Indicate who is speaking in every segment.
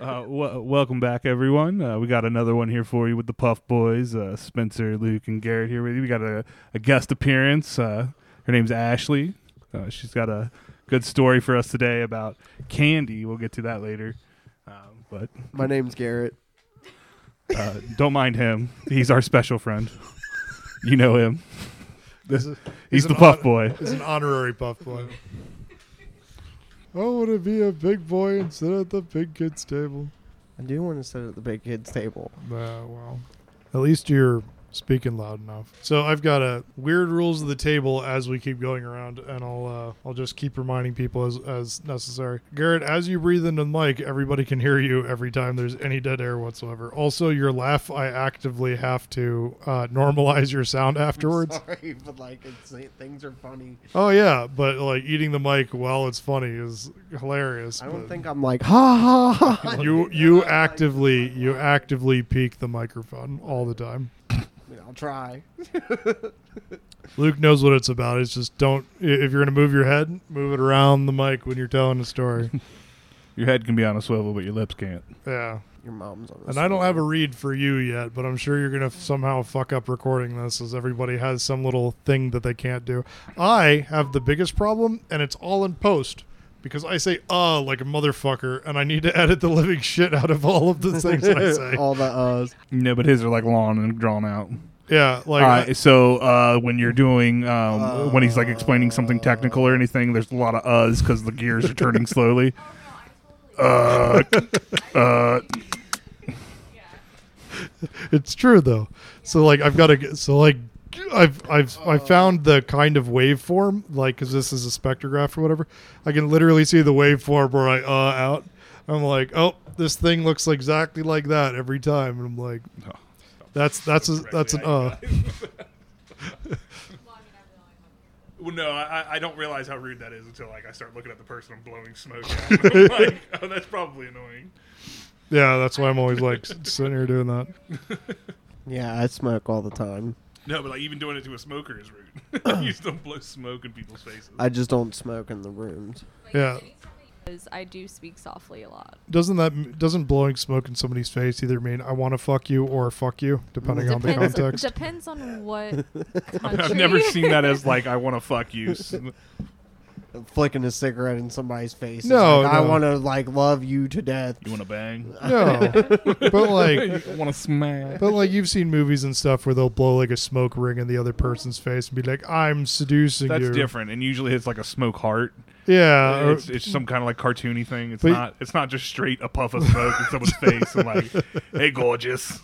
Speaker 1: uh, w- welcome back, everyone. Uh, we got another one here for you with the Puff Boys. Uh, Spencer, Luke, and Garrett here with you. We got a, a guest appearance. Uh, her name's Ashley. Uh, she's got a good story for us today about candy. We'll get to that later. Um, but
Speaker 2: My name's Garrett.
Speaker 1: uh, don't mind him. He's our special friend. You know him.
Speaker 3: This is,
Speaker 1: He's the
Speaker 3: an
Speaker 1: Puff
Speaker 3: hon-
Speaker 1: Boy.
Speaker 3: He's an honorary puff boy. I want to be a big boy and sit at the big kids table.
Speaker 2: I do want to sit at the big kids table.
Speaker 3: Uh, well, at least you're speaking loud enough. So I've got a weird rules of the table as we keep going around, and I'll uh, I'll just keep reminding people as as necessary. Garrett, as you breathe into the mic, everybody can hear you every time there's any dead air whatsoever. Also, your laugh, I actively have to uh, normalize your sound afterwards.
Speaker 2: Sorry, but like it's, things are funny.
Speaker 3: Oh yeah, but like eating the mic while it's funny is hilarious.
Speaker 2: I don't
Speaker 3: but
Speaker 2: think I'm like ha ha ha.
Speaker 3: you you actively you actively peak the microphone all the time.
Speaker 2: I mean, I'll try.
Speaker 3: Luke knows what it's about. It's just don't i- if you're gonna move your head, move it around the mic when you're telling a story.
Speaker 1: Your head can be on a swivel, but your lips can't.
Speaker 3: yeah,
Speaker 2: Your mom's on. this
Speaker 3: and I don't
Speaker 2: one.
Speaker 3: have a read for you yet, but I'm sure you're gonna f- somehow fuck up recording this, as everybody has some little thing that they can't do. I have the biggest problem, and it's all in post. Because I say uh like a motherfucker, and I need to edit the living shit out of all of the things I say.
Speaker 2: all the uh, uhs.
Speaker 1: No, but his are like long and drawn out.
Speaker 3: Yeah, like
Speaker 1: All right, so uh, when you're doing um, when he's like explaining something technical or anything, there's a lot of uhs because the gears are turning slowly. Uh, uh,
Speaker 3: It's true though. So like I've got to so like I've I've I found the kind of waveform like because this is a spectrograph or whatever. I can literally see the waveform where I uh out. I'm like, oh, this thing looks exactly like that every time, and I'm like, that's that's a, that's an uh.
Speaker 1: well, no, I, I don't realize how rude that is until like I start looking at the person I'm blowing smoke at. like, oh, that's probably annoying.
Speaker 3: Yeah, that's why I'm always like sitting here doing that.
Speaker 2: Yeah, I smoke all the time.
Speaker 1: No, but like even doing it to a smoker is rude. you still blow smoke in people's faces.
Speaker 2: I just don't smoke in the rooms.
Speaker 3: Yeah.
Speaker 4: Because I do speak softly a lot.
Speaker 3: Doesn't that doesn't blowing smoke in somebody's face either mean I want to fuck you or fuck you, depending on the
Speaker 4: Depends,
Speaker 3: context?
Speaker 4: depends on what country.
Speaker 1: I've never seen that as like I want to fuck you.
Speaker 2: Flicking a cigarette in somebody's face. is
Speaker 3: No,
Speaker 2: like, I
Speaker 3: no.
Speaker 2: want to like love you to death.
Speaker 1: You want to bang?
Speaker 3: no, but like
Speaker 1: want to smash?
Speaker 3: But like you've seen movies and stuff where they'll blow like a smoke ring in the other person's face and be like, "I'm seducing
Speaker 1: That's
Speaker 3: you."
Speaker 1: different, and usually it's like a smoke heart.
Speaker 3: Yeah, or-
Speaker 1: it's, it's some kind of like cartoony thing. It's
Speaker 3: But-
Speaker 1: not. It's not just straight a puff of smoke in someone's face and like, hey, gorgeous.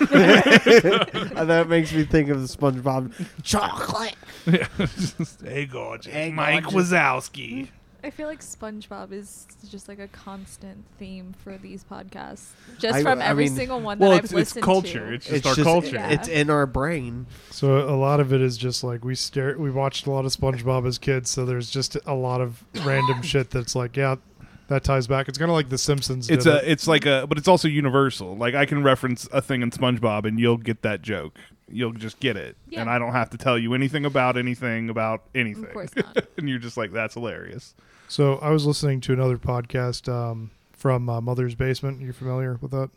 Speaker 2: And that makes me think of the SpongeBob chocolate.
Speaker 1: Just, hey, gorgeous.
Speaker 2: Hey,
Speaker 1: Mike
Speaker 2: gorgeous."
Speaker 1: Wazowski.
Speaker 4: I feel like SpongeBob is just like a constant theme for these podcasts, just
Speaker 2: I-
Speaker 4: from
Speaker 2: I
Speaker 4: every
Speaker 2: mean-
Speaker 4: single one
Speaker 1: Well,
Speaker 4: that
Speaker 1: it's,
Speaker 4: I've
Speaker 1: it's
Speaker 4: listened
Speaker 1: culture.
Speaker 4: to.
Speaker 1: It's just our culture.
Speaker 4: Yeah.
Speaker 2: It's in our brain.
Speaker 3: so a lot of it is just like we stare. We watched a lot of SpongeBob as kids, so there's just a lot of random shit that's like, yeah, that ties back. It's kind of like The Simpsons.
Speaker 1: It's uh,
Speaker 3: did
Speaker 1: a.
Speaker 3: it.
Speaker 1: It's like a. But it's also universal. Like I can reference a thing in SpongeBob, and you'll get that joke. You'll just get it,
Speaker 4: Yeah.
Speaker 1: and I don't have to tell you anything about anything about anything.
Speaker 4: Of course not.
Speaker 1: and you're just like, that's hilarious.
Speaker 3: so I was listening to another podcast um, from uh, Mother's Basement. You familiar with that?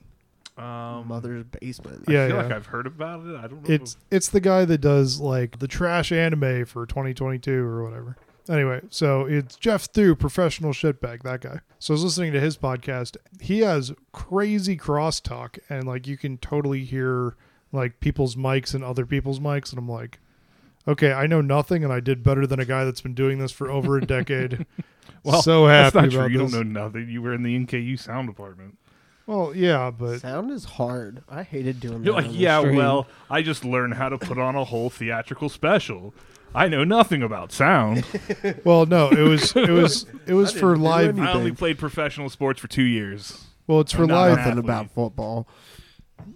Speaker 1: Um,
Speaker 2: Mother's basement.
Speaker 3: Yeah,
Speaker 1: I feel
Speaker 3: yeah.
Speaker 1: like I've heard about it. I don't know.
Speaker 3: It's it's the guy that does like the trash anime for 2022 or whatever. Anyway, so it's Jeff Thew, professional shitbag, that guy. So I was listening to his podcast. He has crazy crosstalk, and like you can totally hear like people's mics and other people's mics, and I'm like, okay, I know nothing, and I did better than a guy that's been doing this for over a decade.
Speaker 1: Well,
Speaker 3: so happy
Speaker 1: that's not
Speaker 3: about
Speaker 1: true. You
Speaker 3: this.
Speaker 1: don't know nothing. You were in the NKU sound department.
Speaker 3: Well, yeah, but
Speaker 2: Sound is hard. I hated doing that.
Speaker 1: You're like,
Speaker 2: on the
Speaker 1: yeah,
Speaker 2: stream.
Speaker 1: well, I just learned how to put on a whole theatrical special. I know nothing about sound.
Speaker 3: well, no, it was it was it was for
Speaker 2: do
Speaker 3: live.
Speaker 2: any-
Speaker 1: I only played professional sports for two years.
Speaker 3: Well, it's for
Speaker 1: I'm not
Speaker 3: live.
Speaker 1: an
Speaker 2: nothing
Speaker 1: athlete.
Speaker 2: about football.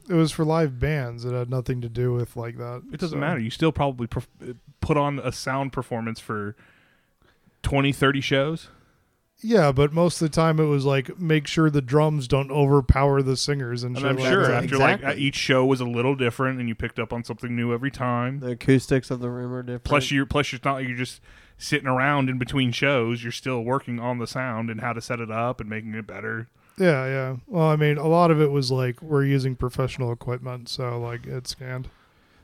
Speaker 3: It was for live bands. It had nothing to do with like that.
Speaker 1: It doesn't
Speaker 3: So-
Speaker 1: matter. You still probably perf- put on a sound performance for 20, 30 shows.
Speaker 3: Yeah, but most of the time it was like make sure the drums don't overpower the singers and,
Speaker 1: And
Speaker 3: shit
Speaker 1: I'm
Speaker 3: like
Speaker 1: sure
Speaker 3: that.
Speaker 2: that's-
Speaker 1: after like uh,
Speaker 2: exactly.
Speaker 1: each show was a little different, and you picked up on something new every time.
Speaker 2: The acoustics of the room are different.
Speaker 1: Plus, you're plus you're not you're just sitting around in between shows. You're still working on the sound and how to set it up and making it better.
Speaker 3: Yeah, yeah. Well, I mean, a lot of it was like we're using professional equipment, so like it's scanned.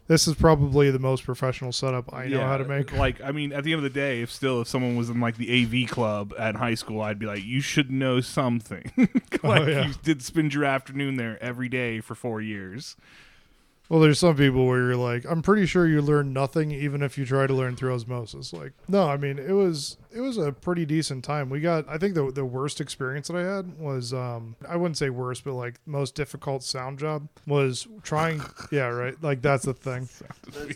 Speaker 3: This is probably the most professional setup I know
Speaker 1: Yeah,
Speaker 3: how to make.
Speaker 1: Like, I mean, at the end of the day, if still if someone was in like the AV club at high school, I'd be like, you should know something. like,
Speaker 3: Oh, yeah.
Speaker 1: you did spend your afternoon there every day for four years.
Speaker 3: Well, there's some people where you're like, I'm pretty sure you learn nothing, even if you try to learn through osmosis. Like, no, I mean, it was it was a pretty decent time. We got, I think the the worst experience that I had was, um, I wouldn't say worst, but like most difficult sound job was trying. yeah, right. Like that's the thing.
Speaker 2: That's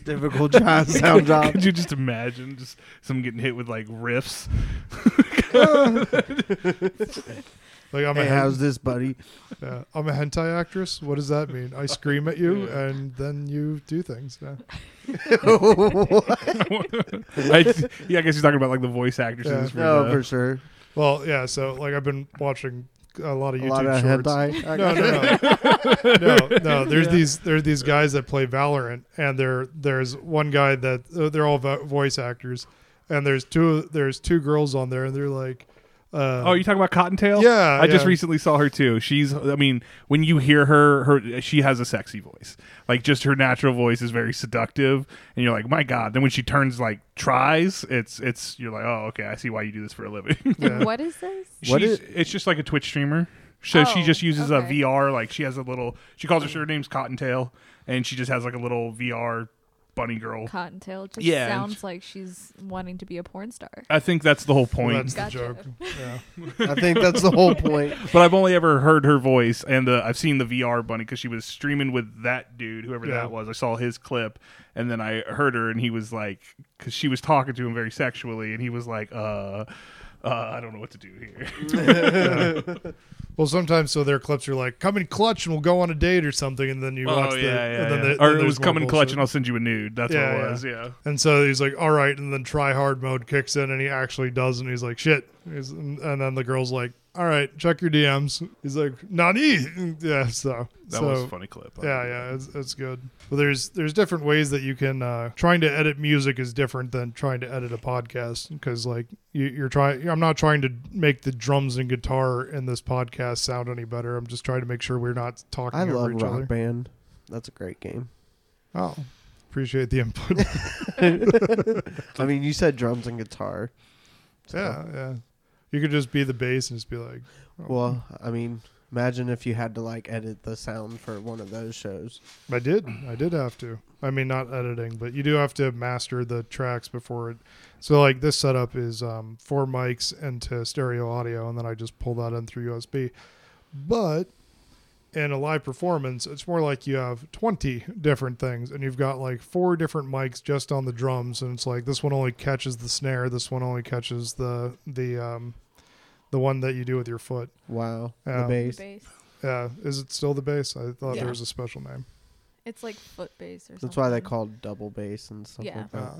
Speaker 2: difficult job, sound job.
Speaker 1: Could you just imagine just someone getting hit with like riffs?
Speaker 3: Like I'm a
Speaker 2: Hey,
Speaker 3: hen-
Speaker 2: how's this, buddy?
Speaker 3: yeah, I'm a hentai actress. What does that mean? I scream at you
Speaker 1: Yeah.
Speaker 3: and then you do things. Yeah.
Speaker 1: I, yeah, I guess he's talking about like the voice actresses.
Speaker 3: Yeah.
Speaker 1: For
Speaker 2: no,
Speaker 1: the-
Speaker 2: Oh, for sure.
Speaker 3: Well, yeah. So like I've been watching a lot of
Speaker 2: A
Speaker 3: YouTube
Speaker 2: lot of
Speaker 3: shorts.
Speaker 2: hentai.
Speaker 3: no, no, no, no, no. There's these there's these guys that play Valorant, and there there's one guy that uh, they're all vo- voice actors, and there's two there's two girls on there, and they're like, uh,
Speaker 1: Oh, you talking about Cottontail?
Speaker 3: Yeah,
Speaker 1: I just
Speaker 3: yeah.
Speaker 1: recently saw her too. She's, I mean, when you hear her, her she has a sexy voice. Like just her natural voice is very seductive, and you're like, my god. Then when she turns like tries, it's it's you're like, oh okay, I see why you do this for a living.
Speaker 3: yeah.
Speaker 4: What is this?
Speaker 2: What
Speaker 1: She's-
Speaker 2: is-
Speaker 1: it's just like a Twitch streamer. So she
Speaker 4: Oh,
Speaker 1: just uses a
Speaker 4: okay.
Speaker 1: VR. Like she has a little. She calls her, her name's Cottontail, and she just has like a little VR bunny girl.
Speaker 4: Cottontail just
Speaker 1: Yeah, and
Speaker 4: sounds like she's wanting to be a porn star.
Speaker 1: I think that's the whole
Speaker 3: Well,
Speaker 1: point.
Speaker 3: that's the
Speaker 4: Gotcha.
Speaker 3: joke. Yeah.
Speaker 2: I think that's the whole point.
Speaker 1: but I've only ever heard her voice, and the, I've seen the VR bunny because she was streaming with that dude, whoever
Speaker 3: Yeah.
Speaker 1: that was. I saw his clip, and then I heard her, and he was like, because she was talking to him very sexually, and he was like, uh, uh I don't know what to do here.
Speaker 3: Well, sometimes so their clips are like, "Come in clutch, and we'll go on a date or something," and then you
Speaker 1: Oh,
Speaker 3: watch the, and then the-
Speaker 1: or
Speaker 3: then
Speaker 1: it was
Speaker 3: there's more
Speaker 1: coming clutch,
Speaker 3: bullshit.
Speaker 1: and I'll send you a nude. That's
Speaker 3: Yeah,
Speaker 1: what
Speaker 3: yeah.
Speaker 1: it was. Yeah.
Speaker 3: And so he's like, "All right," and then try hard mode kicks in, and he actually does, and he's like, "Shit!" He's, and then the girl's like, "All right, check your DMs." He's like, "Nani?" Yeah, so
Speaker 1: That
Speaker 3: so,
Speaker 1: was a funny clip.
Speaker 3: Yeah, yeah, it's, it's good. But there's there's different ways that you can uh, trying to edit music is different than trying to edit a podcast because like you, you're trying. I'm not trying to make the drums and guitar in this podcast sound any better. I'm just trying to make sure we're not talking
Speaker 2: I
Speaker 3: over
Speaker 2: love
Speaker 3: each
Speaker 2: Rock
Speaker 3: other.
Speaker 2: Band. That's a great game.
Speaker 3: Oh, appreciate the input.
Speaker 2: I mean, you said drums and guitar. So,
Speaker 3: yeah, yeah. You could just be the bass and just be like,
Speaker 2: Well, I mean, imagine if you had to like edit the sound for one of those shows.
Speaker 3: I did. I did have to. I mean, not editing, but you do have to master the tracks before it. So, like, this setup is um, four mics into stereo audio, and then I just pull that in through USB. But in a live performance, it's more like you have 20 different things, and you've got like four different mics just on the drums, and it's like this one only catches the snare, this one only catches the the um, the one that you do with your foot.
Speaker 2: Wow,
Speaker 3: Yeah.
Speaker 2: the bass.
Speaker 4: Bass.
Speaker 3: Yeah, is it still the bass? I thought
Speaker 4: Yeah.
Speaker 3: there was a special name.
Speaker 4: It's like foot bass or something.
Speaker 2: That's why they call it double bass and stuff
Speaker 4: Yeah.
Speaker 2: like that.
Speaker 3: Uh,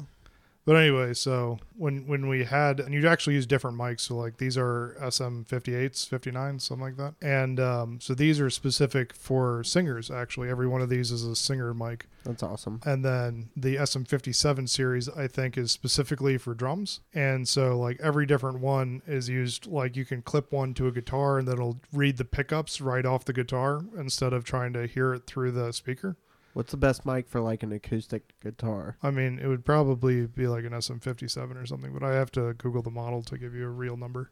Speaker 3: but anyway, so when when we had and you'd actually use different mics, so like these are SM 58s, 59s, something like that. And um, so these are specific for singers actually. Every one of these is a singer mic.
Speaker 2: That's awesome.
Speaker 3: And then the SM57 series, I think, is specifically for drums. And so, like, every different one is used, like, you can clip one to a guitar and that'll read the pickups right off the guitar instead of trying to hear it through the speaker.
Speaker 2: What's the best mic for like an acoustic guitar?
Speaker 3: I mean, it would probably be like an SM57 or something, but I have to Google the model to give you a real number.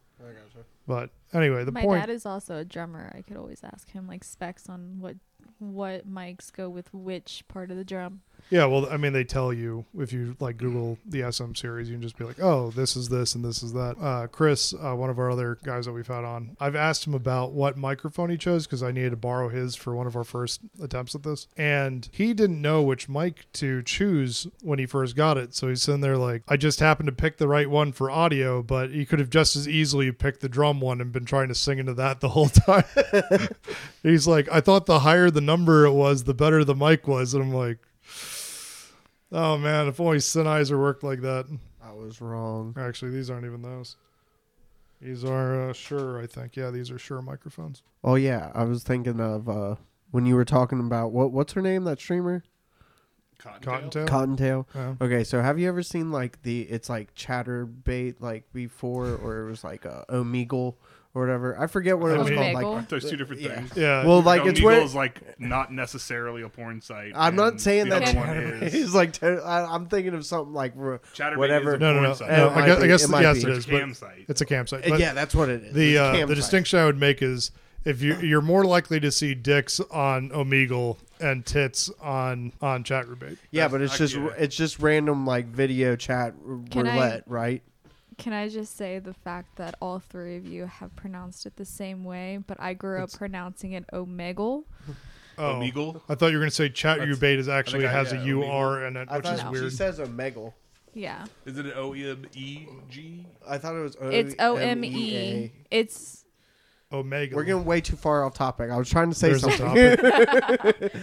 Speaker 3: But anyway, the
Speaker 4: My
Speaker 3: point.
Speaker 4: dad is also a drummer. I could always ask him like specs on what what mics go with which part of the drum.
Speaker 3: yeah, well, I mean, they tell you if you like Google the SM series, you can just be like, oh, this is this and this is that. Uh, Chris, uh, one of our other guys that we've had on, I've asked him about what microphone he chose because I needed to borrow his for one of our first attempts at this. And he didn't know which mic to choose when he first got it. So he's sitting there like, I just happened to pick the right one for audio, but he could have just as easily picked the drum one and been trying to sing into that the whole time. He's like, I thought the higher the number it was, the better the mic was. And I'm like, oh man, if only Sennheiser worked like that.
Speaker 2: I was wrong.
Speaker 3: Actually, these aren't even those. These are uh, Sure, I think. Yeah, these are Sure microphones.
Speaker 2: Oh yeah, I was thinking of uh when you were talking about what what's her name that streamer?
Speaker 3: Cottontail.
Speaker 2: Cottontail.
Speaker 3: Yeah.
Speaker 2: Okay, so have you ever seen like the it's like chatterbait like before or it was like a omegle or whatever. I forget what it
Speaker 3: I
Speaker 2: was
Speaker 3: mean-
Speaker 2: called. Like,
Speaker 4: Bagel?
Speaker 1: There's two different
Speaker 2: Yeah.
Speaker 1: things.
Speaker 3: Yeah.
Speaker 2: well, like
Speaker 1: Dumb
Speaker 2: it's
Speaker 1: Eagle
Speaker 2: where
Speaker 1: is like not necessarily a porn site.
Speaker 2: I'm not
Speaker 1: and
Speaker 2: saying
Speaker 1: the
Speaker 2: that
Speaker 1: other one
Speaker 2: Chatterbait
Speaker 1: is.
Speaker 2: is like. Ter- I, I'm thinking of something like. r-
Speaker 1: Chatterbait
Speaker 2: whatever.
Speaker 1: is a
Speaker 3: no, no,
Speaker 1: porn
Speaker 3: no.
Speaker 1: site.
Speaker 3: no
Speaker 2: It
Speaker 3: I
Speaker 2: might
Speaker 3: guess,
Speaker 2: be,
Speaker 3: I guess
Speaker 2: it might
Speaker 3: yes,
Speaker 2: be.
Speaker 3: it
Speaker 1: It's
Speaker 3: is.
Speaker 1: a
Speaker 3: But
Speaker 1: cam site.
Speaker 3: it's a campsite. But
Speaker 2: uh, yeah, that's what it is.
Speaker 3: the
Speaker 2: It's a
Speaker 3: uh, the
Speaker 2: campsite.
Speaker 3: distinction I would make is if you you're more likely to see dicks on Omegle and tits on on chat rebate.
Speaker 2: Yeah,
Speaker 1: That's
Speaker 2: but it's
Speaker 1: not
Speaker 2: just
Speaker 1: good.
Speaker 2: it's just random like video chat r-
Speaker 4: Can I-
Speaker 2: roulette, right?
Speaker 4: Can I just say the fact that all three of you have pronounced it the same way, but I grew up
Speaker 2: It's-
Speaker 4: pronouncing it omegle.
Speaker 3: Oh,
Speaker 1: Omegle.
Speaker 3: I thought you were going to say chat
Speaker 1: That's-
Speaker 3: rebate is actually
Speaker 1: I-
Speaker 3: has a
Speaker 1: yeah,
Speaker 3: U
Speaker 1: Omegle.
Speaker 3: R in it,
Speaker 2: I
Speaker 3: which
Speaker 2: thought
Speaker 3: is
Speaker 4: she
Speaker 2: she
Speaker 3: weird.
Speaker 2: says omegle.
Speaker 4: Yeah.
Speaker 1: Is it an O M E G?
Speaker 2: I thought it was O.
Speaker 4: It's O M E. It's
Speaker 3: Omega.
Speaker 2: We're getting way too far off topic. I was trying to say
Speaker 3: There's a
Speaker 2: something.
Speaker 3: topic.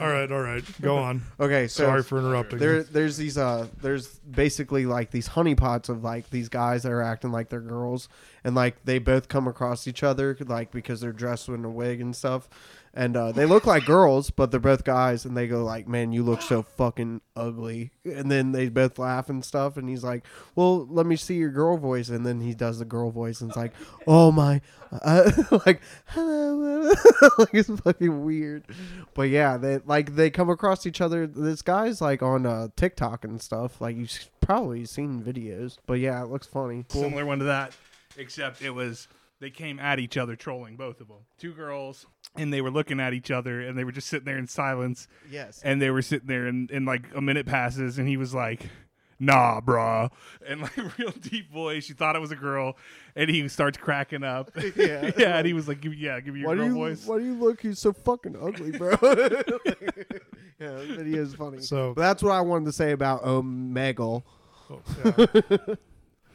Speaker 3: all right, all right. Go on.
Speaker 2: Okay, so
Speaker 3: Sorry for interrupting.
Speaker 2: there there's these uh there's basically like these honeypots of like these guys that are acting like they're girls and like they both come across each other like because they're dressed in a wig and stuff and uh, they look like girls but they're both guys and they go like man you look so fucking ugly and then they both laugh and stuff and he's like well let me see your girl voice and then he does the girl voice and it's like oh my uh, like hello like it's fucking weird but yeah, they like they come across each other. This guy's like on uh, TikTok and stuff. Like you've s- probably seen videos. But yeah, it looks funny. Cool.
Speaker 1: Similar one to that, except it was they came at each other, trolling both of them. Two girls, and they were looking at each other, and they were just sitting there in silence.
Speaker 2: Yes.
Speaker 1: and they were sitting there and, and like a minute passes and he was like nah bruh and like real deep voice she thought it was a girl and he starts cracking up
Speaker 2: Yeah.
Speaker 1: yeah and he was like give, yeah give me your
Speaker 2: Why do
Speaker 1: girl
Speaker 2: you
Speaker 1: voice
Speaker 2: Why do you look? He's so fucking ugly, bro. yeah, that video is funny.
Speaker 3: So-
Speaker 2: but that's what I wanted to say about Omegle.
Speaker 3: Oh, yeah.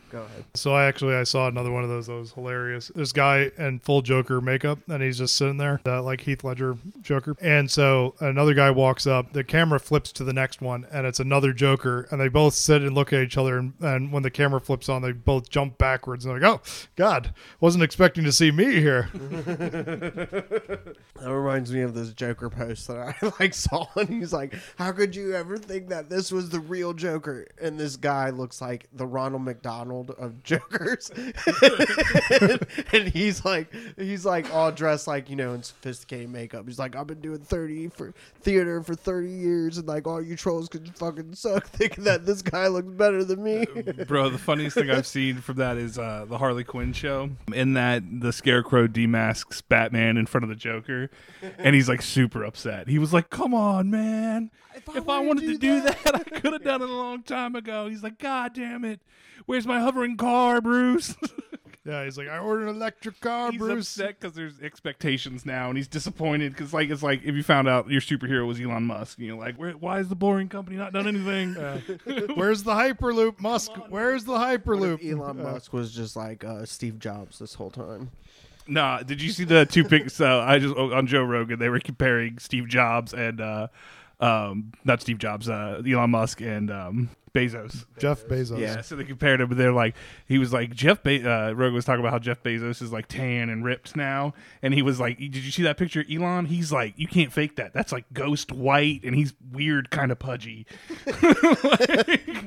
Speaker 2: Go ahead.
Speaker 3: So I actually I saw another one of those that was hilarious. This guy in full Joker makeup and he's just sitting there, that like Heath Ledger Joker. And so another guy walks up, the camera flips to the next one and it's another Joker and they both sit and look at each other and, and when the camera flips on they both jump backwards and they're like, "Oh god, wasn't expecting to see me here."
Speaker 2: That reminds me of this Joker post that I like saw, and he's like, "How could you ever think that this was the real Joker?" And this guy looks like the Ronald McDonald of Jokers, and he's like, he's like all dressed like you know in sophisticated makeup. He's like, "I've been doing thirty for theater for thirty years, and like all you trolls could fucking suck thinking that this guy looks better than me."
Speaker 1: Uh, Bro, the funniest thing I've seen from that is uh, the Harley Quinn show. In that, the Scarecrow demasks Batman in front of the Joker, and he's like super upset. He was like, "Come on, man! If I, wanted to do that, I could have done it a long time ago." He's like, "God damn it! Where's my hovering car, Bruce?"
Speaker 3: yeah, he's like, "I ordered an electric car,
Speaker 1: he's
Speaker 3: Bruce."
Speaker 1: upset because there's expectations now, and he's disappointed because like it's like if you found out your superhero was Elon Musk, and you're like, Where, "Why is the boring company not done anything?"
Speaker 3: Where's the Hyperloop, Musk? Where's the
Speaker 2: What if
Speaker 3: Hyperloop?
Speaker 2: Elon
Speaker 3: Uh,
Speaker 2: Musk was just like uh, Steve Jobs this whole time.
Speaker 1: Nah, did you see the two pics? Uh, I just on Joe Rogan they were comparing Steve Jobs and uh, um, not Steve Jobs, uh, Elon Musk and um, Bezos.
Speaker 3: Jeff Bezos.
Speaker 1: Yeah, so they compared him. But they're like, he was like Jeff. Be- uh, Rogan was talking about how Jeff Bezos is like tan and ripped now, and he was like, "Did you see that picture, of Elon? He's like, you can't fake that. That's like ghost white, and he's weird, kind of pudgy.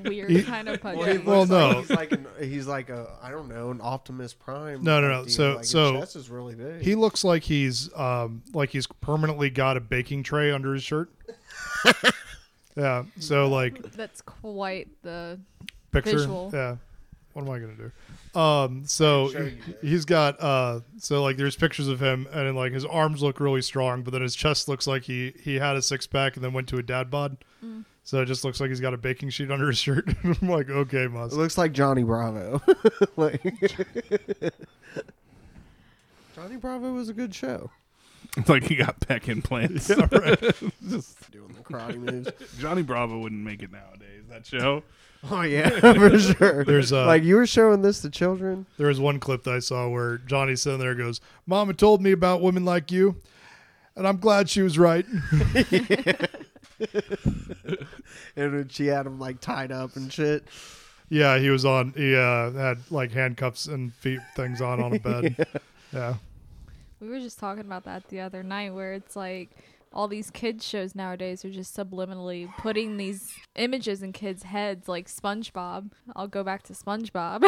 Speaker 3: He-
Speaker 4: weird kind of
Speaker 2: Well, he
Speaker 4: pudgy.
Speaker 2: looks like-
Speaker 3: Well, no.
Speaker 2: he's like an, he's like a I don't know an Optimus Prime.
Speaker 3: No, no, no.
Speaker 2: dude.
Speaker 3: So-
Speaker 2: like, his
Speaker 3: so
Speaker 2: chest is really big.
Speaker 3: He looks like he's um, like he's permanently got a baking tray under his shirt. yeah. So like
Speaker 4: That's quite the
Speaker 3: picture.
Speaker 4: Visual.
Speaker 3: Yeah. What am I gonna do? Um, so
Speaker 2: Show you
Speaker 3: he's got uh, so like there's pictures of him and then, like his arms look really strong, but then his chest looks like he he had a six pack and then went to a dad bod. So it just looks like he's got a baking sheet under his shirt. I'm like, okay,
Speaker 2: it
Speaker 3: Musk.
Speaker 2: looks like Johnny Bravo. like, Johnny Bravo was a good show.
Speaker 1: It's like he got peck implants.
Speaker 2: Doing the karate moves.
Speaker 1: Johnny Bravo wouldn't make it nowadays. That show.
Speaker 2: Oh yeah, for sure.
Speaker 3: There's, uh,
Speaker 2: like you were showing this to children.
Speaker 3: There was one clip that I saw where Johnny sitting there goes, "Mama told me about women like you, and I'm glad she was right."
Speaker 2: And when she had him like tied up and shit.
Speaker 3: Yeah, he was on. He uh, had like handcuffs and feet things on on a bed. yeah.
Speaker 4: We were just talking about that the other night, where it's like all these kids shows nowadays are just subliminally putting these images in kids' heads, like SpongeBob. I'll go back to SpongeBob.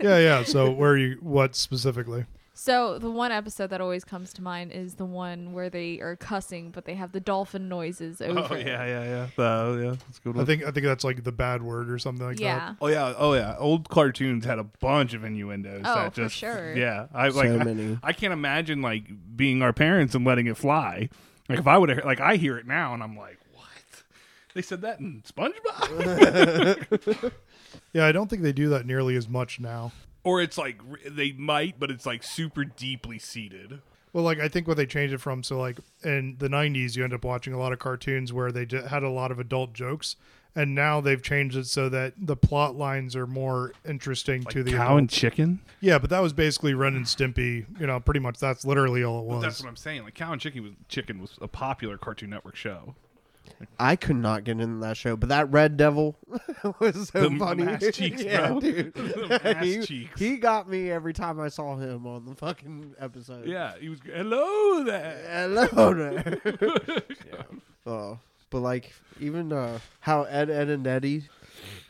Speaker 3: yeah, yeah. So where are you? What specifically?
Speaker 4: So the one episode that always comes to mind is the one where they are cussing, but they have the dolphin noises over.
Speaker 1: Oh
Speaker 4: it.
Speaker 1: yeah, yeah, yeah. The- yeah, that's a good
Speaker 3: I
Speaker 1: one.
Speaker 3: think I think that's like the bad word or something like that.
Speaker 4: yeah.
Speaker 1: Oh yeah, oh yeah. Old cartoons had a bunch of innuendos.
Speaker 4: Oh,
Speaker 1: that
Speaker 4: for
Speaker 1: just,
Speaker 4: sure.
Speaker 1: Yeah, I
Speaker 2: So
Speaker 1: like. I-
Speaker 2: many.
Speaker 1: I, can't imagine like being our parents and letting it fly. Like if I would have, like I hear it now and I'm like, what? They said that in SpongeBob,
Speaker 3: Yeah, I don't think they do that nearly as much now.
Speaker 1: or it's like re- they might, but it's like super deeply seated.
Speaker 3: Well, like I think what they changed it from, so like in the '90s, you end up watching a lot of cartoons where they j- had a lot of adult jokes, and now they've changed it so that the plot lines are more interesting to the adult.
Speaker 1: chicken.
Speaker 3: yeah. But that was basically Ren and Stimpy. You know, pretty much that's literally all it was.
Speaker 1: That's what I'm saying. Like Cow and Chicken was Chicken was a popular Cartoon Network show.
Speaker 2: I could not get into that show, but that Red Devil was so
Speaker 1: The- the
Speaker 2: funny.
Speaker 1: mass cheeks,
Speaker 2: yeah,
Speaker 1: bro.
Speaker 2: dude.
Speaker 1: The mass
Speaker 2: he,
Speaker 1: cheeks.
Speaker 2: he got me every time I saw him on the fucking episode.
Speaker 1: Yeah, he was. Hello there.
Speaker 2: Hello there. Oh, but like even uh, how Ed, Ed and Eddie.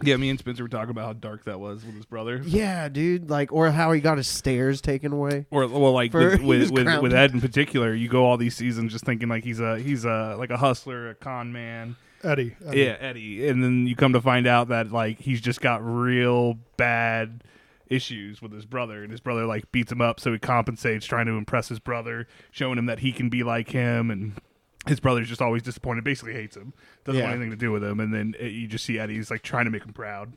Speaker 1: Yeah, me and Spencer were talking about how dark that was with his brother.
Speaker 2: Yeah, dude. Like, or how he got his stairs taken away.
Speaker 1: or well, like
Speaker 2: For-
Speaker 1: with
Speaker 2: he
Speaker 1: with,
Speaker 2: was
Speaker 1: with, with
Speaker 2: grounded.
Speaker 1: Ed in particular, you go all these seasons just thinking like he's a he's a like a hustler, a con man,
Speaker 3: Eddie.
Speaker 2: Oh,
Speaker 3: Eddie.
Speaker 1: yeah, Eddie, and then you come to find out that like he's just got real bad issues with his brother, and his brother like beats him up, so he compensates trying to impress his brother, showing him that he can be like him, and his brother's just always disappointed, basically hates him, doesn't
Speaker 2: Yeah.
Speaker 1: want anything to do with him, and then uh, you just see Eddie's like trying to make him proud,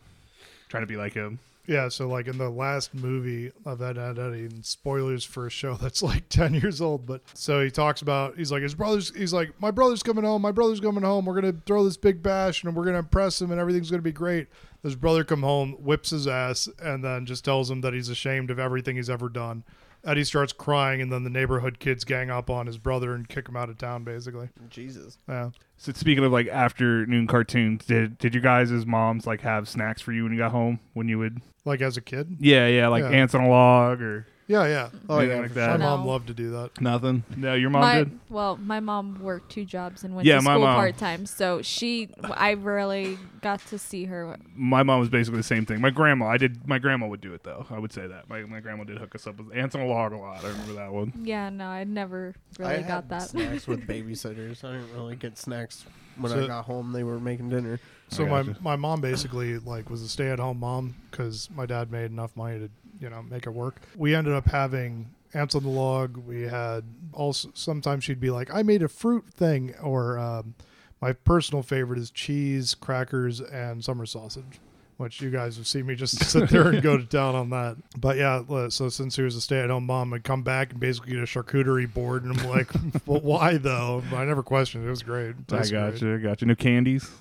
Speaker 1: trying to be like him.
Speaker 3: Yeah, so like in the last movie of Ed, Ed, Eddie, and spoilers for a show that's like 10 years old, but so he talks about, he's like, his brother's, he's like, my brother's coming home, my brother's coming home, we're going to throw this big bash and we're going to impress him and everything's going to be great. His brother come home, whips his ass, and then just tells him that he's ashamed of everything he's ever done. Eddie starts crying, and then the neighborhood kids gang up on his brother and kick him out of town, basically.
Speaker 2: Jesus.
Speaker 3: Yeah.
Speaker 1: So speaking of like afternoon cartoons, did did your guys' moms like have snacks for you when you got home when you would?
Speaker 3: Like as a kid?
Speaker 1: Yeah, yeah, like
Speaker 3: Yeah.
Speaker 1: ants on a log or
Speaker 3: Yeah, yeah.
Speaker 2: Oh
Speaker 1: Anything
Speaker 2: yeah.
Speaker 1: like
Speaker 2: for
Speaker 1: that.
Speaker 3: My
Speaker 1: No.
Speaker 3: mom loved to do that.
Speaker 1: nothing. No, your mom
Speaker 4: my,
Speaker 1: did.
Speaker 4: Well, my mom worked two jobs and went
Speaker 1: Yeah,
Speaker 4: to
Speaker 1: my
Speaker 4: school
Speaker 1: mom.
Speaker 4: part time, so she I rarely got to see her.
Speaker 1: My mom was basically the same thing. My grandma, I did. My grandma would do it though. I would say that. My my grandma did hook us up with ants on a log a lot. I remember that one.
Speaker 4: Yeah, no, I never really
Speaker 2: I
Speaker 4: got
Speaker 2: had
Speaker 4: that.
Speaker 2: snacks with babysitters. I didn't really get snacks when I
Speaker 3: So-
Speaker 2: got home. They were making dinner.
Speaker 3: So
Speaker 1: I
Speaker 3: my
Speaker 1: gotcha.
Speaker 3: my mom basically like was a stay at home mom because my dad made enough money to you know make it work. We ended up having ants on the log. We had also sometimes she'd be like, I made a fruit thing, or um, my personal favorite is cheese, crackers, and summer sausage. Which you guys have seen me just sit there and go to town on that. But yeah, li- so since he was a stay at home mom, I'd come back and basically get a charcuterie board. And I'm like, well, why though? But I never questioned it. It was great. It
Speaker 1: I
Speaker 3: tasted great.
Speaker 1: got you. I got you. No candies.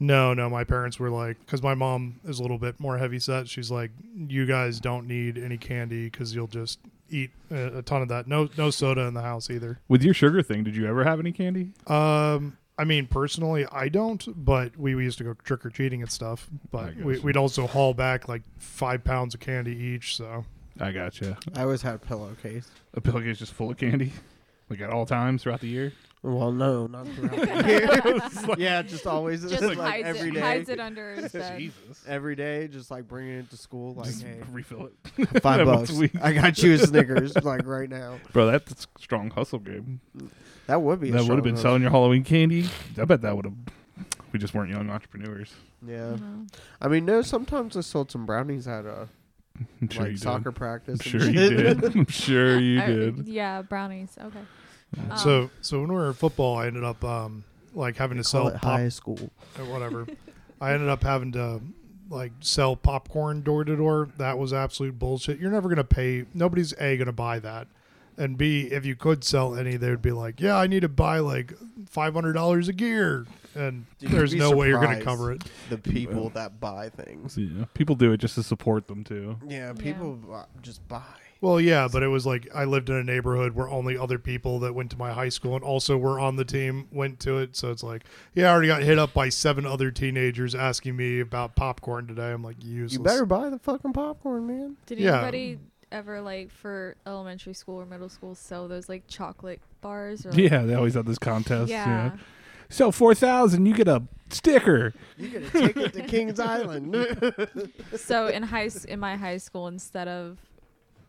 Speaker 3: No, no, my parents were like, because my mom is a little bit more heavy set. She's like, you guys don't need any candy because you'll just eat a, a ton of that. No, no soda in the house either.
Speaker 1: With your sugar thing, did you ever have any candy?
Speaker 3: Um, I mean, personally, I don't, but we, we used to go trick or treating and stuff.
Speaker 1: I
Speaker 3: But
Speaker 1: guess.
Speaker 3: we, we'd also haul back like five pounds of candy each. So
Speaker 1: I got you.
Speaker 2: I always had a pillowcase.
Speaker 1: A pillowcase just full of candy, like at all times throughout the year.
Speaker 2: Well, no, not throughout the year. yeah, just always
Speaker 4: Just
Speaker 2: like,
Speaker 4: hides
Speaker 2: every
Speaker 4: it
Speaker 2: day.
Speaker 4: hides it under his bed.
Speaker 1: Jesus.
Speaker 2: Every day, just like bringing it to school, like
Speaker 1: Just
Speaker 2: hey,
Speaker 1: refill it,
Speaker 2: five
Speaker 1: once
Speaker 2: bucks.
Speaker 1: a week.
Speaker 2: I got you a Snickers, like right now.
Speaker 1: bro. That's a strong hustle game.
Speaker 2: That would be. a
Speaker 1: that would have
Speaker 2: strong
Speaker 1: been
Speaker 2: hook.
Speaker 1: selling your Halloween candy. I bet that would have. We just weren't young entrepreneurs.
Speaker 2: Yeah,
Speaker 4: No.
Speaker 2: I mean, no. Sometimes I sold some brownies at uh,
Speaker 1: I'm sure you
Speaker 2: like soccer practice.
Speaker 1: did. I'm sure you
Speaker 2: and shit.
Speaker 1: did. I'm sure you
Speaker 4: I-
Speaker 1: did.
Speaker 4: Yeah, brownies. Okay.
Speaker 2: Oh.
Speaker 4: Um,
Speaker 3: so so when we were in football, I ended up um like having to
Speaker 2: Call
Speaker 3: sell
Speaker 2: it
Speaker 3: pop
Speaker 2: high school.
Speaker 3: or whatever. I ended up having to like sell popcorn door to door. That was absolute bullshit. You're never gonna pay. Nobody's a gonna buy that, and b if you could sell any, they would be like, yeah, I need to buy like five hundred dollars a gear, and
Speaker 2: Dude,
Speaker 3: there's
Speaker 2: you'd be
Speaker 3: no way you're gonna
Speaker 2: surprised.
Speaker 3: cover it.
Speaker 2: The people that buy things.
Speaker 1: Yeah. People do it just to support them too.
Speaker 2: Yeah, people bu- just buy.
Speaker 3: Well, yeah, but it was like I lived in a neighborhood where only other people that went to my high school and also were on the team went to it. So it's like, yeah, I already got hit up by seven other teenagers asking me about popcorn today. I'm like, useless.
Speaker 2: You better buy the fucking popcorn, man.
Speaker 4: Did
Speaker 3: Yeah.
Speaker 4: anybody ever like for elementary school or middle school sell those like chocolate bars? Or, like-
Speaker 1: Yeah, they always have this contest. Yeah.
Speaker 4: Yeah.
Speaker 1: So four thousand, you get a sticker.
Speaker 2: You get a ticket to King's Island.
Speaker 4: so in high s- in my high school, instead of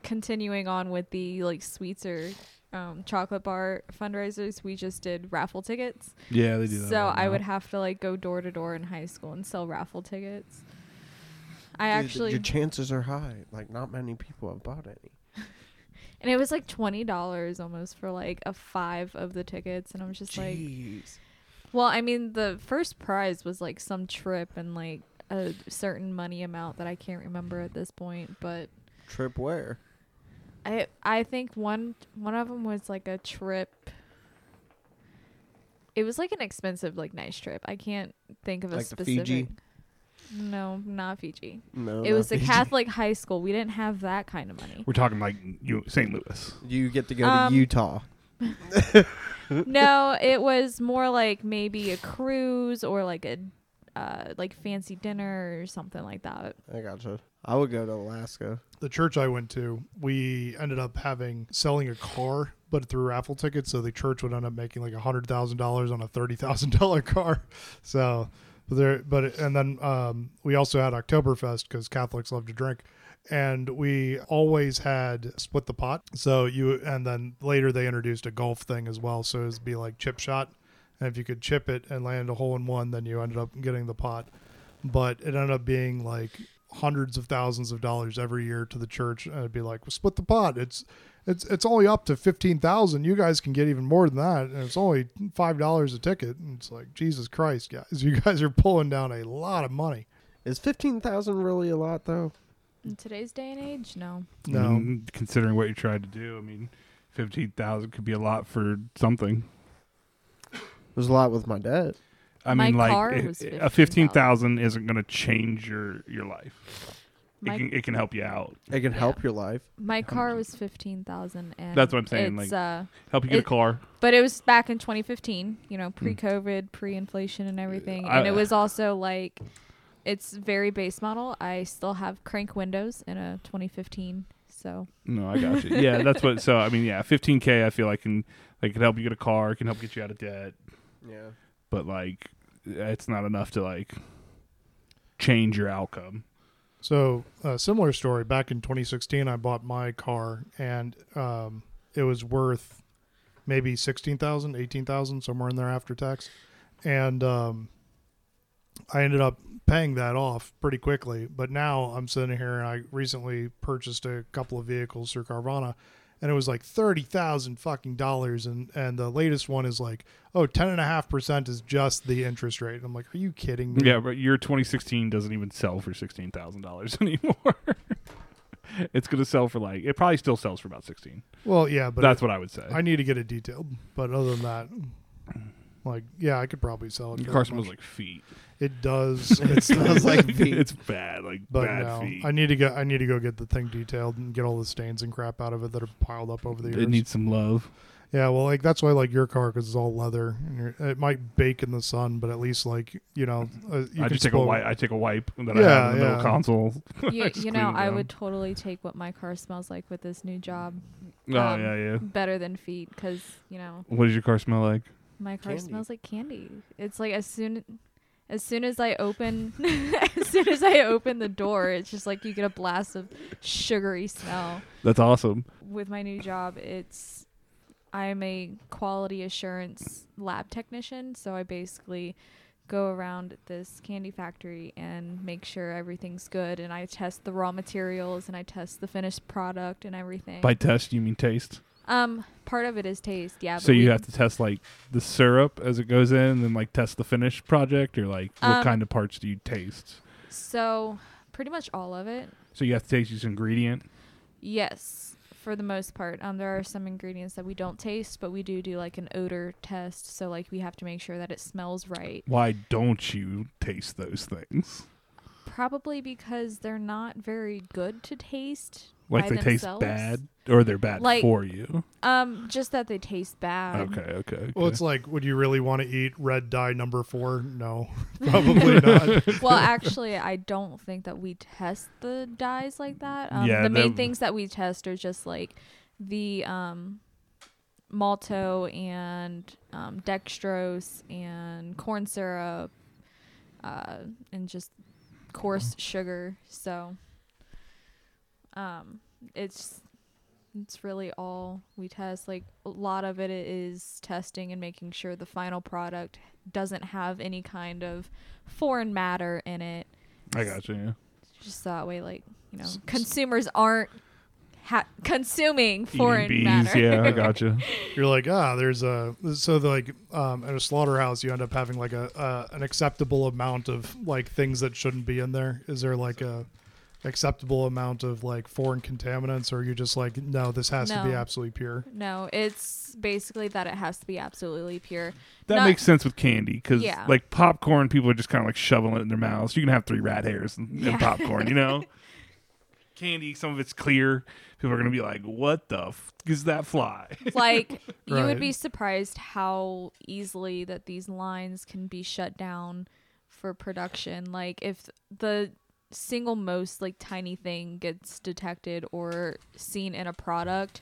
Speaker 4: con- continuing on with the like sweets or um, chocolate bar fundraisers, we just did raffle tickets.
Speaker 1: Yeah, they do that.
Speaker 4: So
Speaker 1: right
Speaker 4: I
Speaker 1: now.
Speaker 4: would have to like go door to door in high school and sell raffle tickets. I
Speaker 2: Dude,
Speaker 4: actually
Speaker 2: your chances are high. Like not many people have bought any.
Speaker 4: and it was like twenty dollars almost for like a five of the tickets, and I'm just like,
Speaker 2: Jeez.
Speaker 4: Well, I mean, the first prize was like some trip and like a certain money amount that I can't remember at this point, but
Speaker 2: Trip where?
Speaker 4: I I think one one of them was like a trip. It was like an expensive like nice trip. I can't think of a
Speaker 2: Like the
Speaker 4: specific.
Speaker 2: Fiji?
Speaker 4: No, not Fiji.
Speaker 2: No.
Speaker 4: it was
Speaker 2: not
Speaker 4: a Catholic high school. We didn't have that kind of money.
Speaker 1: We're talking like you, St. Louis.
Speaker 2: Fiji. You get to go
Speaker 4: Um,
Speaker 2: to Utah.
Speaker 4: no, it was more like maybe a cruise or like a uh, like fancy dinner or something like that.
Speaker 2: I gotcha. I would go to Alaska.
Speaker 3: the church I went to, we ended up having selling a car, but through raffle tickets. So the church would end up making like a hundred thousand dollars on a thirty thousand dollar car. So, but there, but and then um, we also had Oktoberfest because Catholics love to drink, and we always had split the pot. So you and then later they introduced a golf thing as well. So it'd be like chip shot, and if you could chip it and land a hole in one, then you ended up getting the pot but it ended up being like hundreds of thousands of dollars every year to the church and it'd be like well, split the pot it's it's it's only up to 15,000 you guys can get even more than that and it's only $5 a ticket and it's like Jesus Christ guys you guys are pulling down a lot of money
Speaker 2: Is fifteen thousand really a lot though?
Speaker 4: In today's day and age, no.
Speaker 3: no
Speaker 1: I mean, considering what you're trying to do, I mean, fifteen thousand could be a lot for something.
Speaker 2: It was a lot with my dad.
Speaker 1: I
Speaker 4: My
Speaker 1: mean, like
Speaker 4: car
Speaker 1: i-
Speaker 4: was
Speaker 1: a fifteen thousand isn't going to change your your life.
Speaker 4: My
Speaker 1: it can it can help you out,
Speaker 2: It can
Speaker 4: Yeah.
Speaker 2: help your life.
Speaker 4: my car was fifteen thousand, and
Speaker 1: That's what I'm saying,
Speaker 4: It's,
Speaker 1: like-
Speaker 4: uh,
Speaker 1: help you get
Speaker 4: It-
Speaker 1: a car.
Speaker 4: but it was back in 2015, you know, pre-COVID, pre-inflation, and everything,
Speaker 1: Hmm. Uh, I-
Speaker 4: and it was also like it's very base model. I still have crank windows in a 2015, so
Speaker 1: No, I got you. yeah, that's what. So I mean, yeah, fifteen k. I feel like can like can help you get a car, can help get you out of debt,
Speaker 2: Yeah.
Speaker 1: but like it's not enough to like change your outcome.
Speaker 3: So, a similar story. Back in 2016, I bought my car, and um, it was worth maybe 16,000, 18,000, somewhere in there after tax. And um, I ended up paying that off pretty quickly. But now I'm sitting here, and I recently purchased a couple of vehicles through Carvana, and it was like thirty thousand fucking dollars. And and the latest one is like, oh, 105 percent is just the interest rate. And I'm like, are you kidding me?
Speaker 1: Yeah, but your 2016 doesn't even sell for sixteen thousand dollars anymore. it's gonna sell for like it probably still sells for about sixteen.
Speaker 3: Well, yeah, but
Speaker 1: That's what I would say.
Speaker 3: I need to get it detailed, but other than that, like, yeah, I could probably sell it. for
Speaker 1: your car
Speaker 3: that
Speaker 1: smells
Speaker 3: much.
Speaker 1: like feet.
Speaker 3: it does.
Speaker 2: It smells like feet.
Speaker 1: it's bad, like
Speaker 3: but
Speaker 1: bad
Speaker 3: no,
Speaker 1: feet.
Speaker 3: I need to go. I need to go get the thing detailed and get all the stains and crap out of it that are piled up over the years.
Speaker 1: it needs some love.
Speaker 3: yeah, well, like that's why I like your car because it's all leather. And you're, it might bake in the sun, but at least like you know, uh, you
Speaker 1: I
Speaker 3: can
Speaker 1: just take a
Speaker 3: spoil-
Speaker 1: wipe. I take a wipe that I
Speaker 3: Yeah,
Speaker 1: have in the middle
Speaker 3: yeah.
Speaker 1: console.
Speaker 4: you,
Speaker 1: Just
Speaker 4: you
Speaker 1: clean
Speaker 4: know,
Speaker 1: it
Speaker 4: I
Speaker 1: down.
Speaker 4: would totally take what my car smells like with this new job.
Speaker 1: Oh
Speaker 4: Um,
Speaker 1: yeah, yeah.
Speaker 4: Better than feet, because you know
Speaker 1: What does your car smell like?
Speaker 4: my car
Speaker 2: Candy.
Speaker 4: smells like candy. It's like as soon. As soon as I open, as soon as I open the door, it's just like you get a blast of sugary smell.
Speaker 1: That's awesome.
Speaker 4: with my new job, it's I'm a quality assurance lab technician, so I basically go around this candy factory and make sure everything's good and I test the raw materials and I test the finished product and everything.
Speaker 1: By test, you mean taste.
Speaker 4: um part of it is taste, yeah.
Speaker 1: so
Speaker 4: but
Speaker 1: you
Speaker 4: we-
Speaker 1: have to test like the syrup as it goes in, and then like test the finished project, or like what
Speaker 4: Um,
Speaker 1: kind of parts do you taste?
Speaker 4: So pretty much all of it.
Speaker 1: So you have to taste each ingredient.
Speaker 4: Yes, for the most part. Um, there are some ingredients that we don't taste, but we do do like an odor test. So like we have to make sure that it smells right.
Speaker 1: Why don't you taste those things?
Speaker 4: Probably because they're not very good to taste.
Speaker 1: Like
Speaker 4: by
Speaker 1: they
Speaker 4: themselves.
Speaker 1: taste bad, or they're bad
Speaker 4: Like-
Speaker 1: for you.
Speaker 4: Um, just that they taste bad.
Speaker 1: Okay, okay. okay.
Speaker 3: Well, it's like, would you really want to eat red dye number four? No, probably not.
Speaker 4: Well, actually, I don't think that we test the dyes like that. Um,
Speaker 1: Yeah,
Speaker 4: the main
Speaker 1: that-
Speaker 4: things that we test are just like the um, malto and um, dextrose and corn syrup uh, and just coarse sugar. So um, it's It's really all we test. Like a lot of it is testing and making sure the final product doesn't have any kind of foreign matter in it.
Speaker 1: I got you. Yeah.
Speaker 4: Just that way, like you know,
Speaker 3: S- s-
Speaker 4: consumers aren't ha- consuming foreign
Speaker 1: Eating bees.
Speaker 4: matter.
Speaker 1: Yeah, I got you.
Speaker 3: You're like, ah, there's a so the, like um, at a slaughterhouse, you end up having like a uh, an acceptable amount of like things that shouldn't be in there. Is there like a acceptable amount of like foreign contaminants, or are you just like, no, this has to be
Speaker 4: No.
Speaker 3: absolutely pure?
Speaker 4: No, it's basically that it has to be absolutely pure.
Speaker 1: That
Speaker 4: Not-
Speaker 1: makes sense with candy because
Speaker 4: Yeah.
Speaker 1: like popcorn, people are just kind of like shoveling it in their mouths. You can have three rat hairs in, in
Speaker 4: Yeah.
Speaker 1: popcorn, you know. candy, some of it's clear. People are gonna be like, "What the f- is that fly?"
Speaker 4: like you
Speaker 3: Right.
Speaker 4: would be surprised how easily that these lines can be shut down for production like if the single most like tiny thing gets detected or seen in a product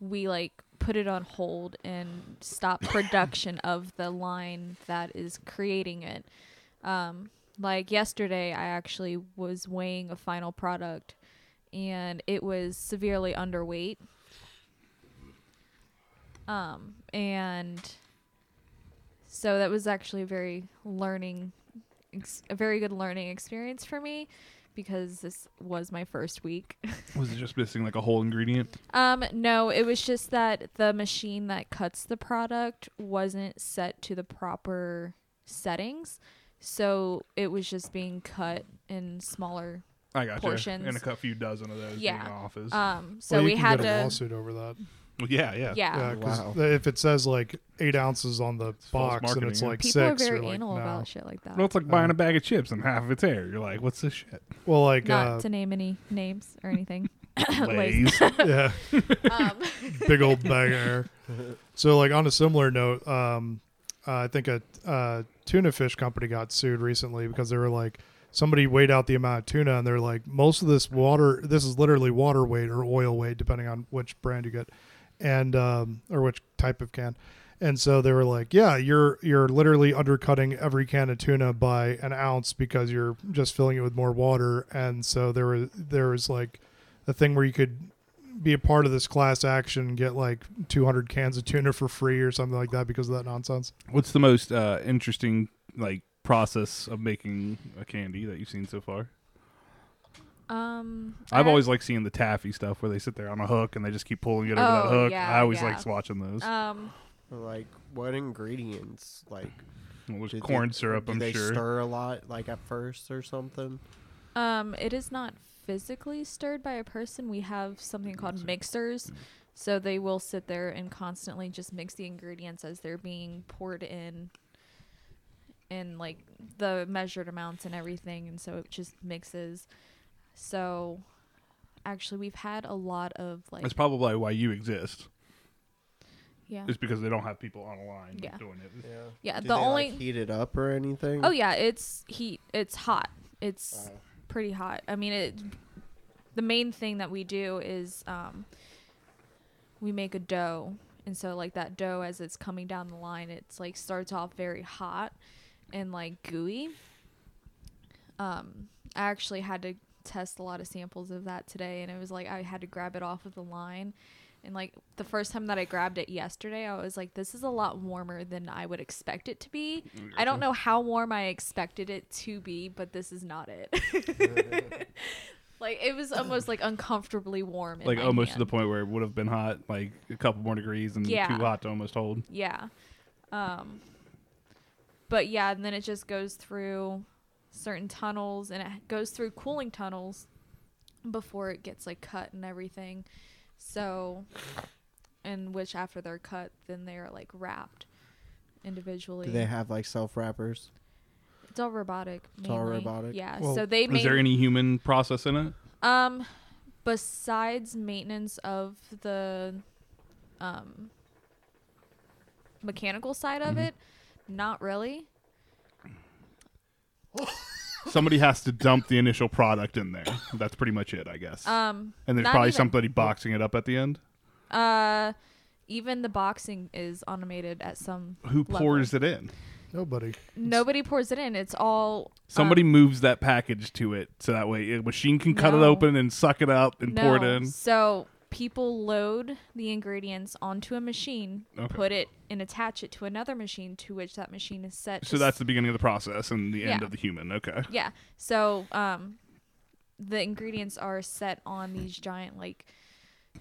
Speaker 4: we like put it on hold and stop production of the line that is creating it um like yesterday i actually was weighing a final product and it was severely underweight um, and so that was actually a very learning, ex- a very good learning experience for me because this was my first week.
Speaker 1: Was it just missing like a whole ingredient?
Speaker 4: um, no, it was just that the machine that cuts the product wasn't set to the proper settings. So it was just being cut in smaller.
Speaker 1: I got
Speaker 4: Portions.
Speaker 1: you. And a cu- few dozen of those
Speaker 4: Yeah.
Speaker 1: being off is.
Speaker 4: Um, so
Speaker 3: Well, you
Speaker 4: we
Speaker 3: can
Speaker 4: had
Speaker 3: get
Speaker 4: to.
Speaker 3: a lawsuit over that.
Speaker 1: Well, yeah, yeah,
Speaker 4: Yeah.
Speaker 3: Yeah, because
Speaker 2: Wow.
Speaker 3: if it says like eight ounces on the
Speaker 1: false
Speaker 3: box and
Speaker 1: marketing,
Speaker 3: it's
Speaker 1: yeah.
Speaker 3: like
Speaker 4: People
Speaker 3: six,
Speaker 4: are very
Speaker 3: you're like,
Speaker 4: anal
Speaker 3: no.
Speaker 4: about shit like that.
Speaker 1: Well, it's like buying a bag of chips and half of it's air. You're like, "What's this shit?"
Speaker 3: well, like,
Speaker 4: Not
Speaker 3: uh,
Speaker 4: to name any names or anything.
Speaker 1: Lays.
Speaker 3: yeah.
Speaker 4: um,
Speaker 3: big old banger. so like on a similar note, um, uh, I think a uh, tuna fish company got sued recently because they were like somebody weighed out the amount of tuna and they're like most of this water this is literally water weight or oil weight depending on which brand you get and um, or which type of can. And so they were like, "Yeah, you're you're literally undercutting every can of tuna by an ounce because you're just filling it with more water." And so there was there was like a thing where you could be a part of this class action and get like 200 cans of tuna for free or something like that because of that nonsense.
Speaker 1: What's the most uh, interesting like process of making a candy that you've seen so far?
Speaker 4: um,
Speaker 1: I've
Speaker 4: I
Speaker 1: always liked seeing the taffy stuff where they sit there on a hook and they just keep pulling it over that
Speaker 4: Oh,
Speaker 1: hook.
Speaker 4: yeah,
Speaker 1: I always
Speaker 4: yeah.
Speaker 1: liked watching those.
Speaker 4: Um,
Speaker 2: Like what ingredients? Like
Speaker 1: Well, there's
Speaker 2: did
Speaker 1: corn
Speaker 2: they-
Speaker 1: syrup,
Speaker 2: did
Speaker 1: I'm
Speaker 2: they
Speaker 1: sure.
Speaker 2: stir a lot, like at first or something.
Speaker 4: um, it is not physically stirred by a person. We have something called mixers, so they will sit there and constantly just mix the ingredients as they're being poured in, in like the measured amounts and everything, and so it just mixes. So, actually, we've had a lot of like,
Speaker 1: That's probably why you exist.
Speaker 4: yeah,
Speaker 1: It's because they don't have people on a line
Speaker 4: Yeah.
Speaker 1: doing it.
Speaker 2: Yeah.
Speaker 4: yeah.
Speaker 2: Do
Speaker 4: the
Speaker 2: they,
Speaker 4: only
Speaker 2: like, heat it up or anything.
Speaker 4: Oh yeah, it's heat. It's hot. It's
Speaker 2: Oh.
Speaker 4: pretty hot. I mean, it. The main thing that we do is um, we make a dough, and so like that dough as it's coming down the line, it's like starts off very hot and like gooey. Um, I actually had to test a lot of samples of that today, and it was like I had to grab it off of the line. And like the first time that I grabbed it yesterday, I was like, this is a lot warmer than I would expect it to be. I don't know how warm I expected it to be, but this is not it. like it was almost like uncomfortably warm. In
Speaker 1: Like
Speaker 4: my
Speaker 1: almost to
Speaker 4: hand.
Speaker 1: the point where it would have been hot, like a couple more degrees and
Speaker 4: Yeah.
Speaker 1: too hot to almost hold.
Speaker 4: Yeah. Um but yeah, and then it just goes through certain tunnels and it goes through cooling tunnels before it gets like cut and everything. So and which after they're cut, then they're like wrapped individually.
Speaker 2: Do they have like self wrappers?
Speaker 4: it's all robotic.
Speaker 2: It's all
Speaker 4: mainly.
Speaker 2: robotic?
Speaker 4: Yeah.
Speaker 3: Well,
Speaker 4: so they
Speaker 1: Is there
Speaker 4: main-
Speaker 1: any human process in it?
Speaker 4: Um, besides maintenance of the um, mechanical side
Speaker 1: Mm-hmm.
Speaker 4: of it, not really.
Speaker 1: Somebody has to dump the initial product in there. That's pretty much it, I guess.
Speaker 4: Um,
Speaker 1: and there's
Speaker 4: not
Speaker 1: probably
Speaker 4: even-
Speaker 1: somebody boxing it up at the end.
Speaker 4: Uh, even the boxing is automated at some.
Speaker 1: Who
Speaker 4: Level.
Speaker 1: pours it in?
Speaker 3: Nobody.
Speaker 4: Nobody pours it in. It's all
Speaker 1: Somebody
Speaker 4: um,
Speaker 1: moves that package to it so that way a machine can cut it
Speaker 4: No.
Speaker 1: open and suck it up and pour it
Speaker 4: no.
Speaker 1: in.
Speaker 4: So people load the ingredients onto a machine,
Speaker 1: Okay.
Speaker 4: put it and attach it to another machine to which that machine is set.
Speaker 1: So
Speaker 4: to
Speaker 1: that's the beginning of the process and the end
Speaker 4: Yeah.
Speaker 1: of the human. Okay.
Speaker 4: Yeah. So um, the ingredients are set on these giant like.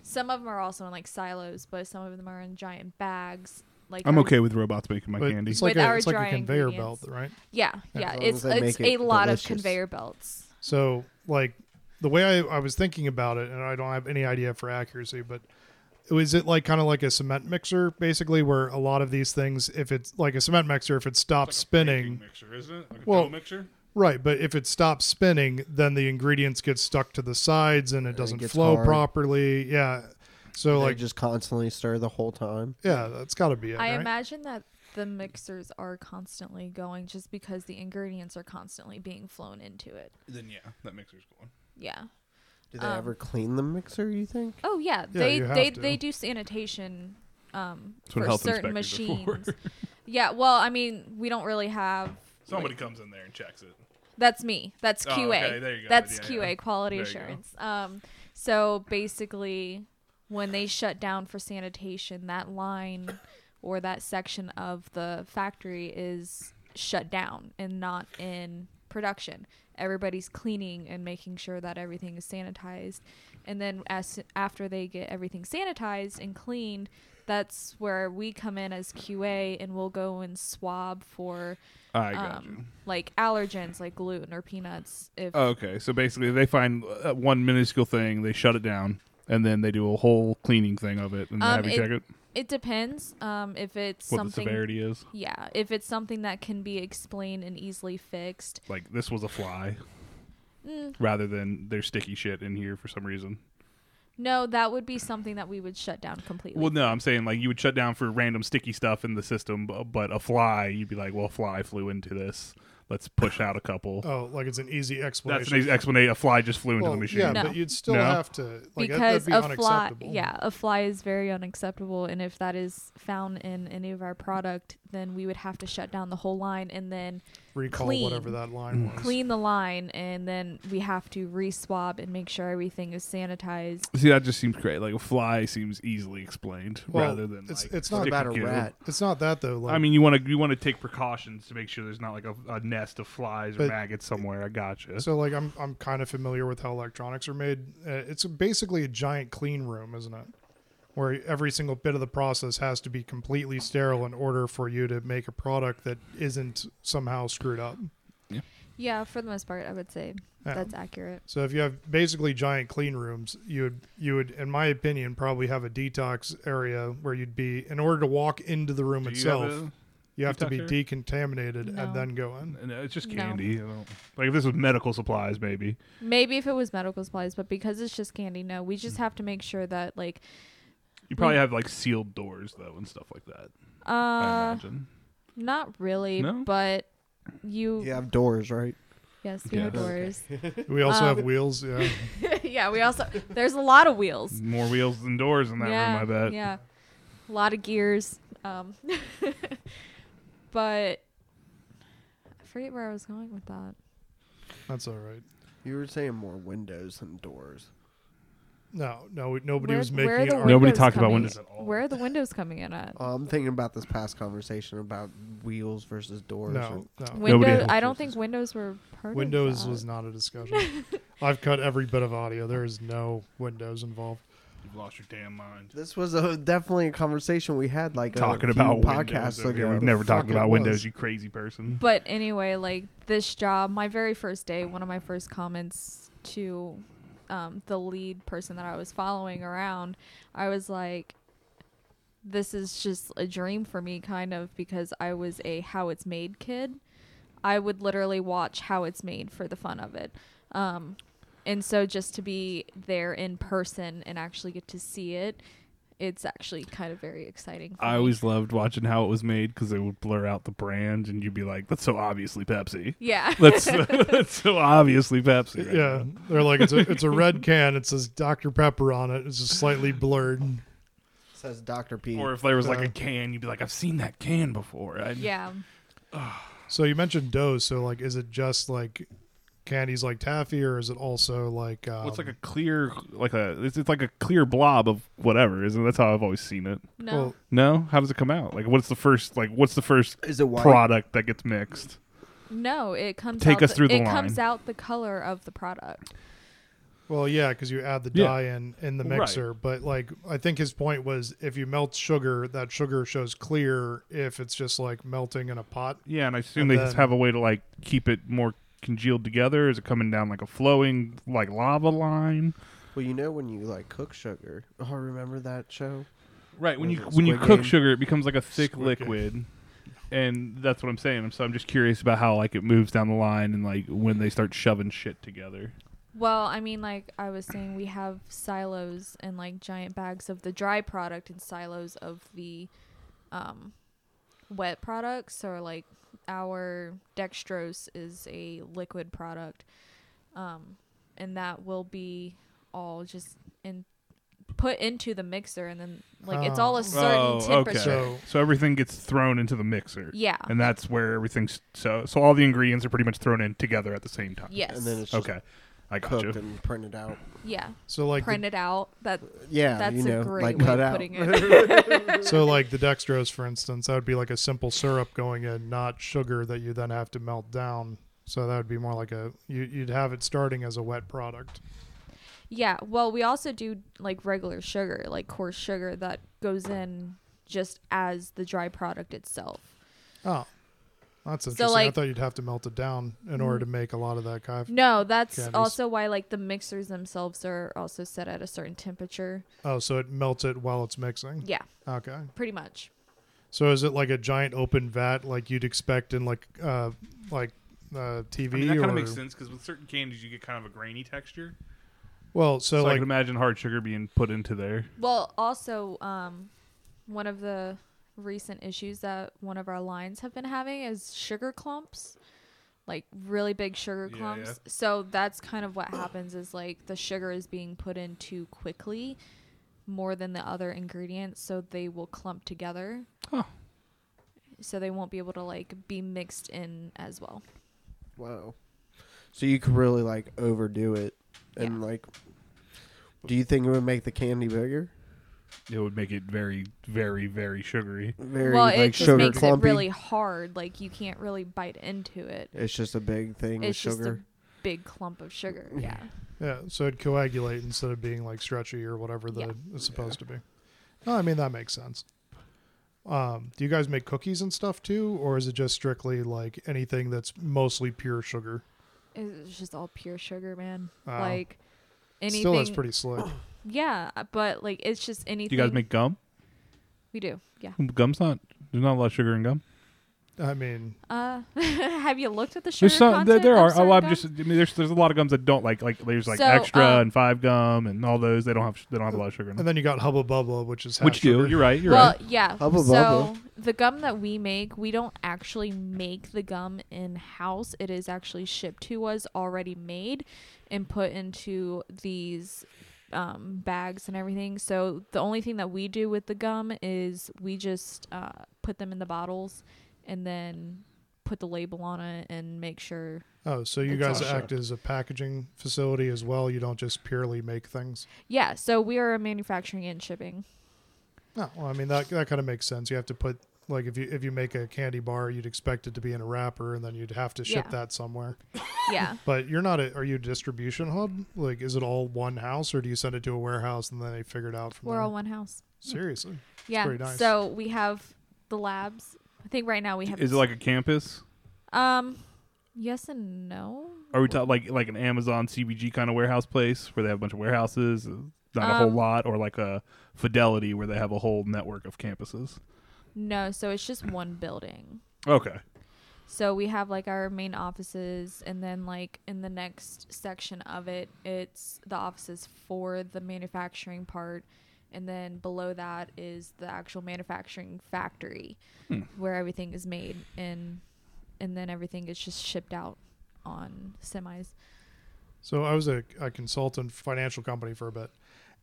Speaker 4: Some of them are also in like silos, but some of them are in giant bags. Like
Speaker 1: I'm
Speaker 4: our-
Speaker 1: okay with robots making my
Speaker 3: But
Speaker 1: candy.
Speaker 3: It's like,
Speaker 4: With
Speaker 3: a,
Speaker 4: our
Speaker 3: it's like a
Speaker 4: dry
Speaker 3: conveyor belt,
Speaker 4: ingredients.
Speaker 3: right?
Speaker 4: Yeah,
Speaker 3: Yeah,
Speaker 4: yeah.
Speaker 2: as long
Speaker 4: It's
Speaker 2: as they
Speaker 4: it's
Speaker 2: make
Speaker 4: a
Speaker 2: it
Speaker 4: lot
Speaker 2: delicious.
Speaker 4: of conveyor belts.
Speaker 3: So, like, the way I, I was thinking about it, and I don't have any idea for accuracy, but is it like kind of like a cement mixer, basically, where a lot of these things, if it's like a cement mixer, if it stops spinning,
Speaker 1: mixer, isn't it? Like a
Speaker 3: Well- dough
Speaker 1: mixer.
Speaker 3: right? But if it stops spinning, then the ingredients get stuck to the sides and it doesn't
Speaker 2: gets
Speaker 3: flow
Speaker 2: hard.
Speaker 3: properly. Yeah. So,
Speaker 2: They
Speaker 3: like,
Speaker 2: just constantly stir the whole time.
Speaker 3: yeah, that's got to be it.
Speaker 4: I
Speaker 3: right?
Speaker 4: imagine that the mixers are constantly going just because the ingredients are constantly being flown into it.
Speaker 1: Then yeah, that mixer's going.
Speaker 4: Yeah.
Speaker 2: Do they
Speaker 4: Um,
Speaker 2: ever clean the mixer? You think?
Speaker 4: Oh yeah, they
Speaker 3: you have
Speaker 4: they
Speaker 3: to.
Speaker 4: they do sanitation um
Speaker 1: That's what
Speaker 4: for
Speaker 1: health
Speaker 4: certain
Speaker 1: inspectors are for.
Speaker 4: machines. yeah, well, I mean, we don't really have
Speaker 1: Somebody comes in there and checks it.
Speaker 4: That's me. That's
Speaker 1: Oh,
Speaker 4: QA.
Speaker 1: okay, there you go.
Speaker 4: That's
Speaker 1: Yeah,
Speaker 4: QA,
Speaker 1: yeah.
Speaker 4: quality
Speaker 1: There you go.
Speaker 4: assurance. Um, so basically, when they shut down for sanitation, that line or that section of the factory is shut down and not in production. Everybody's cleaning and making sure that everything is sanitized. And then as after they get everything sanitized and cleaned, that's where we come in as QA and we'll go and swab for
Speaker 1: I got you. Oh.
Speaker 4: um, like allergens like gluten or peanuts if
Speaker 1: Okay, so basically they find uh, one minuscule thing, they shut it down, and then they do a whole cleaning thing of it and they
Speaker 4: Um,
Speaker 1: have you
Speaker 4: it-
Speaker 1: check it.
Speaker 4: it depends um if it's
Speaker 1: What
Speaker 4: something
Speaker 1: the severity is.
Speaker 4: yeah if it's something that can be explained and easily fixed
Speaker 1: Like this was a fly,
Speaker 4: mm,
Speaker 1: rather than there's sticky shit in here for some reason.
Speaker 4: no that would be something that we would shut down completely
Speaker 1: Well, no, I'm saying like you would shut down for random sticky stuff in the system, bu- but a fly, you'd be like, well, a fly flew into this. Let's push out a couple.
Speaker 3: Oh, like it's an easy
Speaker 1: That's
Speaker 3: explanation.
Speaker 1: an explanation. A fly just flew into
Speaker 3: Well,
Speaker 1: the machine.
Speaker 3: Yeah,
Speaker 4: No.
Speaker 3: but you'd still
Speaker 1: No?
Speaker 3: have to like that- that'd
Speaker 4: because
Speaker 3: be
Speaker 4: a fly
Speaker 3: unacceptable.
Speaker 4: yeah a fly is very unacceptable and if that is found in any of our product then we would have to shut down the whole line and then
Speaker 3: recall
Speaker 4: clean.
Speaker 3: whatever that line
Speaker 1: Mm-hmm.
Speaker 3: was.
Speaker 4: clean the line and then we have to re-swab and make sure everything is sanitized
Speaker 1: See, that just seems great. Like a fly seems easily explained
Speaker 3: Well,
Speaker 1: rather than
Speaker 3: it's-
Speaker 1: like,
Speaker 3: it's not
Speaker 1: sticky
Speaker 2: about a
Speaker 1: goo.
Speaker 2: rat.
Speaker 3: It's not that though. Like,
Speaker 1: I mean, you want to you want to take precautions to make sure there's not like a, a nest of flies or
Speaker 3: But-
Speaker 1: maggots somewhere. I gotcha.
Speaker 3: so like I'm I'm kind of familiar with how electronics are made. Uh, it's basically a giant clean room, isn't it? Where every single bit of the process has to be completely sterile in order for you to make a product that isn't somehow screwed up.
Speaker 4: yeah for the most part i would say
Speaker 3: Yeah.
Speaker 4: that's accurate
Speaker 3: So if you have basically giant clean rooms, you would you would, in my opinion, probably have a detox area where you'd be in order to walk into the room
Speaker 1: Do you
Speaker 3: itself.
Speaker 1: have a-
Speaker 3: You have to
Speaker 1: detox
Speaker 3: be
Speaker 1: area?
Speaker 3: decontaminated
Speaker 4: No.
Speaker 3: and then go in.
Speaker 1: no, it's just
Speaker 4: No.
Speaker 1: candy. I don't- Like if this was medical supplies, maybe.
Speaker 4: Maybe if it was medical supplies, but because it's just candy, no. We
Speaker 1: Mm.
Speaker 4: just have to make sure that like
Speaker 1: You probably
Speaker 4: Mm.
Speaker 1: have like sealed doors though and stuff like that. I
Speaker 4: uh
Speaker 1: imagine.
Speaker 4: not really,
Speaker 1: No?
Speaker 4: but you
Speaker 2: You have doors, right?
Speaker 4: yes, we have
Speaker 1: Yes.
Speaker 4: doors.
Speaker 3: We also
Speaker 4: Um,
Speaker 3: have wheels. Yeah.
Speaker 4: yeah, we also there's a lot of wheels.
Speaker 1: More wheels than doors in that
Speaker 4: yeah,
Speaker 1: room. I bet.
Speaker 4: Yeah. A lot of gears. Um but I forget where I was going with that.
Speaker 3: That's all right.
Speaker 2: You were saying more windows than doors.
Speaker 3: No, no, we- nobody
Speaker 4: Where-
Speaker 3: was making
Speaker 4: where
Speaker 3: it.
Speaker 4: the
Speaker 3: ar-
Speaker 1: Nobody
Speaker 4: windows
Speaker 1: talked about
Speaker 4: coming-
Speaker 1: windows at all.
Speaker 4: Where are the windows coming in at?
Speaker 2: Uh, I'm thinking about this past conversation about wheels versus doors.
Speaker 3: No, no.
Speaker 1: Nobody
Speaker 4: Windows
Speaker 1: has
Speaker 4: I don't think windows were part
Speaker 3: Windows
Speaker 4: of that.
Speaker 3: was not a discussion. I've cut every bit of audio. There is no windows involved.
Speaker 1: You've lost your damn mind.
Speaker 2: This was a, definitely a conversation we had, like
Speaker 1: Talking
Speaker 2: a few
Speaker 1: about
Speaker 2: podcasts
Speaker 1: windows. over here.
Speaker 2: ago.
Speaker 1: We've never
Speaker 3: fuck
Speaker 1: talked
Speaker 3: it
Speaker 1: about
Speaker 3: was.
Speaker 1: windows. You crazy person.
Speaker 4: But anyway, like this job, my very first day, one of my first comments to um, the lead person that I was following around, I was like, this is just a dream for me, kind of, because I was a how it's made kid. I would literally watch how it's made for the fun of it. Um, and so just to be there in person and actually get to see it, it's actually kind of very exciting. For
Speaker 1: I
Speaker 4: me.
Speaker 1: always loved watching how it was made because they would blur out the brand, and you'd be like, "That's so obviously Pepsi.
Speaker 4: Yeah.
Speaker 1: That's that's so obviously Pepsi." right
Speaker 3: Yeah, they're like it's a it's a red can. It says Dr Pepper on it. It's just slightly blurred.
Speaker 2: Says Doctor P.
Speaker 1: now." Or if there was like
Speaker 3: Yeah.
Speaker 1: a can, you'd be like, "I've seen that can before." I,
Speaker 4: yeah.
Speaker 3: So you mentioned dough. So like, is it just like candies like taffy, or is it also like um,
Speaker 1: Well, it's like a clear, like a it's, it's like a clear blob of whatever. Isn't that's how I've always seen it?
Speaker 4: No.
Speaker 3: well,
Speaker 1: No, how does it come out? Like, what's the first? Like, what's the first
Speaker 2: Is it white?
Speaker 1: product that gets mixed?
Speaker 4: no, it comes
Speaker 1: Take
Speaker 4: out
Speaker 1: us
Speaker 4: the,
Speaker 1: through the
Speaker 4: it comes
Speaker 1: line.
Speaker 4: out the color of the product.
Speaker 3: Well, yeah, because you add the
Speaker 1: Yeah.
Speaker 3: dye in in the
Speaker 1: Right.
Speaker 3: mixer. But like, I think his point was, if you melt sugar, that sugar shows clear. If it's just like melting in a pot,
Speaker 1: Yeah, and I assume
Speaker 3: And
Speaker 1: they
Speaker 3: then-
Speaker 1: just have a way to like keep it more congealed together. Is it coming down like a flowing like lava line?
Speaker 2: Well, you know when you like cook sugar. Oh, remember that show?
Speaker 1: Right. When you
Speaker 2: Squid
Speaker 1: when you cook
Speaker 2: Game.
Speaker 1: sugar, it becomes like a thick
Speaker 3: Squid Game.
Speaker 1: liquid. And that's what I'm saying. So I'm just curious about how like it moves down the line and like when they start shoving shit together.
Speaker 4: Well, I mean, like I was saying, we have silos and like giant bags of the dry product and silos of the um, wet products. Or like our dextrose is a liquid product, um, and that will be all just in put into the mixer, and then like it's all
Speaker 3: Oh.
Speaker 4: a certain
Speaker 1: Oh, okay.
Speaker 4: temperature.
Speaker 3: so
Speaker 1: So everything gets thrown into the mixer.
Speaker 4: Yeah.
Speaker 1: And that's where everything's so so all the ingredients are pretty much thrown in together at the same time.
Speaker 4: yes.
Speaker 2: And then it's just
Speaker 1: Okay. I got
Speaker 2: cooked
Speaker 1: you.
Speaker 2: and printed out.
Speaker 4: yeah.
Speaker 3: so like the,
Speaker 4: Print it out. That
Speaker 2: Yeah,
Speaker 4: that's
Speaker 2: you know,
Speaker 4: a great
Speaker 2: like
Speaker 4: way
Speaker 2: cut
Speaker 4: of
Speaker 2: out.
Speaker 4: putting it.
Speaker 3: so like the dextrose, for instance, that would be like a simple syrup going in, not sugar that you then have to melt down. So that would be more like a you, you'd have it starting as a wet product.
Speaker 4: Yeah, well, we also do like regular sugar, like coarse sugar that goes in just as the dry product itself.
Speaker 3: Oh, that's
Speaker 4: So,
Speaker 3: interesting. I
Speaker 4: like- Mm.
Speaker 3: thought you'd have to melt it down in order to make a lot of that kind.
Speaker 4: No, that's
Speaker 3: Candies.
Speaker 4: also why like the mixers themselves are also set at a certain temperature.
Speaker 3: Oh, so it melts it while it's mixing.
Speaker 4: Yeah,
Speaker 3: Okay.
Speaker 4: pretty much.
Speaker 3: So is it like a giant open vat like you'd expect in like uh like uh TV
Speaker 1: I mean, that
Speaker 3: or
Speaker 1: kind of makes sense because with certain candies, you get kind of a grainy texture.
Speaker 3: well so,
Speaker 1: So, I
Speaker 3: like
Speaker 1: can imagine hard sugar being put into there.
Speaker 4: Well, also um one of the recent issues that one of our lines have been having is sugar clumps. Like really big sugar
Speaker 1: Yeah,
Speaker 4: clumps.
Speaker 1: yeah.
Speaker 4: So that's kind of what happens is like the sugar is being put in too quickly more than the other ingredients, so they will clump together.
Speaker 1: Huh.
Speaker 4: So they won't be able to like be mixed in as well.
Speaker 2: Wow. So you could really like overdo it, and like, do you think it would make the candy bigger?
Speaker 1: It would make it very, very, very sugary.
Speaker 2: Very
Speaker 4: well,
Speaker 2: like
Speaker 4: it just
Speaker 2: sugar
Speaker 4: makes
Speaker 2: clumpy.
Speaker 4: it really hard. Like you can't really bite into it.
Speaker 2: It's just a big thing
Speaker 4: It's
Speaker 2: with
Speaker 4: just a
Speaker 2: sugar.
Speaker 4: big clump of sugar. Yeah.
Speaker 3: yeah, so it'd coagulate instead of being like stretchy or whatever that
Speaker 4: Yeah.
Speaker 3: it's supposed to be. No, I mean that makes sense. Um, do you guys make cookies and stuff too, or is it just strictly like anything that's mostly pure sugar?
Speaker 4: It's just all pure sugar, man.
Speaker 3: Wow.
Speaker 4: Like anything.
Speaker 3: Still, that's pretty slick.
Speaker 4: Yeah, but like it's just
Speaker 1: Do
Speaker 4: anything.
Speaker 1: you guys make gum?
Speaker 4: We do. Yeah.
Speaker 1: Gum's not. There's not a lot of sugar in gum.
Speaker 3: I mean,
Speaker 4: Uh, have you looked at the sugar
Speaker 1: There's some. There,
Speaker 4: content
Speaker 1: there
Speaker 4: of
Speaker 1: are. Oh,
Speaker 4: certain
Speaker 1: I'm
Speaker 4: gum?
Speaker 1: just. I mean, there's there's a lot of gums that don't like like. There's like
Speaker 4: So,
Speaker 1: extra
Speaker 4: um,
Speaker 1: and five gum and all those. They don't have. They don't have a lot of sugar in
Speaker 3: and
Speaker 1: them.
Speaker 3: then you got Hubba Bubba, which is half
Speaker 1: Which do.
Speaker 3: sugar.
Speaker 1: You're right. You're
Speaker 4: well,
Speaker 1: right.
Speaker 4: yeah.
Speaker 2: Hubba
Speaker 4: so
Speaker 2: bubba.
Speaker 4: the gum that we make, we don't actually make the gum in house. It is actually shipped to us already made and put into these um, bags and everything. So the only thing that we do with the gum is we just uh, put them in the bottles and then put the label on it and make sure.
Speaker 3: Oh, so you
Speaker 4: It's
Speaker 3: guys
Speaker 4: all
Speaker 3: act as a packaging facility as well. You don't just purely make things.
Speaker 4: Yeah. So we are manufacturing and shipping.
Speaker 3: No, well, I mean that that kind of makes sense. You have to put like if you if you make a candy bar, you'd expect it to be in a wrapper, and then you'd have to ship
Speaker 4: Yeah.
Speaker 3: that somewhere.
Speaker 4: Yeah.
Speaker 3: But you're not. A, are you a distribution hub? Like, is it all one house, or do you send it to a warehouse and then they figure it out from
Speaker 4: We're
Speaker 3: there?
Speaker 4: all one house.
Speaker 3: Seriously,
Speaker 4: Yeah.
Speaker 3: pretty nice.
Speaker 4: So we have the labs. I think right now we have.
Speaker 1: Is it like a campus?
Speaker 4: Um, yes and no.
Speaker 1: Are we talking like like an Amazon CBG kind of warehouse place where they have a bunch of warehouses? Not a whole
Speaker 4: Um,
Speaker 1: lot, or like a Fidelity where they have a whole network of campuses.
Speaker 4: No, so it's just one building.
Speaker 1: Okay.
Speaker 4: So we have like our main offices, and then like in the next section of it, it's the offices for the manufacturing part, and then below that is the actual manufacturing factory
Speaker 1: Hmm.
Speaker 4: where everything is made, and and then everything is just shipped out on semis.
Speaker 3: So I was a, a consultant financial company for a bit.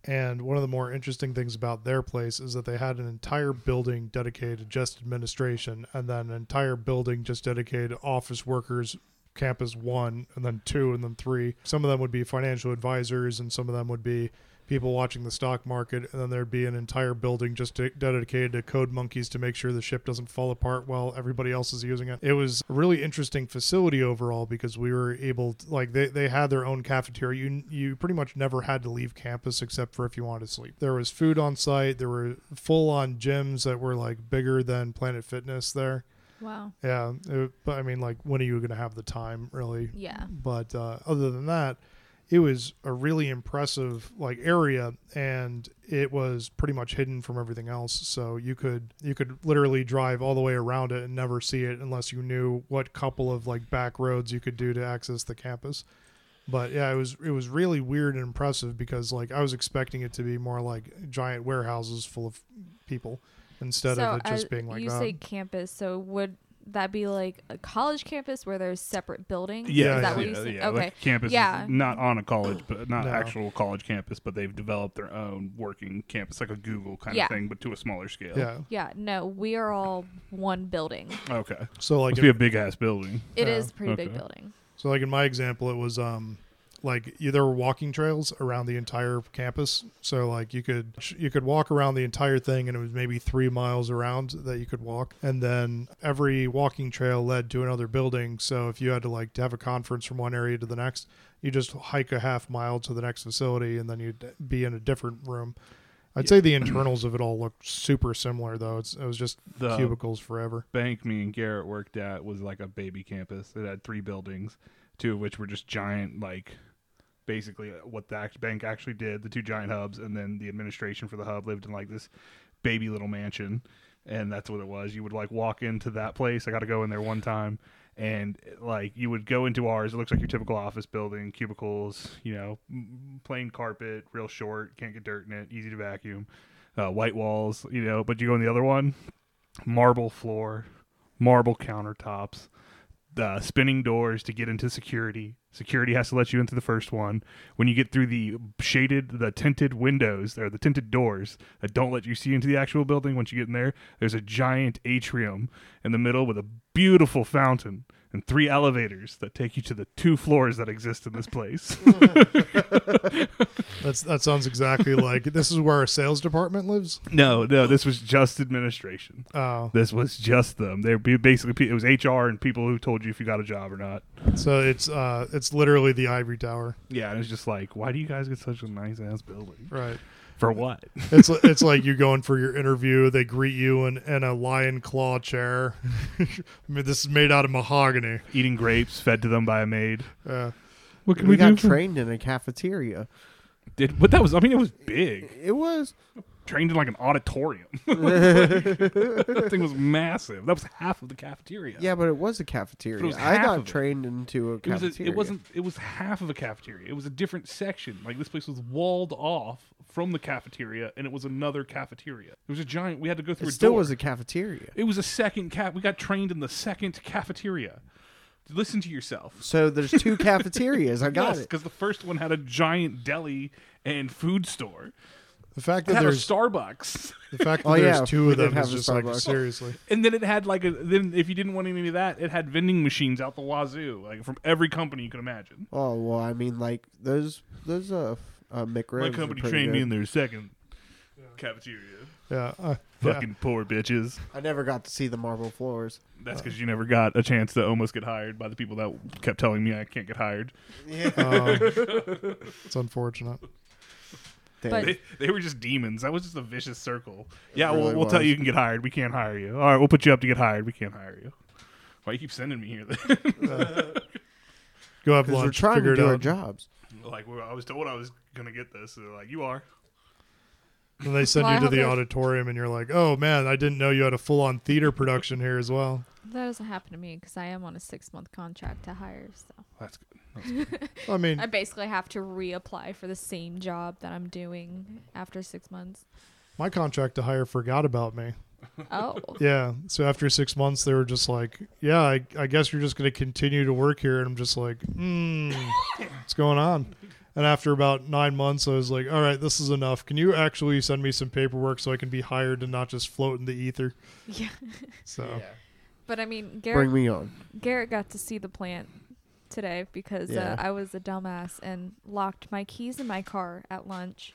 Speaker 3: And one of the more interesting things about their place is that they had an entire building dedicated to just administration and then an entire building just dedicated to office workers campus one and then two and then three. Some of them would be financial advisors and some of them would be people watching the stock market. And then there'd be an entire building just de- dedicated to code monkeys to make sure the ship doesn't fall apart while everybody else is using it. It was a really interesting facility overall because we were able to, like they, they had their own cafeteria. You, you pretty much never had to leave campus except for if you wanted to sleep. There was food on site. There were full on gyms that were like bigger than Planet Fitness there.
Speaker 4: Wow.
Speaker 3: Yeah, it- but I mean, like, when are you going to have the time, really?
Speaker 4: Yeah.
Speaker 3: But uh, other than that, it was a really impressive like area, and it was pretty much hidden from everything else. So you could you could literally drive all the way around it and never see it unless you knew what couple of like back roads you could do to access the campus. But yeah, it was it was really weird and impressive because like I was expecting it to be more like giant warehouses full of people instead of it just
Speaker 4: as-
Speaker 3: being like "Oh."
Speaker 4: you
Speaker 3: that.
Speaker 4: say campus, so would that be like a college campus where there's separate buildings?
Speaker 3: Yeah,
Speaker 4: Is that
Speaker 3: yeah,
Speaker 4: what you said?
Speaker 1: yeah,
Speaker 4: okay.
Speaker 1: Like campus, is
Speaker 4: Yeah.
Speaker 1: not on a college, but not
Speaker 3: No.
Speaker 1: actual college campus, but they've developed their own working campus, like a Google kind
Speaker 4: Yeah.
Speaker 1: of thing, but to a smaller scale.
Speaker 3: yeah.
Speaker 4: yeah. No, we are all one building.
Speaker 1: Okay.
Speaker 3: So like
Speaker 1: Must be a big ass building.
Speaker 4: It is
Speaker 3: Yeah.
Speaker 4: a pretty big
Speaker 1: Okay.
Speaker 4: building.
Speaker 3: So like in my example, it was um like you- there were walking trails around the entire campus. So like you could you could walk around the entire thing, and it was maybe three miles around that you could walk. And then every walking trail led to another building. So if you had to like to have a conference from one area to the next, you just hike a half mile to the next facility, and then you'd be in a different room. I'd say the internals of it all looked super similar, though. It's, it was just
Speaker 1: The-
Speaker 3: cubicles forever.
Speaker 1: bank me and Garrett worked at was like a baby campus. It had three buildings, two of which were just giant, like basically uh, what the act- bank actually did, the two giant hubs, and then the administration for the hub lived in like this baby little mansion. And that's what it was. You would like walk into that place. I got to go in there one time. And like you would go into ours, it looks like your typical office building, cubicles, you know, m- plain carpet, real short, can't get dirt in it, easy to vacuum, uh, white walls, you know. But you go in the other one, marble floor, marble countertops, the spinning doors to get into security. Security has to let you into the first one. When you get through the shaded, the tinted windows or the tinted doors that don't let you see into the actual building, once you get in there, there's a giant atrium in the middle with a beautiful fountain and three elevators that take you to the two floors that exist in this place.
Speaker 3: That's that sounds exactly like this is where our sales department lives.
Speaker 1: no, no, this was just administration.
Speaker 3: Oh,
Speaker 1: This was just them. They were basically pe- it was HR and people who told you if you got a job or not.
Speaker 3: so it's uh, it's literally the ivory tower,
Speaker 1: Yeah, and it's just like, why do you guys get such a nice ass building?
Speaker 3: right?
Speaker 1: For what?
Speaker 3: It's li- it's like you going for your interview. They greet you in, in a lion claw chair. I mean, this is made out of mahogany.
Speaker 1: Eating grapes fed to them by a maid.
Speaker 3: Uh,
Speaker 1: What
Speaker 2: We, got trained in a cafeteria.
Speaker 1: Did, but that was, I mean, it was big.
Speaker 2: It was
Speaker 1: Trained in like an auditorium. that thing was massive. That was half of the cafeteria.
Speaker 2: yeah, but it was a cafeteria.
Speaker 1: But it was
Speaker 2: I
Speaker 1: half
Speaker 2: got
Speaker 1: of it.
Speaker 2: trained into a
Speaker 1: It, was
Speaker 2: cafeteria.
Speaker 1: a, it wasn't. It was half of a cafeteria. It was a different section. Like this place was walled off from the cafeteria, and it was another cafeteria. It was a giant. We had to go through.
Speaker 2: It
Speaker 1: a
Speaker 2: still
Speaker 1: door.
Speaker 2: was a cafeteria.
Speaker 1: It was a second cat. We got trained in the second cafeteria. Listen to yourself.
Speaker 2: So there's two cafeterias. I got it.
Speaker 1: because the first one had a giant deli and food store.
Speaker 3: the fact
Speaker 1: It
Speaker 3: that
Speaker 1: had a
Speaker 3: there's
Speaker 1: Starbucks,
Speaker 3: the fact that
Speaker 2: Oh,
Speaker 3: there's
Speaker 2: yeah,
Speaker 3: two
Speaker 2: we
Speaker 3: of
Speaker 2: did
Speaker 3: them
Speaker 2: have
Speaker 3: is
Speaker 2: a
Speaker 3: just like
Speaker 2: Starbucks.
Speaker 3: seriously.
Speaker 1: and then it had like a. Then if you didn't want any of that, it had vending machines out the wazoo, like from every company you could imagine.
Speaker 2: Oh well, I mean, like those those uh, f- uh McRibs.
Speaker 1: My
Speaker 2: are
Speaker 1: company
Speaker 2: pretty
Speaker 1: trained me
Speaker 2: good.
Speaker 1: in their second cafeteria.
Speaker 3: Yeah, uh, yeah.
Speaker 1: Fucking poor bitches.
Speaker 2: I never got to see the marble floors.
Speaker 1: That's because you never got a chance to almost get hired by the people that kept telling me I can't get hired.
Speaker 3: Um, it's unfortunate.
Speaker 2: Damn.
Speaker 4: But-
Speaker 1: They, they were just demons. That was just a vicious circle. Yeah,
Speaker 2: really
Speaker 1: we'll, we'll tell
Speaker 2: was.
Speaker 1: you you can get hired. We can't hire you. All right, we'll put you up to get hired. We can't hire you. Why you keep sending me here? then?
Speaker 3: Go have
Speaker 2: 'Cause we're
Speaker 3: lunch.
Speaker 2: trying
Speaker 3: Figure
Speaker 2: to
Speaker 3: it
Speaker 2: do our
Speaker 3: out.
Speaker 2: jobs.
Speaker 1: like well, I was told I was gonna get this. and they're like you are.
Speaker 3: And they send
Speaker 4: Well, I
Speaker 3: you to
Speaker 4: hope
Speaker 3: the
Speaker 4: there's-
Speaker 3: auditorium, and you're like, "Oh man, I didn't know you had a full-on theater production here as well."
Speaker 4: That doesn't happen to me because I am on a six month contract to hire. So
Speaker 1: That's good.
Speaker 3: I mean,
Speaker 4: I basically have to reapply for the same job that I'm doing after six months.
Speaker 3: my contract to hire forgot about me.
Speaker 4: Oh,
Speaker 3: Yeah. So after six months, they were just like, "Yeah, I, I guess you're just going to continue to work here." And I'm just like, "Hmm, what's going on?" And after about nine months, I was like, "All right, this is enough. Can you actually send me some paperwork so I can be hired and not just float in the ether?"
Speaker 4: yeah.
Speaker 3: So
Speaker 4: But I mean, Garrett
Speaker 2: Bring me on.
Speaker 4: Garrett got to see the plant today because
Speaker 2: Yeah.
Speaker 4: uh, I was a dumbass and locked my keys in my car at lunch.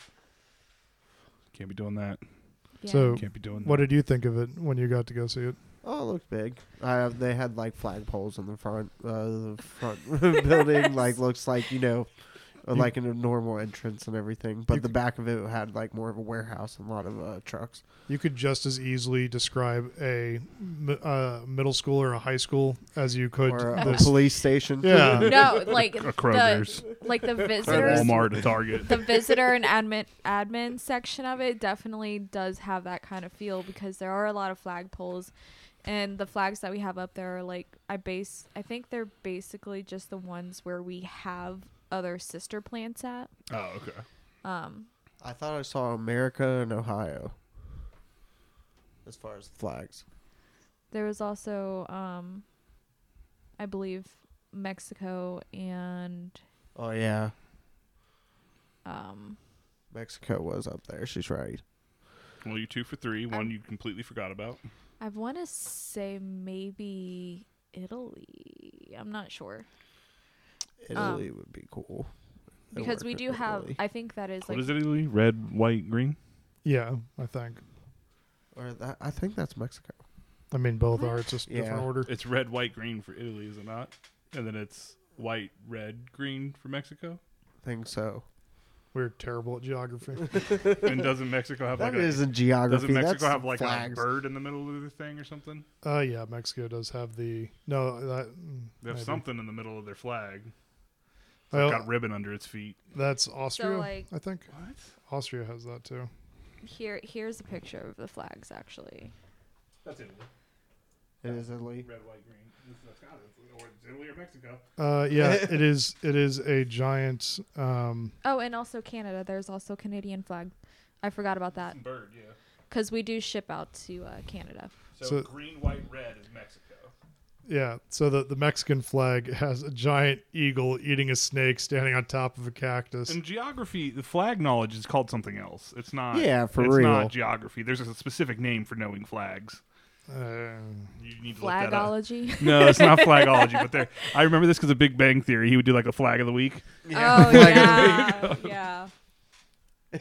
Speaker 1: Can't be doing that.
Speaker 4: Yeah.
Speaker 3: So-
Speaker 1: Can't be doing
Speaker 3: What
Speaker 1: that.
Speaker 3: did you think of it when you got to go see it?
Speaker 2: Oh, it looked big. Uh, they had like flagpoles in the front, uh, the front building. Like looks like you know, uh,
Speaker 1: You-
Speaker 2: like in a normal entrance and everything. But
Speaker 1: You
Speaker 2: the
Speaker 1: c-
Speaker 2: back of it had like more of a warehouse and a lot of uh, trucks.
Speaker 3: You could just as easily describe a mi- uh, middle school or a high school as you could
Speaker 2: or a, a
Speaker 3: this.
Speaker 2: police station.
Speaker 3: Yeah.
Speaker 4: no, like
Speaker 1: A
Speaker 4: the
Speaker 1: Kroger's,
Speaker 4: like the
Speaker 1: a
Speaker 4: visitors
Speaker 1: Walmart, a Target.
Speaker 4: the visitor and admin admin section of it definitely does have that kind of feel because there are a lot of flagpoles and the flags that we have up there are like I base I think they're basically just the ones where we have other sister plants at.
Speaker 1: Oh, okay.
Speaker 4: Um
Speaker 2: I thought I saw America and Ohio. As far as flags,
Speaker 4: there was also um I believe Mexico and
Speaker 2: oh yeah,
Speaker 4: um
Speaker 2: Mexico was up there. She's right.
Speaker 1: Well, you're two for three. One you completely forgot about.
Speaker 4: I want to say maybe Italy. I'm not sure. Um,
Speaker 2: Italy would be cool. I
Speaker 4: Because
Speaker 2: work
Speaker 4: we
Speaker 2: in
Speaker 4: do have
Speaker 2: Italy.
Speaker 4: I think that is
Speaker 1: What
Speaker 4: like
Speaker 1: is Italy? Red, white, green.
Speaker 3: Yeah, I think.
Speaker 2: or that, I think that's Mexico.
Speaker 3: I mean, both are. It's just
Speaker 2: Yeah.
Speaker 3: different order.
Speaker 1: It's red, white, green for Italy, is it not? And then it's white, red, green for Mexico.
Speaker 2: I think so.
Speaker 3: We're terrible at geography.
Speaker 1: And doesn't Mexico have
Speaker 2: That
Speaker 1: like a
Speaker 2: not geography.
Speaker 1: doesn't Mexico
Speaker 2: that's
Speaker 1: have like
Speaker 2: flags.
Speaker 1: a bird in the middle of the thing or something?
Speaker 3: Uh, yeah, Mexico does have the no that. mm,
Speaker 1: They have
Speaker 3: maybe.
Speaker 1: something in the middle of their flag. It's
Speaker 3: Well,
Speaker 1: got ribbon under its feet.
Speaker 3: that's Austria,
Speaker 4: like-
Speaker 3: I think.
Speaker 1: What?
Speaker 3: Austria has that too.
Speaker 4: here here's a picture of the flags actually.
Speaker 1: That's Italy.
Speaker 2: It is Italy.
Speaker 1: Red, white, green. That's got it. Or it's Italy or Mexico.
Speaker 3: Uh, yeah, it is. It is a giant. Um,
Speaker 4: Oh, and also Canada. There's also Canadian flag. I forgot about that
Speaker 1: Bird, yeah.
Speaker 4: cuz we do ship out to uh, Canada.
Speaker 1: So,
Speaker 3: So-
Speaker 1: green, white, red is Mexico.
Speaker 3: yeah, so the the Mexican flag has a giant eagle eating a snake standing on top of a cactus.
Speaker 1: In geography, the flag knowledge is called something else. It's not.
Speaker 2: Yeah, for
Speaker 1: it's
Speaker 2: real.
Speaker 1: not geography. There's a specific name for knowing flags.
Speaker 3: Uh,
Speaker 1: You need to look that up.
Speaker 4: Flagology.
Speaker 1: No, it's not flagology, but there. I remember this because of Big Bang Theory. He would do like a flag of the week.
Speaker 4: Oh yeah. yeah.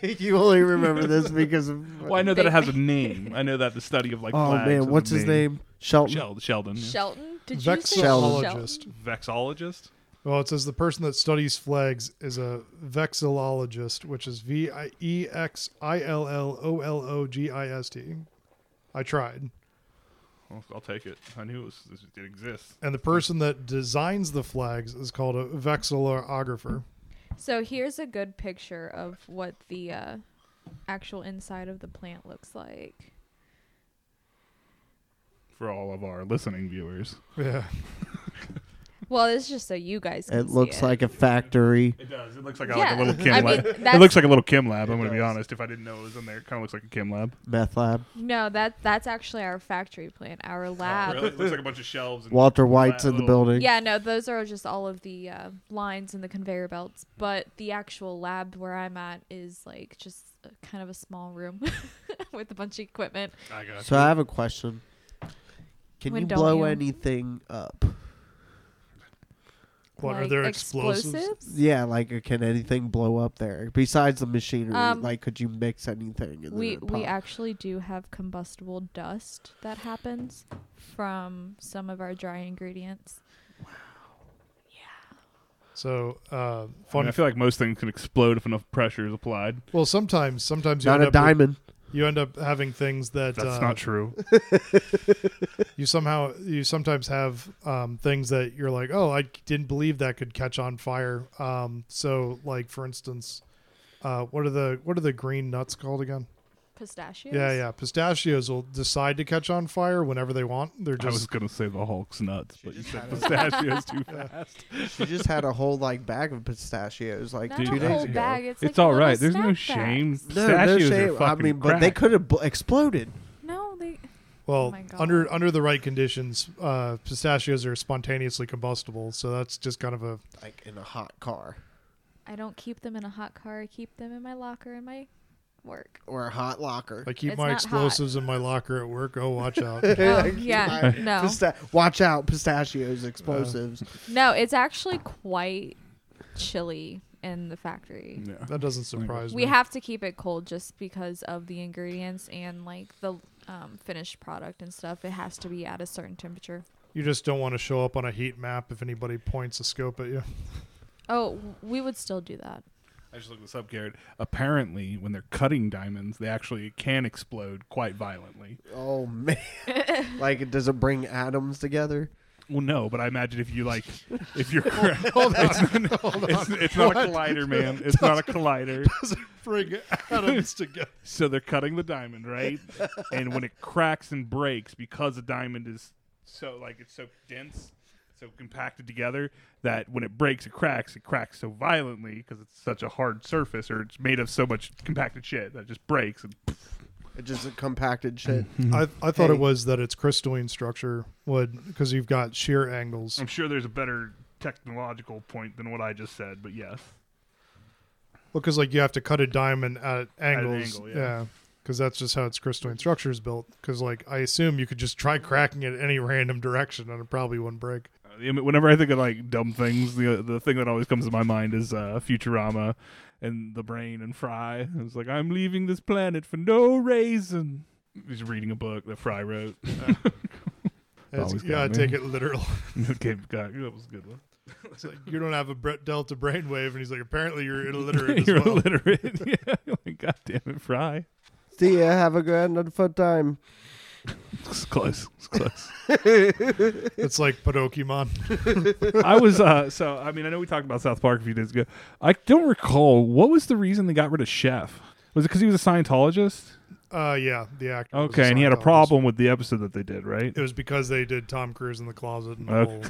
Speaker 2: you only remember this because of.
Speaker 1: Well, I know that it has a name. I know that the study of like.
Speaker 2: oh
Speaker 1: flags has
Speaker 2: man,
Speaker 1: a
Speaker 2: what's his name? Shelton.
Speaker 1: Shel- Sheldon. yeah.
Speaker 4: Shelton? Did you say
Speaker 2: Sheldon.
Speaker 4: Sheldon?
Speaker 3: vexillologist.
Speaker 1: Vexologist.
Speaker 3: Well, it says the person that studies flags is a vexillologist, which is V I E X I L L O L O G I S T. I tried.
Speaker 1: I'll, I'll take it. I knew it, was, it exists.
Speaker 3: And the person that designs the flags is called a vexillographer.
Speaker 4: So here's a good picture of what the uh, actual inside of the plant looks like.
Speaker 1: for all of our listening viewers.
Speaker 3: Yeah.
Speaker 4: Well, it's just so you guys can
Speaker 2: It
Speaker 4: see
Speaker 2: looks like a factory.
Speaker 1: It does. It looks like, a
Speaker 4: Yeah,
Speaker 1: little Kim
Speaker 4: I
Speaker 1: lab.
Speaker 4: mean,
Speaker 1: it
Speaker 4: that's-
Speaker 1: looks like a little Kim lab. I'm going to be
Speaker 2: does.
Speaker 1: honest. If I didn't know it was in there, it kind of looks like a Kim lab.
Speaker 2: Meth lab.
Speaker 4: No, that that's actually our factory plant,
Speaker 1: Oh,
Speaker 4: our lab.
Speaker 1: It looks like a bunch of shelves. And
Speaker 2: Walter White's in the building.
Speaker 4: Yeah, no, those are just all of the uh, lines and the conveyor belts. But the actual lab where I'm at is like just a, kind of a small room with a bunch of equipment.
Speaker 1: I got
Speaker 2: So I have a question. Can
Speaker 4: When
Speaker 2: you
Speaker 4: don't
Speaker 2: blow
Speaker 4: you?
Speaker 2: anything up?
Speaker 3: What are
Speaker 4: like
Speaker 3: there explosives?
Speaker 2: Yeah, like uh, can anything blow up there besides the machinery?
Speaker 4: Um,
Speaker 2: like, could you mix anything? And
Speaker 4: We
Speaker 2: then it
Speaker 4: we
Speaker 2: pop?
Speaker 4: actually do have combustible dust that happens from some of our dry ingredients.
Speaker 3: So, uh,
Speaker 1: I, mean,
Speaker 3: fun.
Speaker 1: I feel like most things can explode if enough pressure is applied.
Speaker 3: well, sometimes, sometimes you
Speaker 2: not
Speaker 3: end,
Speaker 2: a
Speaker 3: up with-
Speaker 2: diamond.
Speaker 3: you end up having things that
Speaker 1: That's
Speaker 3: uh,
Speaker 1: not true.
Speaker 3: you somehow you sometimes have um, things that you're like oh i didn't believe that could catch on fire um, so like for instance uh, what are the what are the green nuts called again
Speaker 4: Pistachios.
Speaker 3: yeah yeah pistachios will decide to catch on fire whenever they want they're
Speaker 1: I was
Speaker 3: just
Speaker 1: going to say the Hulk's nuts,
Speaker 2: She
Speaker 1: but you
Speaker 2: just
Speaker 1: said
Speaker 2: had
Speaker 1: pistachios too fast.
Speaker 2: she just had a whole like bag of pistachios like
Speaker 4: Not
Speaker 1: Dude,
Speaker 2: two
Speaker 4: a
Speaker 2: days
Speaker 4: whole
Speaker 1: ago.
Speaker 4: bag. It's,
Speaker 1: It's
Speaker 4: like
Speaker 1: all
Speaker 4: little
Speaker 1: right. There's no
Speaker 4: snack
Speaker 1: shame.
Speaker 4: bags.
Speaker 2: No, no
Speaker 1: Pistachios are
Speaker 2: shame. I
Speaker 1: fucking
Speaker 2: mean, but they
Speaker 1: crack.
Speaker 2: could have bl- exploded.
Speaker 4: No, they. oh
Speaker 3: well
Speaker 4: my God.
Speaker 3: under under the right conditions uh, pistachios are spontaneously combustible so that's just kind of a
Speaker 2: like in a hot car.
Speaker 4: I don't keep them in a hot car. I keep them in my locker in my work.
Speaker 2: or a hot locker.
Speaker 3: I keep
Speaker 4: It's
Speaker 3: my
Speaker 4: not hot.
Speaker 3: explosives in my locker at work. Oh, watch out.
Speaker 4: Oh,
Speaker 2: Like,
Speaker 4: yeah,
Speaker 2: like,
Speaker 4: no.
Speaker 2: pista- watch out, pistachios, explosives.
Speaker 4: No, it's actually quite chilly in the factory.
Speaker 1: Yeah.
Speaker 3: that doesn't surprise
Speaker 4: We
Speaker 3: me.
Speaker 4: have to keep it cold just because of the ingredients and like the um, finished product and stuff. It has to be at a certain temperature.
Speaker 3: you just don't want to show up on a heat map if anybody points a scope at you.
Speaker 4: Oh, we would still do that.
Speaker 1: I just looked this up, Garrett. Apparently, when they're cutting diamonds, they actually can explode quite violently.
Speaker 2: Oh man! like, does it bring atoms together?
Speaker 1: Well, no, but I imagine if you like, if you're hold on, it's, not- it's, it's not a collider, man. It's not a collider.
Speaker 3: Bring atoms together.
Speaker 1: So they're cutting the diamond, right? and when it cracks and breaks, because the diamond is so like it's so dense, so compacted together that when it breaks, it cracks. It cracks so violently because it's such a hard surface, or it's made of so much compacted shit that it just breaks. And
Speaker 2: It just a compacted shit.
Speaker 3: I, I thought
Speaker 2: Hey.
Speaker 3: it was that its crystalline structure would because you've got shear angles.
Speaker 1: I'm sure there's a better technological point than what I just said, but yes.
Speaker 3: Because like you have to cut a diamond at
Speaker 1: angle,
Speaker 3: angles,
Speaker 1: yeah.
Speaker 3: yeah. Because that's just how its crystalline structure is built. Because like I assume you could just try cracking it any random direction and it probably wouldn't break.
Speaker 1: Uh, the im- Whenever I think of like dumb things, the the thing that always comes to my mind is uh, Futurama and the brain and Fry. It's like I'm leaving this planet for no reason. He's reading a book that Fry wrote.
Speaker 3: It's-
Speaker 1: Always
Speaker 3: you gotta
Speaker 1: got me.
Speaker 3: take it literal.
Speaker 1: okay, God, that was a good one.
Speaker 3: It's like you don't have a Brett Delta brainwave, and he's like, apparently you're illiterate as
Speaker 1: You're
Speaker 3: well.
Speaker 1: illiterate. yeah, like, God damn it, Fry.
Speaker 2: See ya. Have a good fun time.
Speaker 1: It's close. It's close.
Speaker 3: It's like Pokemon.
Speaker 1: I was uh, so. I mean, I know we talked about South Park a few days ago. I don't recall what was the reason they got rid of Chef. Was it because he was a Scientologist?
Speaker 3: Uh, yeah, the actor. was
Speaker 1: Okay, and he had a
Speaker 3: Scientologist.
Speaker 1: problem with the episode that they did, right?
Speaker 3: It was because they did Tom Cruise in the closet. And the
Speaker 1: Okay.
Speaker 3: whole-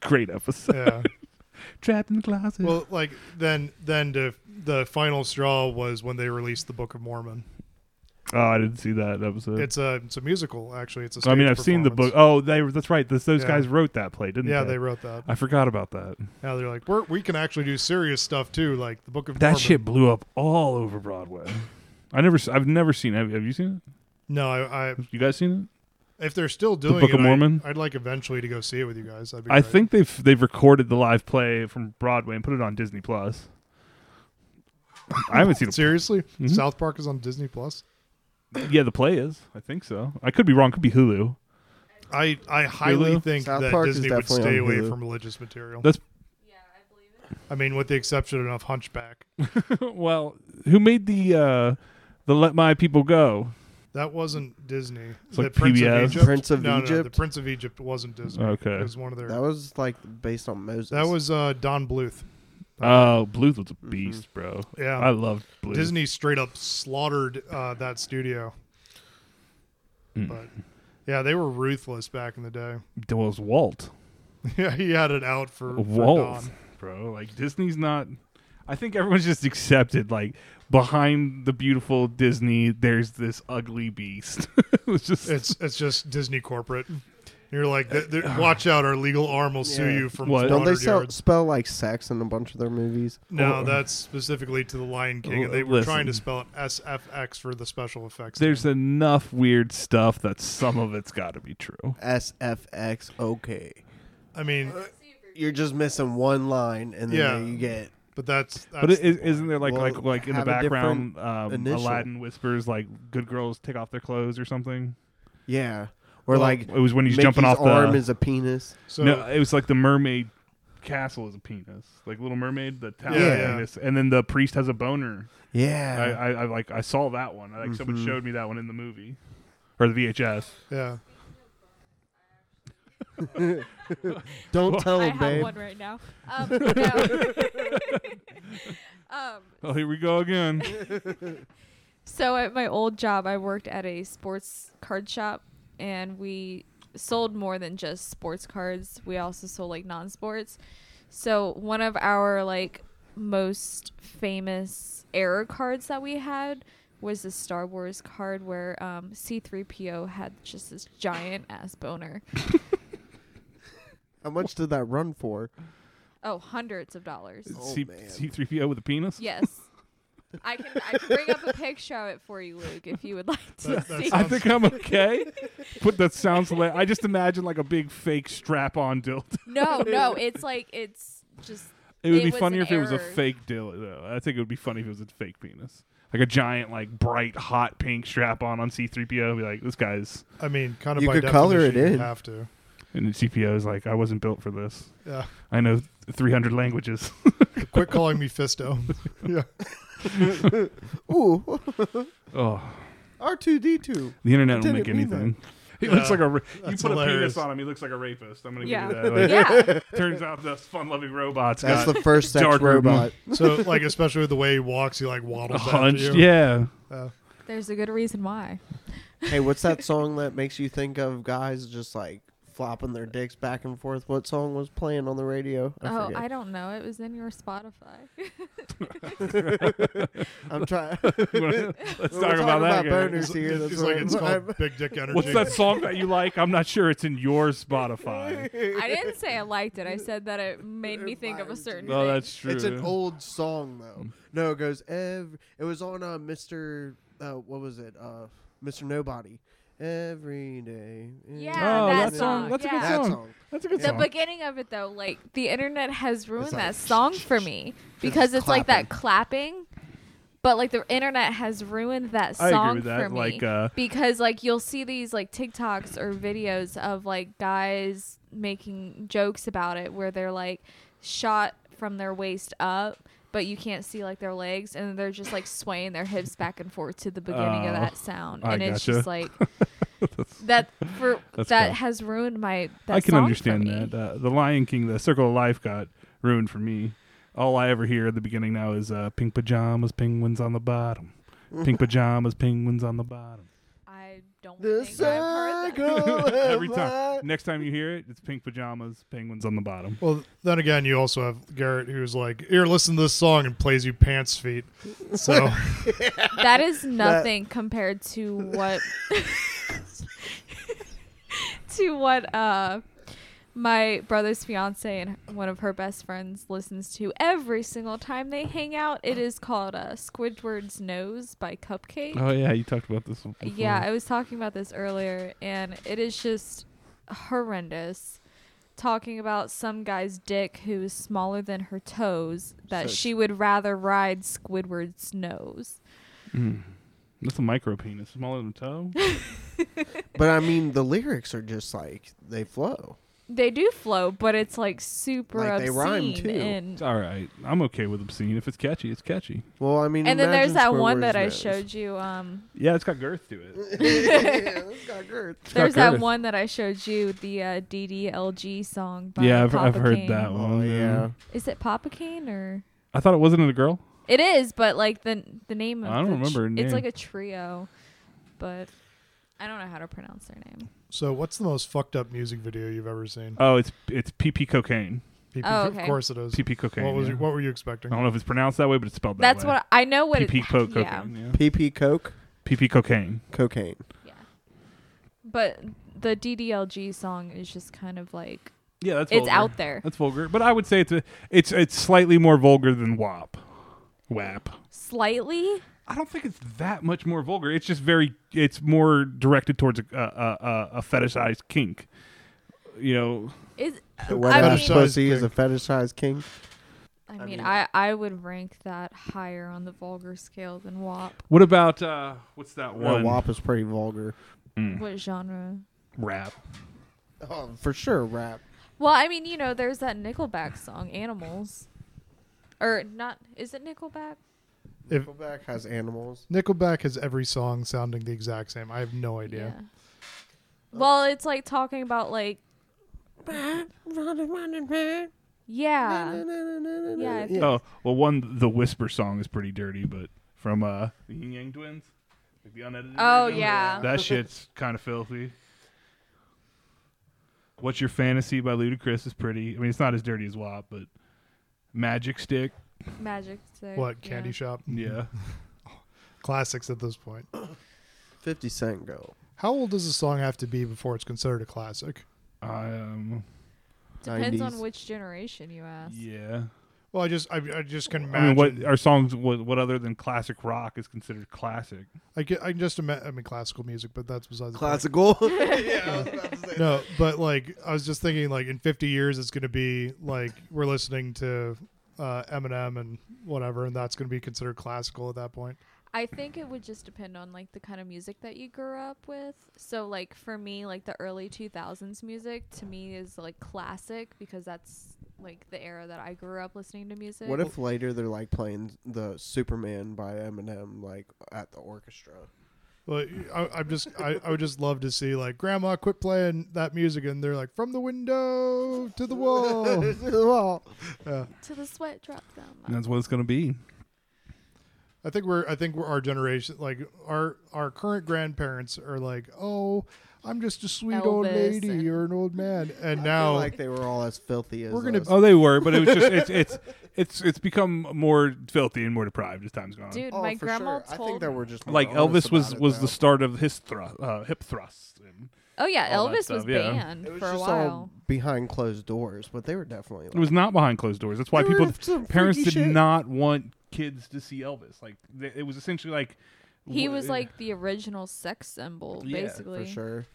Speaker 1: Great episode.
Speaker 3: yeah.
Speaker 1: Trapped in the closet.
Speaker 3: Well, like then, then to, the final straw was when they released the Book of Mormon.
Speaker 1: oh, I didn't see that episode.
Speaker 3: It's a it's a musical actually. It's a.
Speaker 1: I mean,
Speaker 3: stage
Speaker 1: I've seen the book.
Speaker 3: performance.
Speaker 1: Oh, they that's right. This, those
Speaker 3: Yeah.
Speaker 1: guys wrote that play, didn't
Speaker 3: Yeah,
Speaker 1: they?
Speaker 3: they wrote that.
Speaker 1: I forgot about that.
Speaker 3: Now they're like, We're, we can actually do serious stuff too, like the Book of
Speaker 1: That
Speaker 3: Mormon.
Speaker 1: shit blew up all over Broadway. I never, s- I've never seen. Have, have you seen
Speaker 3: No, I, I
Speaker 1: it? You guys seen
Speaker 3: if they're still doing
Speaker 1: Book
Speaker 3: it,
Speaker 1: of Mormon?
Speaker 3: I, would like eventually to go see it with you guys. That'd
Speaker 1: it?
Speaker 3: be
Speaker 1: I
Speaker 3: great.
Speaker 1: think they've they've recorded the live play from Broadway and put it on Disney Plus. I haven't seen it.
Speaker 3: Seriously,
Speaker 1: Mhm.
Speaker 3: South Park is on Disney Plus.
Speaker 1: Yeah, the play is. I think so. I could be wrong. Could be Hulu.
Speaker 3: I I highly
Speaker 1: Hulu?
Speaker 3: think
Speaker 2: South
Speaker 3: that
Speaker 2: Park is
Speaker 3: Disney would
Speaker 2: definitely
Speaker 3: stay
Speaker 2: on
Speaker 3: away
Speaker 2: Hulu.
Speaker 3: from religious material.
Speaker 1: That's-
Speaker 4: Yeah, I believe it.
Speaker 3: I mean, with the exception of Hunchback,
Speaker 1: well, who made the uh the Let My People Go?
Speaker 3: that wasn't Disney.
Speaker 1: It's
Speaker 3: the
Speaker 1: like
Speaker 3: Prince
Speaker 1: PBS.
Speaker 3: of Egypt.
Speaker 2: Prince of
Speaker 3: no, No, the
Speaker 2: Egypt?
Speaker 3: Prince of Egypt wasn't Disney.
Speaker 1: Okay.
Speaker 3: it was one of their.
Speaker 2: That
Speaker 3: That
Speaker 2: was like based on Moses.
Speaker 3: was, uh, Don Bluth.
Speaker 1: Oh, Bluth was
Speaker 3: Mm-hmm.
Speaker 1: a beast, bro.
Speaker 3: Yeah,
Speaker 1: I loved Bluth.
Speaker 3: Disney straight up slaughtered uh, that studio.
Speaker 1: Mm.
Speaker 3: But yeah, they were ruthless back in the day.
Speaker 1: There was Walt.
Speaker 3: yeah, he had it out for, for
Speaker 1: Walt,
Speaker 3: Don.
Speaker 1: bro. Like Disney's not. I think everyone's just accepted. Like behind the beautiful Disney, there's this ugly beast. it was just
Speaker 3: It's it's just Disney corporate. You're like, "Th- th- watch out! Our legal arm will sue
Speaker 2: Yeah.
Speaker 3: you from
Speaker 1: Uh, What?
Speaker 2: Don't they
Speaker 3: 400
Speaker 2: sell,
Speaker 3: yards.
Speaker 2: spell like sex in a bunch of their movies?
Speaker 3: No,
Speaker 1: Oh.
Speaker 3: that's specifically to the Lion King.
Speaker 1: L-
Speaker 3: and they were
Speaker 1: listen.
Speaker 3: trying to spell it SFX for the special effects.
Speaker 1: there's
Speaker 3: thing.
Speaker 1: enough weird stuff that some of it's got to be true.
Speaker 2: SFX. Okay.
Speaker 3: I mean,
Speaker 2: You're just missing one line, and then
Speaker 3: Yeah.
Speaker 2: you get
Speaker 3: but that's, that's
Speaker 1: But is is, isn't there like
Speaker 2: Well,
Speaker 1: like like in the
Speaker 2: have a
Speaker 1: background, um,
Speaker 2: initial.
Speaker 1: Aladdin whispers like "Good girls take off their clothes" or something?
Speaker 2: yeah, or
Speaker 3: Well,
Speaker 2: like
Speaker 1: It was when he's
Speaker 2: Mickey's
Speaker 1: jumping off the
Speaker 2: arm is a penis.
Speaker 3: so
Speaker 1: no, it was like the mermaid castle is a penis, like Little Mermaid, the tower
Speaker 2: Yeah,
Speaker 1: is a
Speaker 3: yeah.
Speaker 1: penis, and then the priest has a boner. I,
Speaker 2: Yeah,
Speaker 1: I, I like I saw that one. I think someone
Speaker 2: Mhm.
Speaker 1: showed me that one in the movie or the VHS.
Speaker 3: yeah.
Speaker 2: don't
Speaker 1: Well-
Speaker 2: tell
Speaker 4: I
Speaker 2: him,
Speaker 4: have
Speaker 2: babe.
Speaker 4: one right now. Um, no. um,
Speaker 1: Oh, here we go again.
Speaker 4: So at my old job, I worked at a sports card shop, and we sold more than just sports cards. We also sold like non-sports. So one of our like most famous error cards that we had was the Star Wars card where um, C-3PO had just this giant ass boner.
Speaker 2: How much did that run for?
Speaker 4: Oh, hundreds of dollars.
Speaker 2: Oh,
Speaker 1: C
Speaker 2: man.
Speaker 1: three PO with a penis.
Speaker 4: Yes. I can I can bring up a picture of it for you, Luke, if you would like to
Speaker 3: That- that
Speaker 4: see.
Speaker 1: I think I'm okay. But that sounds like I just imagine like a big fake strap-on dildo.
Speaker 4: no, no, it's like it's just
Speaker 1: It would
Speaker 4: It
Speaker 1: be
Speaker 4: was
Speaker 1: funnier
Speaker 4: an
Speaker 1: if it was a
Speaker 4: error.
Speaker 1: fake dildo. I think it would be funny if it was a fake penis, like a giant, like bright, hot pink strap-on on C-3PO. Be like, this guy's
Speaker 3: I mean, kind of
Speaker 2: You
Speaker 3: by
Speaker 2: could color
Speaker 3: definition,
Speaker 2: it
Speaker 3: you
Speaker 2: in.
Speaker 3: have to.
Speaker 1: and the C-3PO is like, I wasn't built for this.
Speaker 3: Yeah.
Speaker 1: I know 300 languages.
Speaker 3: Quit calling me Fisto. yeah.
Speaker 2: Ooh,
Speaker 1: oh,
Speaker 2: R two D two.
Speaker 1: the internet will
Speaker 2: Didn't
Speaker 1: make
Speaker 2: mean
Speaker 1: anything. He
Speaker 3: Yeah,
Speaker 1: looks like a. Ra- you put
Speaker 3: that's
Speaker 1: a penis
Speaker 3: hilarious.
Speaker 1: on him. He looks like a rapist. I'm gonna
Speaker 4: Yeah.
Speaker 1: give you that. Like,
Speaker 4: yeah.
Speaker 1: Turns out the fun-loving robots
Speaker 2: That's
Speaker 1: got
Speaker 2: the first sex
Speaker 1: Dark room.
Speaker 2: robot.
Speaker 3: So, like, especially with the way he walks, he like waddles after
Speaker 1: hunched.
Speaker 3: you.
Speaker 1: Yeah.
Speaker 3: Uh,
Speaker 4: There's a good reason why.
Speaker 2: hey, what's that song that makes you think of guys just like flopping their dicks back and forth? What song was playing on the radio? I
Speaker 4: oh,
Speaker 2: forget.
Speaker 4: I don't know. It was in your Spotify.
Speaker 2: I'm trying.
Speaker 1: Let's
Speaker 2: We're
Speaker 1: talk
Speaker 2: talking
Speaker 1: about that.
Speaker 2: about
Speaker 1: guy.
Speaker 2: boners.
Speaker 3: it's,
Speaker 2: See, that's
Speaker 3: it's
Speaker 2: what
Speaker 3: like
Speaker 2: I'm-
Speaker 3: it's called Big Dick Energy.
Speaker 1: What's that song that you like? I'm not sure. It's in your Spotify.
Speaker 4: I didn't say I liked it. I said that it made me think of a certain.
Speaker 1: No,
Speaker 4: thing.
Speaker 1: that's true. Mm.
Speaker 2: It's an old song though. No, it goes. Every, it was on uh, Mr. Uh, what was it? Uh, Mr. Nobody. Every day.
Speaker 4: Yeah,
Speaker 1: Oh,
Speaker 4: that,
Speaker 1: that
Speaker 4: song.
Speaker 1: song. That's a good
Speaker 4: yeah.
Speaker 2: That
Speaker 1: song.
Speaker 2: song.
Speaker 1: That's a good
Speaker 4: The
Speaker 1: song.
Speaker 4: beginning of it though, like the internet has ruined
Speaker 2: like
Speaker 4: that song for me because it's like that clapping. But like the internet has ruined that
Speaker 1: I
Speaker 4: song
Speaker 1: agree with that,
Speaker 4: for me
Speaker 1: like, uh,
Speaker 4: because like you'll see these like TikToks or videos of like guys making jokes about it where they're like shot from their waist up, but you can't see like their legs and they're just like swaying their hips back and forth to the beginning
Speaker 1: Oh,
Speaker 4: of that sound,
Speaker 1: I
Speaker 4: and it's
Speaker 1: gotcha.
Speaker 4: just like that for
Speaker 1: That's
Speaker 4: that
Speaker 1: tough.
Speaker 4: has ruined my. That
Speaker 1: I can
Speaker 4: song for
Speaker 1: understand
Speaker 4: me.
Speaker 1: that. Uh, the Lion King, the Circle of Life, got ruined for me. All I ever hear at the beginning now is uh, "Pink pajamas, penguins on the bottom." Pink pajamas, penguins on the bottom.
Speaker 4: I don't
Speaker 2: The
Speaker 4: think I've heard that.
Speaker 2: circle.
Speaker 1: Every
Speaker 2: of
Speaker 1: time.
Speaker 2: life.
Speaker 1: Next time you hear it, it's pink pajamas, penguins on the bottom.
Speaker 3: Well, then again, you also have Garrett, who's like, "Here, listen to this song," and plays you pants feet. So
Speaker 4: That is nothing compared to what to what uh my brother's fiance and one of her best friends listens to every single time they hang out. It is called uh, Squidward's Nose by Cupcake.
Speaker 1: Oh yeah, you talked about this one. before.
Speaker 4: Yeah, I was talking about this earlier, and it is just horrendous. Talking about some guy's dick who is smaller than her toes, that
Speaker 2: So-
Speaker 4: she would rather ride Squidward's nose.
Speaker 1: Mm. That's a micro penis, smaller than a toe.
Speaker 2: But I mean, the lyrics are just like they flow.
Speaker 4: They do flow, but it's like super
Speaker 2: Like, they
Speaker 4: obscene.
Speaker 2: rhyme, too.
Speaker 1: It's
Speaker 4: And
Speaker 1: all right. I'm okay with obscene. If it's catchy, it's catchy.
Speaker 2: Well, I mean,
Speaker 4: and then there's
Speaker 2: imagine
Speaker 4: that one
Speaker 2: Squidward's
Speaker 4: that I
Speaker 2: nose.
Speaker 4: showed you. Um,
Speaker 1: Yeah, it's got girth to it.
Speaker 2: Yeah, it's got girth.
Speaker 1: It's got
Speaker 4: there's that
Speaker 1: girth.
Speaker 4: one that I showed you, the uh, DDLG song. By
Speaker 1: Yeah, I've,
Speaker 4: Papa
Speaker 1: I've heard
Speaker 4: King.
Speaker 1: that one.
Speaker 2: Oh, yeah.
Speaker 4: Is it Papa Kane or?
Speaker 1: I thought it wasn't it a girl.
Speaker 4: It is, but like the the name. Of
Speaker 1: I don't
Speaker 4: the
Speaker 1: remember her
Speaker 4: It's
Speaker 1: name.
Speaker 4: like a trio, but I don't know how to pronounce their name.
Speaker 3: So, what's the most fucked up music video you've ever seen?
Speaker 1: Oh, it's it's PP cocaine.
Speaker 3: PP,
Speaker 4: Oh,
Speaker 3: Of
Speaker 4: okay.
Speaker 3: course it is.
Speaker 1: PP cocaine.
Speaker 3: what was
Speaker 1: yeah. Uh-huh.
Speaker 3: you- what were you
Speaker 1: I
Speaker 3: expecting?
Speaker 1: don't know if it's pronounced that way, but it's spelled that
Speaker 4: That's
Speaker 1: way.
Speaker 4: what I know. What it-
Speaker 1: PP co-
Speaker 4: yeah,
Speaker 1: cocaine. Yeah.
Speaker 2: PP coke,
Speaker 1: PP cocaine.
Speaker 2: cocaine.
Speaker 4: yeah. But the DDLG song is just kind of like
Speaker 1: Yeah, that's
Speaker 4: it's
Speaker 1: vulgar.
Speaker 4: out there.
Speaker 1: That's vulgar, but I would say it's a, it's it's slightly more vulgar than WAP. WAP.
Speaker 4: Slightly,
Speaker 1: I don't think it's that much more vulgar. It's just very. It's more directed towards a a, a, a fetishized kink. You know,
Speaker 4: is
Speaker 2: Whether
Speaker 4: I
Speaker 2: Uh, I
Speaker 4: mean-
Speaker 2: pussy is a fetishized king.
Speaker 4: I
Speaker 2: I
Speaker 4: mean,
Speaker 2: mean-
Speaker 4: I I would rank that higher on the vulgar scale than WAP.
Speaker 1: what about uh what's that
Speaker 2: Well,
Speaker 1: one?
Speaker 2: WAP is pretty vulgar.
Speaker 1: Mm.
Speaker 4: What genre?
Speaker 1: Rap.
Speaker 2: Oh, for sure, rap.
Speaker 4: Well, I mean, you know, there's that Nickelback song, Animals, or not? Is it Nickelback?
Speaker 3: If
Speaker 2: Nickelback has animals.
Speaker 3: Nickelback has every song sounding the exact same, I have no idea.
Speaker 2: Uh,
Speaker 4: Well, it's like talking about like
Speaker 2: Running, running, man.
Speaker 4: yeah. Yeah, I think-
Speaker 1: Oh well, one the whisper song is pretty dirty, but from uh the Yin Yang Twins, like the unedited.
Speaker 4: Oh
Speaker 1: version,
Speaker 4: yeah.
Speaker 1: that shit's kind of filthy. What's Your Fantasy by Ludacris is pretty. I mean, it's not as dirty as WAP, but Magic Stick,
Speaker 4: Magic stick.
Speaker 3: What candy
Speaker 4: yeah.
Speaker 3: shop?
Speaker 1: yeah.
Speaker 3: Classics at this point.
Speaker 2: Fifty Cent go.
Speaker 3: How old does a song have to be before it's considered a classic?
Speaker 1: Um,
Speaker 4: Depends on
Speaker 2: 90s.
Speaker 4: which generation you ask.
Speaker 1: yeah.
Speaker 3: Well, I just I, I just can
Speaker 1: I mean,
Speaker 3: imagine.
Speaker 1: what are songs? What, what other than classic rock is considered classic?
Speaker 3: I can, I can just imagine. I mean, classical music, but that's besides the point.
Speaker 2: Classical. yeah, I was about to say.
Speaker 3: No, but like I was just thinking, like in 50 years, it's going to be like we're listening to uh, Eminem and whatever, and that's going to be considered classical at that point.
Speaker 4: I think it would just depend on like the kind of music that you grew up with. So like for me, like the early 2000s music to me is like classic because that's like the era that I grew up listening to music.
Speaker 2: What if later they're like playing the Superman by Eminem like at the orchestra?
Speaker 3: But I, I'm just I, I would just love to see like Grandma quit playing that music, and they're like from the window to the wall.
Speaker 2: well,
Speaker 4: to the sweat drop down?
Speaker 1: And that's what it's going to be.
Speaker 3: I think we're I think we're our generation like our our current grandparents are like, "Oh, I'm just a sweet old
Speaker 4: Elvis
Speaker 3: lady
Speaker 4: and-
Speaker 3: or an old man." And
Speaker 2: I
Speaker 3: now
Speaker 2: feel like they were all as filthy as
Speaker 3: We're gonna-
Speaker 2: us.
Speaker 1: Oh, they were, but it was just it's it's it's it's become more filthy and more deprived as time's gone on.
Speaker 4: Dude,
Speaker 2: Oh,
Speaker 4: my
Speaker 2: for
Speaker 4: grandma
Speaker 2: sure. I
Speaker 4: told
Speaker 2: think that we're just more
Speaker 1: like
Speaker 2: honest
Speaker 1: Elvis was
Speaker 2: about it,
Speaker 1: was
Speaker 2: though.
Speaker 1: the start of his thru- uh, hip thrust. And
Speaker 4: Oh yeah,
Speaker 1: all that
Speaker 4: Elvis
Speaker 1: stuff,
Speaker 4: was
Speaker 1: yeah.
Speaker 4: banned
Speaker 2: It was
Speaker 4: for a
Speaker 2: just um,
Speaker 4: while.
Speaker 2: all behind closed doors, but they were definitely. Like,
Speaker 1: it was not behind closed doors. That's why
Speaker 2: They
Speaker 1: people
Speaker 2: were some
Speaker 1: parents
Speaker 2: freaky
Speaker 1: did
Speaker 2: shit.
Speaker 1: not want kids to see Elvis. Like th- it was essentially like
Speaker 4: He
Speaker 1: wh-
Speaker 4: was like the original sex symbol,
Speaker 1: Yeah, for
Speaker 4: basically.
Speaker 2: for sure.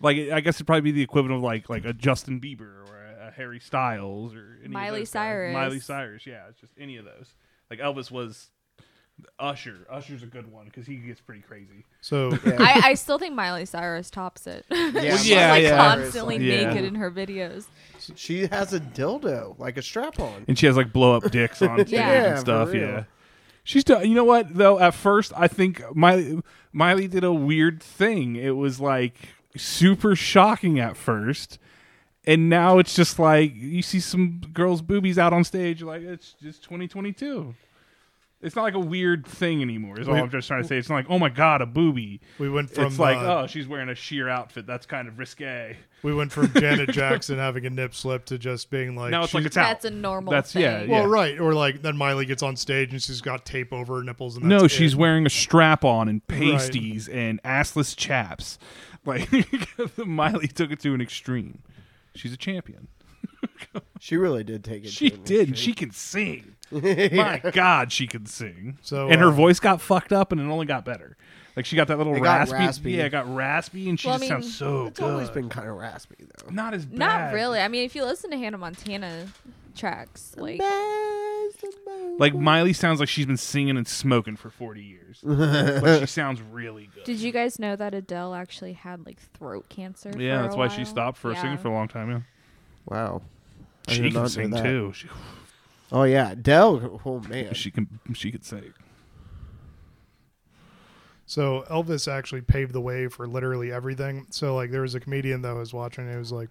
Speaker 1: like I guess it'd probably be the equivalent of like like a Justin Bieber or a, a Harry Styles or any of those
Speaker 4: Miley
Speaker 1: guys.
Speaker 4: Cyrus.
Speaker 1: Miley Cyrus, yeah, it's just any of those. Like Elvis was Usher. Usher's a good one because he gets pretty crazy.
Speaker 3: so
Speaker 4: I, I still think Miley Cyrus tops it.
Speaker 2: Yeah,
Speaker 4: She's
Speaker 1: yeah,
Speaker 4: like
Speaker 1: yeah.
Speaker 4: constantly
Speaker 1: Yeah.
Speaker 4: naked in her videos.
Speaker 2: She has a dildo, like a strap on.
Speaker 1: and she has like blow up dicks on stage
Speaker 4: Yeah,
Speaker 1: and
Speaker 2: for
Speaker 1: stuff.
Speaker 2: real.
Speaker 1: Yeah, she's. Do- you know what though? At first, I think Miley Miley did a weird thing. It was like super shocking at first, and now it's just like you see some girls' boobies out on stage. you're Like it's just 2022. It's not like a weird thing anymore. Is all I'm just trying to say. It's not like oh my god, a booby.
Speaker 3: we went from
Speaker 1: it's like
Speaker 3: uh,
Speaker 1: oh, she's wearing a sheer outfit. That's kind of risque.
Speaker 3: we went from Janet Jackson having a nip slip to just being like
Speaker 1: now it's like
Speaker 3: she's-
Speaker 1: it's out.
Speaker 4: That's a normal
Speaker 1: That's-
Speaker 4: thing.
Speaker 1: yeah, yeah.
Speaker 3: Well, right, or like then Miley gets on stage and she's got tape over her nipples and that's
Speaker 1: No,
Speaker 3: it.
Speaker 1: she's wearing a strap on and
Speaker 3: Right.
Speaker 1: pasties and assless chaps. Like Miley took it to an extreme. She's a champion.
Speaker 2: She really did take it.
Speaker 1: She
Speaker 2: to an
Speaker 1: did. and She can sing. My God, she can sing.
Speaker 3: So,
Speaker 1: and her
Speaker 3: uh,
Speaker 1: voice got fucked up, and it only got better. Like she got that little
Speaker 2: It got
Speaker 1: raspy,
Speaker 2: raspy.
Speaker 1: Yeah, it got raspy, and she
Speaker 4: Well, I
Speaker 1: just
Speaker 4: mean,
Speaker 1: sounds so
Speaker 2: It's
Speaker 1: good.
Speaker 2: always been kind of raspy though.
Speaker 1: Not as bad.
Speaker 4: Not really. I mean, if you listen to Hannah Montana tracks, like
Speaker 1: Like Miley sounds like she's been singing and smoking for forty years, but she sounds really good.
Speaker 4: did you guys know that Adele actually had like throat cancer?
Speaker 1: yeah,
Speaker 4: for
Speaker 1: that's
Speaker 4: a
Speaker 1: why
Speaker 4: while?
Speaker 1: she stopped for
Speaker 4: yeah.
Speaker 1: singing for a long time. Yeah.
Speaker 2: Wow. I
Speaker 1: She
Speaker 2: did not
Speaker 1: can
Speaker 2: know
Speaker 1: sing
Speaker 2: that.
Speaker 1: too. She,
Speaker 2: Oh yeah, Dell. Oh man.
Speaker 1: she can. She could sing.
Speaker 3: So Elvis actually paved the way for literally everything. So like there was a comedian that I was watching, it was like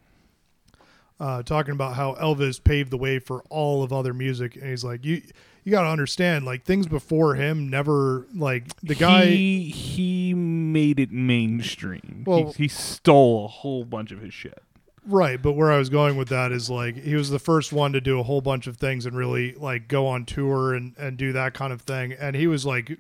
Speaker 3: uh, talking about how Elvis paved the way for all of other music, and he's like, you you got to understand, like things before him never like the guy.
Speaker 1: he, he made it mainstream.
Speaker 3: Well-
Speaker 1: he, he stole a whole bunch of his shit.
Speaker 3: Right, but where I was going with that is like he was the first one to do a whole bunch of things and really like go on tour and and do that kind of thing. And he was like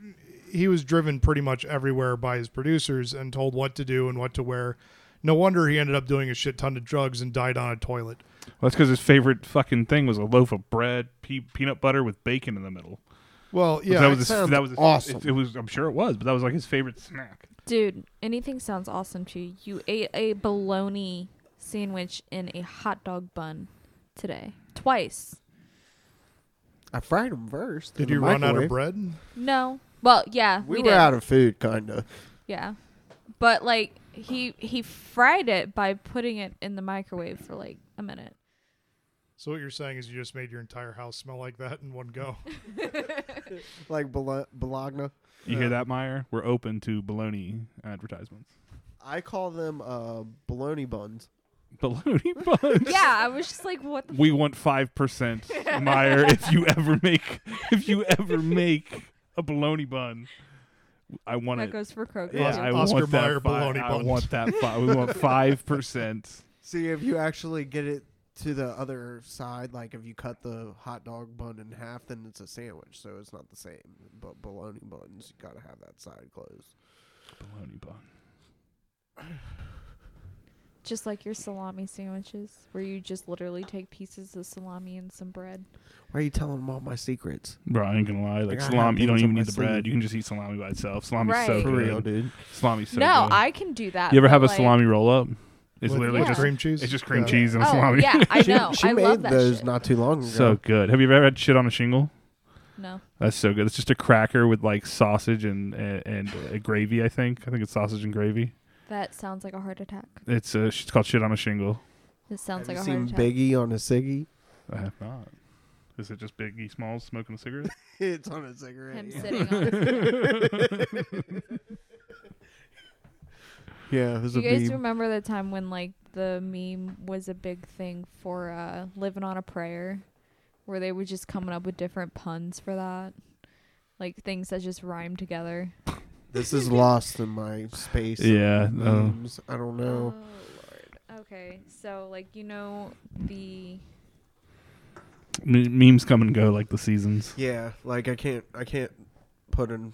Speaker 3: he was driven pretty much everywhere by his producers and told what to do and what to wear. No wonder he ended up doing a shit ton of drugs and died on a toilet.
Speaker 1: Well, that's because his favorite fucking thing was a loaf of bread, pe- peanut butter with bacon in the middle.
Speaker 3: Well, yeah,
Speaker 1: that was his,
Speaker 2: sounds
Speaker 1: that was his,
Speaker 2: awesome.
Speaker 1: It, it was. I'm sure it was, but that was like his favorite snack.
Speaker 4: Dude, anything sounds awesome to you. You ate a bologna sandwich in a hot dog bun today. Twice.
Speaker 2: I fried them first.
Speaker 3: did
Speaker 2: in
Speaker 3: you
Speaker 2: the
Speaker 3: run out of
Speaker 2: microwave.
Speaker 3: bread?
Speaker 4: No. Well, yeah,
Speaker 2: We,
Speaker 4: we,
Speaker 2: were
Speaker 4: did.
Speaker 2: out of food, kinda.
Speaker 4: Yeah. But like he he fried it by putting it in the microwave for like a minute.
Speaker 3: So what you're saying is you just made your entire house smell like that in one go.
Speaker 2: Like Bolo- Bologna.
Speaker 1: You hear that, Meyer? We're open to baloney advertisements.
Speaker 2: I call them uh, bologna buns.
Speaker 1: Baloney buns.
Speaker 4: yeah, I was just like what the
Speaker 1: We want five percent, Meyer. If you ever make, if you ever make a baloney bun, I want
Speaker 4: that
Speaker 1: it.
Speaker 4: goes for Kroger.
Speaker 1: Yeah,
Speaker 3: Oscar-
Speaker 1: I
Speaker 3: Oscar
Speaker 1: want that.
Speaker 3: Mayer
Speaker 1: fi-
Speaker 3: bologna
Speaker 1: I
Speaker 3: buns.
Speaker 1: want that. Fi- we want five percent.
Speaker 2: See if you actually get it to the other side. Like if you cut the hot dog bun in half, then it's a sandwich, so it's not the same. But bologna buns, you gotta have that side closed.
Speaker 1: Bologna bun.
Speaker 4: Just like your salami sandwiches, where you just literally take pieces of salami and some bread.
Speaker 2: Why are you telling them all my secrets?
Speaker 1: Bro, I ain't gonna lie. Like
Speaker 2: I got
Speaker 1: salami, you don't
Speaker 2: things
Speaker 1: even
Speaker 2: up my
Speaker 1: need the bread.
Speaker 2: sleeve.
Speaker 1: You can just eat salami by itself. Salami's so
Speaker 4: Right.
Speaker 1: good.
Speaker 4: For
Speaker 2: dude.
Speaker 1: Salami's so
Speaker 4: no,
Speaker 1: good.
Speaker 4: I can do that.
Speaker 1: You ever
Speaker 4: but,
Speaker 1: have a
Speaker 4: like-
Speaker 1: salami roll up? It's
Speaker 3: With-
Speaker 1: literally
Speaker 3: with
Speaker 1: just
Speaker 3: cream cheese.
Speaker 1: it's just cream
Speaker 3: Yeah.
Speaker 1: cheese and
Speaker 4: Oh
Speaker 1: salami.
Speaker 4: yeah, I
Speaker 2: She,
Speaker 4: know.
Speaker 2: she
Speaker 4: I
Speaker 2: made
Speaker 4: love that
Speaker 2: those
Speaker 4: shit.
Speaker 2: not too long ago.
Speaker 1: so good. Have you ever had shit on a shingle?
Speaker 4: no,
Speaker 1: That's so good. It's just a cracker with like sausage and and, and uh, gravy. I think. I think it's sausage and gravy.
Speaker 4: that sounds like a heart attack.
Speaker 1: It's uh, it's called shit on a shingle.
Speaker 4: This sounds
Speaker 2: Have you
Speaker 4: like a
Speaker 2: seen
Speaker 4: heart attack.
Speaker 2: Biggie on a ciggy?
Speaker 1: I have not. Is it just Biggie Smalls smoking a cigarette?
Speaker 2: it's on a cigarette.
Speaker 4: Him
Speaker 2: yeah.
Speaker 4: sitting on. His
Speaker 2: Yeah, it was
Speaker 4: Do
Speaker 2: a
Speaker 4: you guys
Speaker 2: meme.
Speaker 4: remember the time when like the meme was a big thing for uh, living on a prayer, where they were just coming up with different puns for that, like things that just rhyme together.
Speaker 2: This is lost in my space. of
Speaker 1: yeah. uh, No.
Speaker 2: memes. I don't know.
Speaker 4: Oh, lord. Okay, so like you know the
Speaker 1: M- memes come and go like the seasons.
Speaker 2: Yeah, like I can't, I can't put in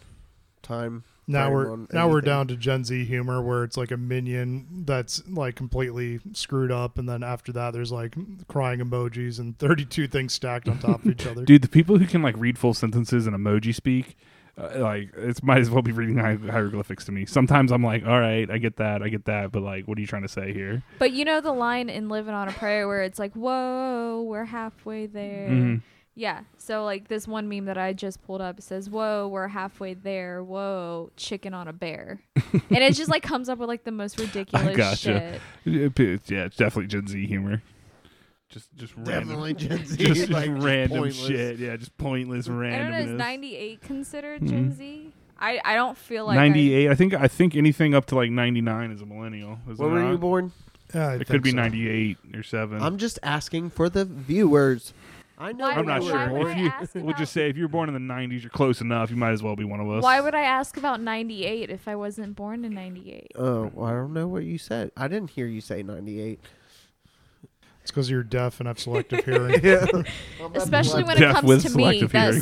Speaker 2: time.
Speaker 3: Now
Speaker 2: frame
Speaker 3: we're
Speaker 2: on
Speaker 3: now we're
Speaker 2: anything.
Speaker 3: down to Gen Z humor where it's like a minion that's like completely screwed up, and then after that there's like crying emojis and 32 things stacked on top of each other.
Speaker 1: Dude, the people who can like read full sentences and emoji speak, uh, like it might as well be reading hi- hieroglyphics to me. Sometimes I'm like, all right, I get that, I get that, but like, what are you trying to say here?
Speaker 4: but you know the line in living on a prayer where it's like whoa we're halfway there.
Speaker 1: Mhm.
Speaker 4: Yeah. So like this one meme that I just pulled up says, "Whoa, we're halfway there. Whoa, chicken on a bear," and it just like comes up with like the most ridiculous
Speaker 1: gotcha.
Speaker 4: shit.
Speaker 1: Yeah, p- Yeah, it's definitely Gen Z humor. Just, just random,
Speaker 2: Definitely Gen Z.
Speaker 1: just, just
Speaker 2: like,
Speaker 1: random
Speaker 2: pointless.
Speaker 1: shit. Yeah, just pointless
Speaker 4: I don't know. Is
Speaker 1: randomness.
Speaker 4: ninety eight considered
Speaker 1: Mhm.
Speaker 4: Gen Z? I I don't feel like I-
Speaker 1: 98. I think I think anything up to like 99 is a millennial. Is it
Speaker 2: When were you
Speaker 1: not?
Speaker 2: born?
Speaker 3: Yeah, I
Speaker 1: It
Speaker 3: think
Speaker 1: could be
Speaker 3: so.
Speaker 1: 98 or 7.
Speaker 2: I'm just asking for the viewers. I know.
Speaker 4: Why
Speaker 1: I'm
Speaker 2: when
Speaker 1: not
Speaker 2: you
Speaker 4: would-
Speaker 1: sure.
Speaker 4: why would
Speaker 1: If
Speaker 4: I
Speaker 1: you,
Speaker 4: ask
Speaker 1: we'll
Speaker 4: about-
Speaker 1: just say if you were born in the 90s, you're close enough. You might as well be one of us.
Speaker 4: Why would I ask about ninety eight if I wasn't born in ninety eight?
Speaker 1: Uh,
Speaker 2: were- Oh, well, I don't know what you said. I didn't hear you say 98.
Speaker 3: It's because you're deaf and have selective hearing.
Speaker 2: Yeah.
Speaker 4: Especially when
Speaker 1: Deaf
Speaker 4: it comes
Speaker 1: with
Speaker 4: to me,
Speaker 1: selective
Speaker 4: that
Speaker 1: hearing.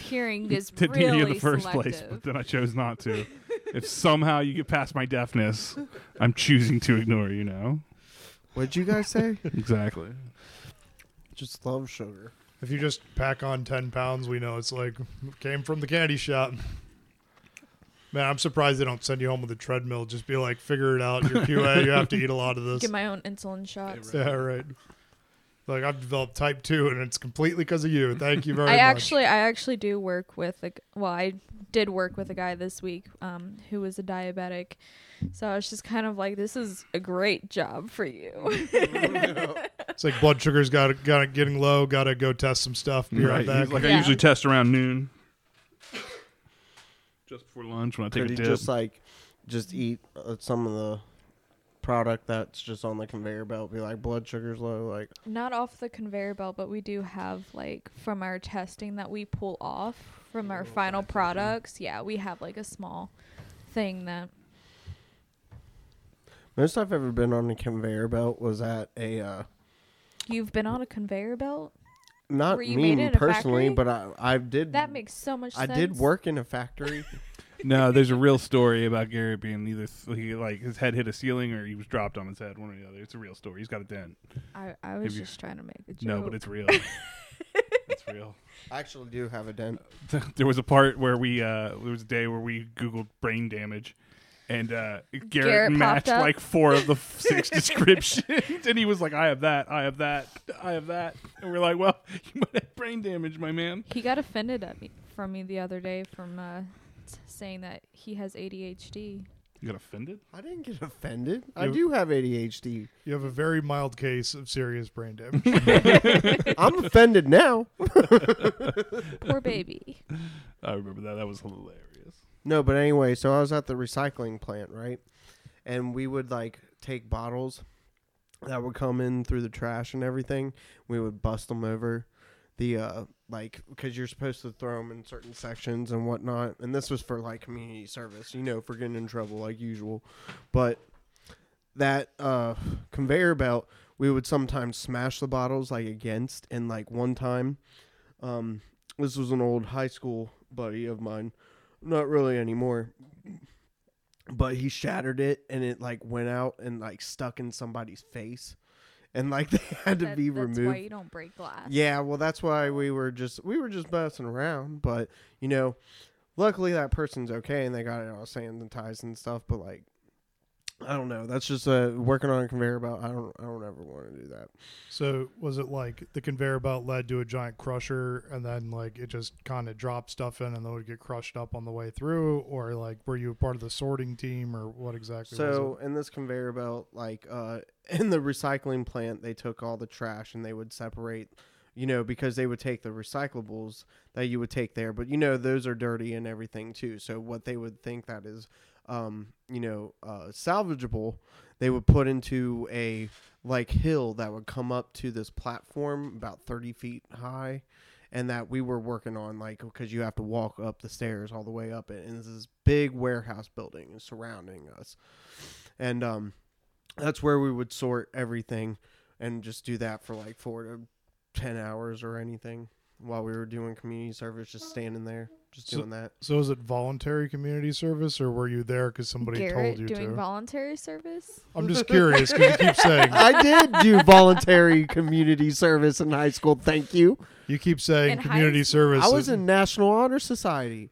Speaker 4: hearing is
Speaker 1: didn't
Speaker 4: really
Speaker 1: hear you in the first place,
Speaker 4: selective.
Speaker 1: but then I chose not to. if somehow you get past my deafness, I'm choosing to ignore you now.
Speaker 2: What'd you guys say?
Speaker 1: Exactly.
Speaker 2: just love sugar.
Speaker 3: if you just pack on 10 pounds, we know it's like came from the candy shop. Man, I'm surprised they don't send you home with a treadmill. Just be like, figure it out. Your QA, you have to eat a lot of this.
Speaker 4: Get my own insulin shots.
Speaker 3: yeah, right. Like I've developed type two, and it's completely because of you. Thank you very
Speaker 4: I
Speaker 3: much.
Speaker 4: actually, I actually do work with a. g- Well, I did work with a guy this week, um, who was a diabetic. So I was just kind of like, this is a great job for you.
Speaker 3: it's like blood sugar's got to got to getting low. Got to go test some stuff. Be right, back.
Speaker 1: Like I
Speaker 4: Yeah.
Speaker 1: usually test around noon, just before lunch when I take
Speaker 2: Could
Speaker 1: a
Speaker 2: you
Speaker 1: dip.
Speaker 2: just like just eat uh, some of the product that's just on the conveyor belt? Be like blood sugar's low. Like
Speaker 4: Not off the conveyor belt, but we do have like from our testing that we pull off from our final products. Yeah, we have like a small thing that
Speaker 2: most I've ever been on a conveyor belt was at a uh,
Speaker 4: you've been on a conveyor belt.
Speaker 2: not
Speaker 4: Where you made
Speaker 2: me
Speaker 4: it at a
Speaker 2: personally,
Speaker 4: factory?
Speaker 2: but I I did
Speaker 4: That makes so much
Speaker 2: Mm. I
Speaker 4: sense.
Speaker 2: did work in a factory.
Speaker 1: no, there's a real story about Garrett being either th- he, like his head hit a ceiling or he was dropped on his head, one or the other. It's a real story. He's got a dent.
Speaker 4: I, I was
Speaker 1: Have you-
Speaker 4: just trying to make a joke.
Speaker 1: No, but it's real. it's real.
Speaker 2: I actually do have a dent.
Speaker 1: there was a part where we uh there was a day where we googled brain damage and uh garrett,
Speaker 4: Garrett popped
Speaker 1: matched
Speaker 4: up.
Speaker 1: like four of the f- six descriptions and he was like i have that i have that i have that and we're like well you might have brain damage my man
Speaker 4: He got offended at me from me the other day from uh, s- saying that he has ADHD.
Speaker 1: you got offended
Speaker 2: I didn't get offended. I
Speaker 3: You-
Speaker 2: do have ADHD.
Speaker 3: You have a very mild case of serious brain damage.
Speaker 2: I'm offended now.
Speaker 4: Poor baby.
Speaker 1: i remember that that was hilarious
Speaker 2: No, but anyway, so I was at the recycling plant, right? And we would like take bottles that would come in through the trash and everything. We would bust them over the uh like because you're supposed to throw them in certain sections and whatnot. And this was for like community service, you know, for getting in trouble like usual. But that uh conveyor belt, we would sometimes smash the bottles like against. And like one time, um, this was an old high school buddy of mine not really anymore. but he shattered it and it like went out and like stuck in somebody's face and like they had to
Speaker 4: That-
Speaker 2: be
Speaker 4: that's why
Speaker 2: removed
Speaker 4: you don't break glass.
Speaker 2: yeah, well, that's why we were just we were just messing around, but you know, luckily that person's okay and they got it all sanitized and stuff. But like, I don't know. That's just uh, working on a conveyor belt. I don't I don't ever want to do that.
Speaker 3: So was it like the conveyor belt led to a giant crusher, and then like it just kind of dropped stuff in, and then it would get crushed up on the way through, or like were you part of the sorting team, or what exactly?
Speaker 2: So
Speaker 3: was
Speaker 2: in this conveyor belt, like uh, in the recycling plant, they took all the trash and they would separate. You know, because they would take the recyclables that you would take there, but you know those are dirty and everything too. So what they would think that is, um, you know, uh, salvageable, they would put into a like hill that would come up to this platform about thirty feet high, and that we were working on like because you have to walk up the stairs all the way up it, and it's this big warehouse building surrounding us and um, that's where we would sort everything and just do that for like four to ten hours or anything while we were doing community service, just standing there, just
Speaker 3: So-
Speaker 2: doing that.
Speaker 3: it? So is it voluntary community service, or were you there because somebody
Speaker 4: Garrett
Speaker 3: told you
Speaker 4: doing
Speaker 3: to?
Speaker 4: voluntary service.
Speaker 3: I'm just curious because you keep saying
Speaker 2: I did do voluntary community service in high school. Thank you.
Speaker 3: you keep saying
Speaker 4: In high
Speaker 3: community
Speaker 4: school-
Speaker 3: service.
Speaker 2: I was in National Honor Society.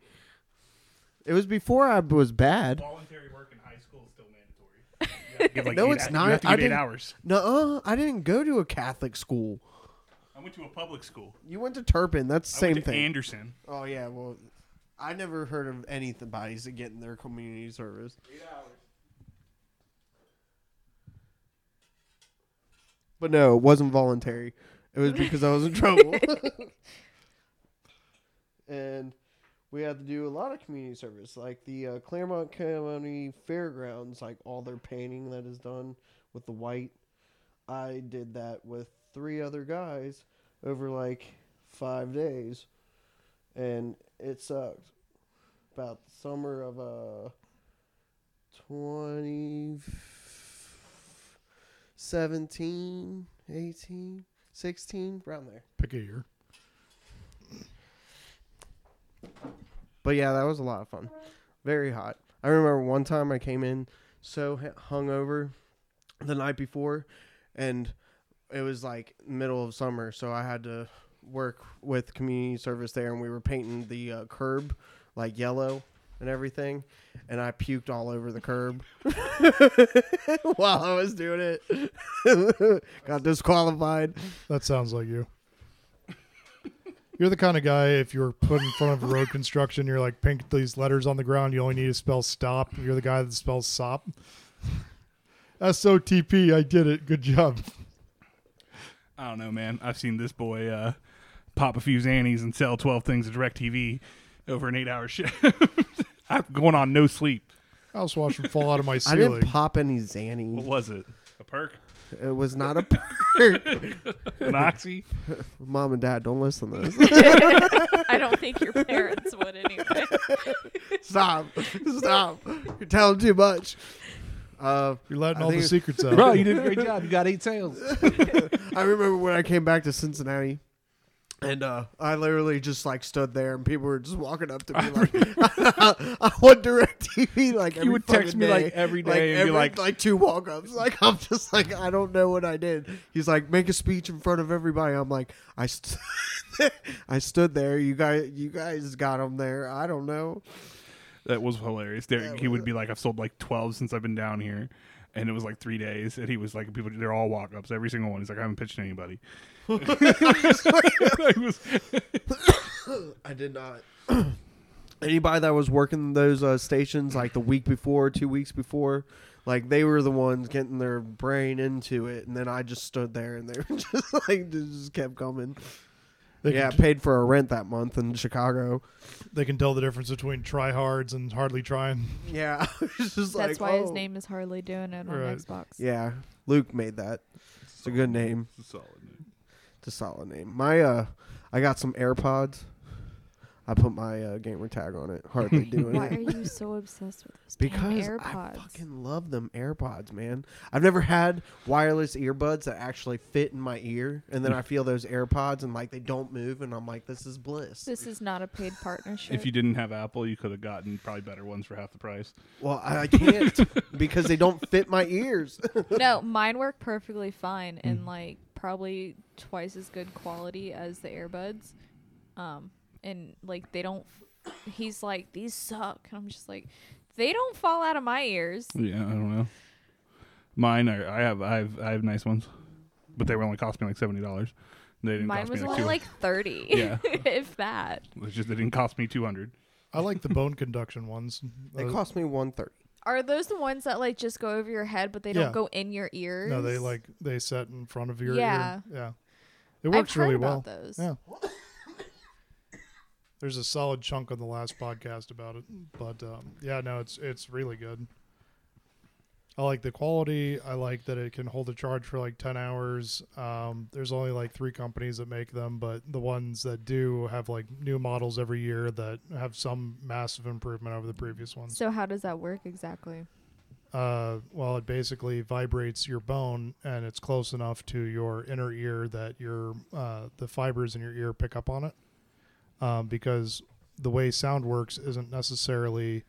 Speaker 2: It was before I was bad.
Speaker 1: Voluntary work in high school is still mandatory. You have to give, like,
Speaker 2: No,
Speaker 1: eight
Speaker 2: it's
Speaker 1: hou-
Speaker 2: not.
Speaker 1: You have to
Speaker 2: I
Speaker 1: give eight
Speaker 2: didn't-
Speaker 1: hours.
Speaker 2: No, I didn't go to a Catholic school.
Speaker 1: I went to a public school.
Speaker 2: You went to Turpin. That's the
Speaker 1: I
Speaker 2: same
Speaker 1: went to
Speaker 2: thing.
Speaker 1: Anderson.
Speaker 2: oh yeah. Well, I never heard of anybody's getting their community service. But no, it wasn't voluntary. It was because I was in trouble. and we had to do a lot of community service, like the uh, Claremont County Fairgrounds, like all their painting that is done with the white. I did that with three other guys over like five days, and it sucked. About the summer of uh, 20. 17, 18, 16, around there.
Speaker 3: pick a year.
Speaker 2: But yeah, that was a lot of fun. Very hot. I remember one time I came in so h- hungover the night before, and it was like middle of summer, so I had to work with community service there, and we were painting the uh, curb like yellow and everything, and I puked all over the curb while I was doing it. Got disqualified.
Speaker 3: That sounds like you. You're the kind of guy if you're put in front of road construction, you're like paint these letters on the ground. You only need to spell stop. You're the guy that spells sop. S O T P. I did it. Good job.
Speaker 1: I don't know, man. I've seen this boy uh, pop a few Xannies and sell 12 things to DirecTV over an eight hour shift. I'm going on no sleep.
Speaker 3: House wash would fall out of my
Speaker 2: I didn't
Speaker 3: ceiling.
Speaker 2: pop any Xannies.
Speaker 1: What was it? A perk?
Speaker 2: It was not a perk.
Speaker 1: An oxy?
Speaker 2: Mom and Dad, don't listen to this.
Speaker 4: I don't think your parents would anyway.
Speaker 2: Stop. Stop. You're telling too much. Uh,
Speaker 3: You're letting
Speaker 2: I
Speaker 3: all the
Speaker 2: think-
Speaker 3: secrets out.
Speaker 1: Bro, you did a great job. You got eight sales.
Speaker 2: I remember when I came back to Cincinnati. And uh, I literally just like stood there, and people were just walking up to me like, "I want Direct TV." Like every
Speaker 1: You would text
Speaker 2: fucking
Speaker 1: me, like,
Speaker 2: day.
Speaker 1: every day and be like-
Speaker 2: two walk ups. Like I'm just like, I don't know what I did. He's like, make a speech in front of everybody. I'm like, I, st- I stood there. You guys, you guys got him there. I don't know.
Speaker 1: That was hilarious. There, he would be like, I've sold like 12 since I've been down here. And it was like three days. And he was like, people, they're all walk ups, every single one. He's like, I haven't pitched to anybody. It was-
Speaker 2: I did not. Anybody that was working those uh, stations like the week before, two weeks before, like they were the ones getting their brain into it, and then I just stood there and they were just like they just kept coming.
Speaker 3: They,
Speaker 2: yeah, I
Speaker 3: can,
Speaker 2: paid for a rent that month in Chicago.
Speaker 3: they can tell the difference between tryhards and hardly trying.
Speaker 2: Yeah, I was just like
Speaker 4: That's why his
Speaker 2: oh.
Speaker 4: name is Harley doing it on
Speaker 3: Right.
Speaker 4: Xbox.
Speaker 2: Yeah, Luke made that. It's a good name.
Speaker 1: It's a solid name.
Speaker 2: It's a solid name. My uh, I got some AirPods. I put my uh, gamer tag on it. Hardly doing
Speaker 4: Why
Speaker 2: it.
Speaker 4: are you so obsessed with those damn
Speaker 2: Because I
Speaker 4: AirPods?
Speaker 2: fucking love them AirPods, man. I've never had wireless earbuds that actually fit in my ear, and then I feel those AirPods and like they don't move, and I'm like, this is bliss.
Speaker 4: This is not a paid partnership.
Speaker 1: If you didn't have Apple, you could have gotten probably better ones for half the price.
Speaker 2: Well, I, I can't because they don't fit my ears.
Speaker 4: no, mine work perfectly fine
Speaker 3: Mm.
Speaker 4: and like probably twice as good quality as the earbuds. Um, and like they don't. He's like these suck, and I'm just like, they don't fall out of my ears.
Speaker 1: Yeah, I don't know. Mine are I have I have I have nice ones, but they were only cost me like seventy dollars. They didn't
Speaker 4: Mine
Speaker 1: cost
Speaker 4: was
Speaker 1: me like,
Speaker 4: only
Speaker 1: two-
Speaker 4: like thirty,
Speaker 1: Yeah.
Speaker 4: if that.
Speaker 1: It's just they didn't cost me two hundred.
Speaker 3: I like the bone conduction ones. Uh,
Speaker 2: They
Speaker 3: Those-
Speaker 2: cost me one thirty.
Speaker 4: Are those the ones that like just go over your head, but they
Speaker 3: Yeah.
Speaker 4: don't go in your ears?
Speaker 3: no, they like they set in front of your
Speaker 4: Yeah.
Speaker 3: ear. Yeah, it
Speaker 4: I've
Speaker 3: works
Speaker 4: heard
Speaker 3: really well.
Speaker 4: about those.
Speaker 3: Yeah. There's a solid chunk on the last podcast about it, but um, yeah, no, it's it's really good. I like the quality. I like that it can hold a charge for like ten hours. Um, there's only like three companies that make them, but the ones that do have like new models every year that have some massive improvement over the previous ones.
Speaker 4: So how does that work exactly?
Speaker 3: uh, well, it basically vibrates your bone, and it's close enough to your inner ear that your uh, the fibers in your ear pick up on it. Um, because the way sound works isn't necessarily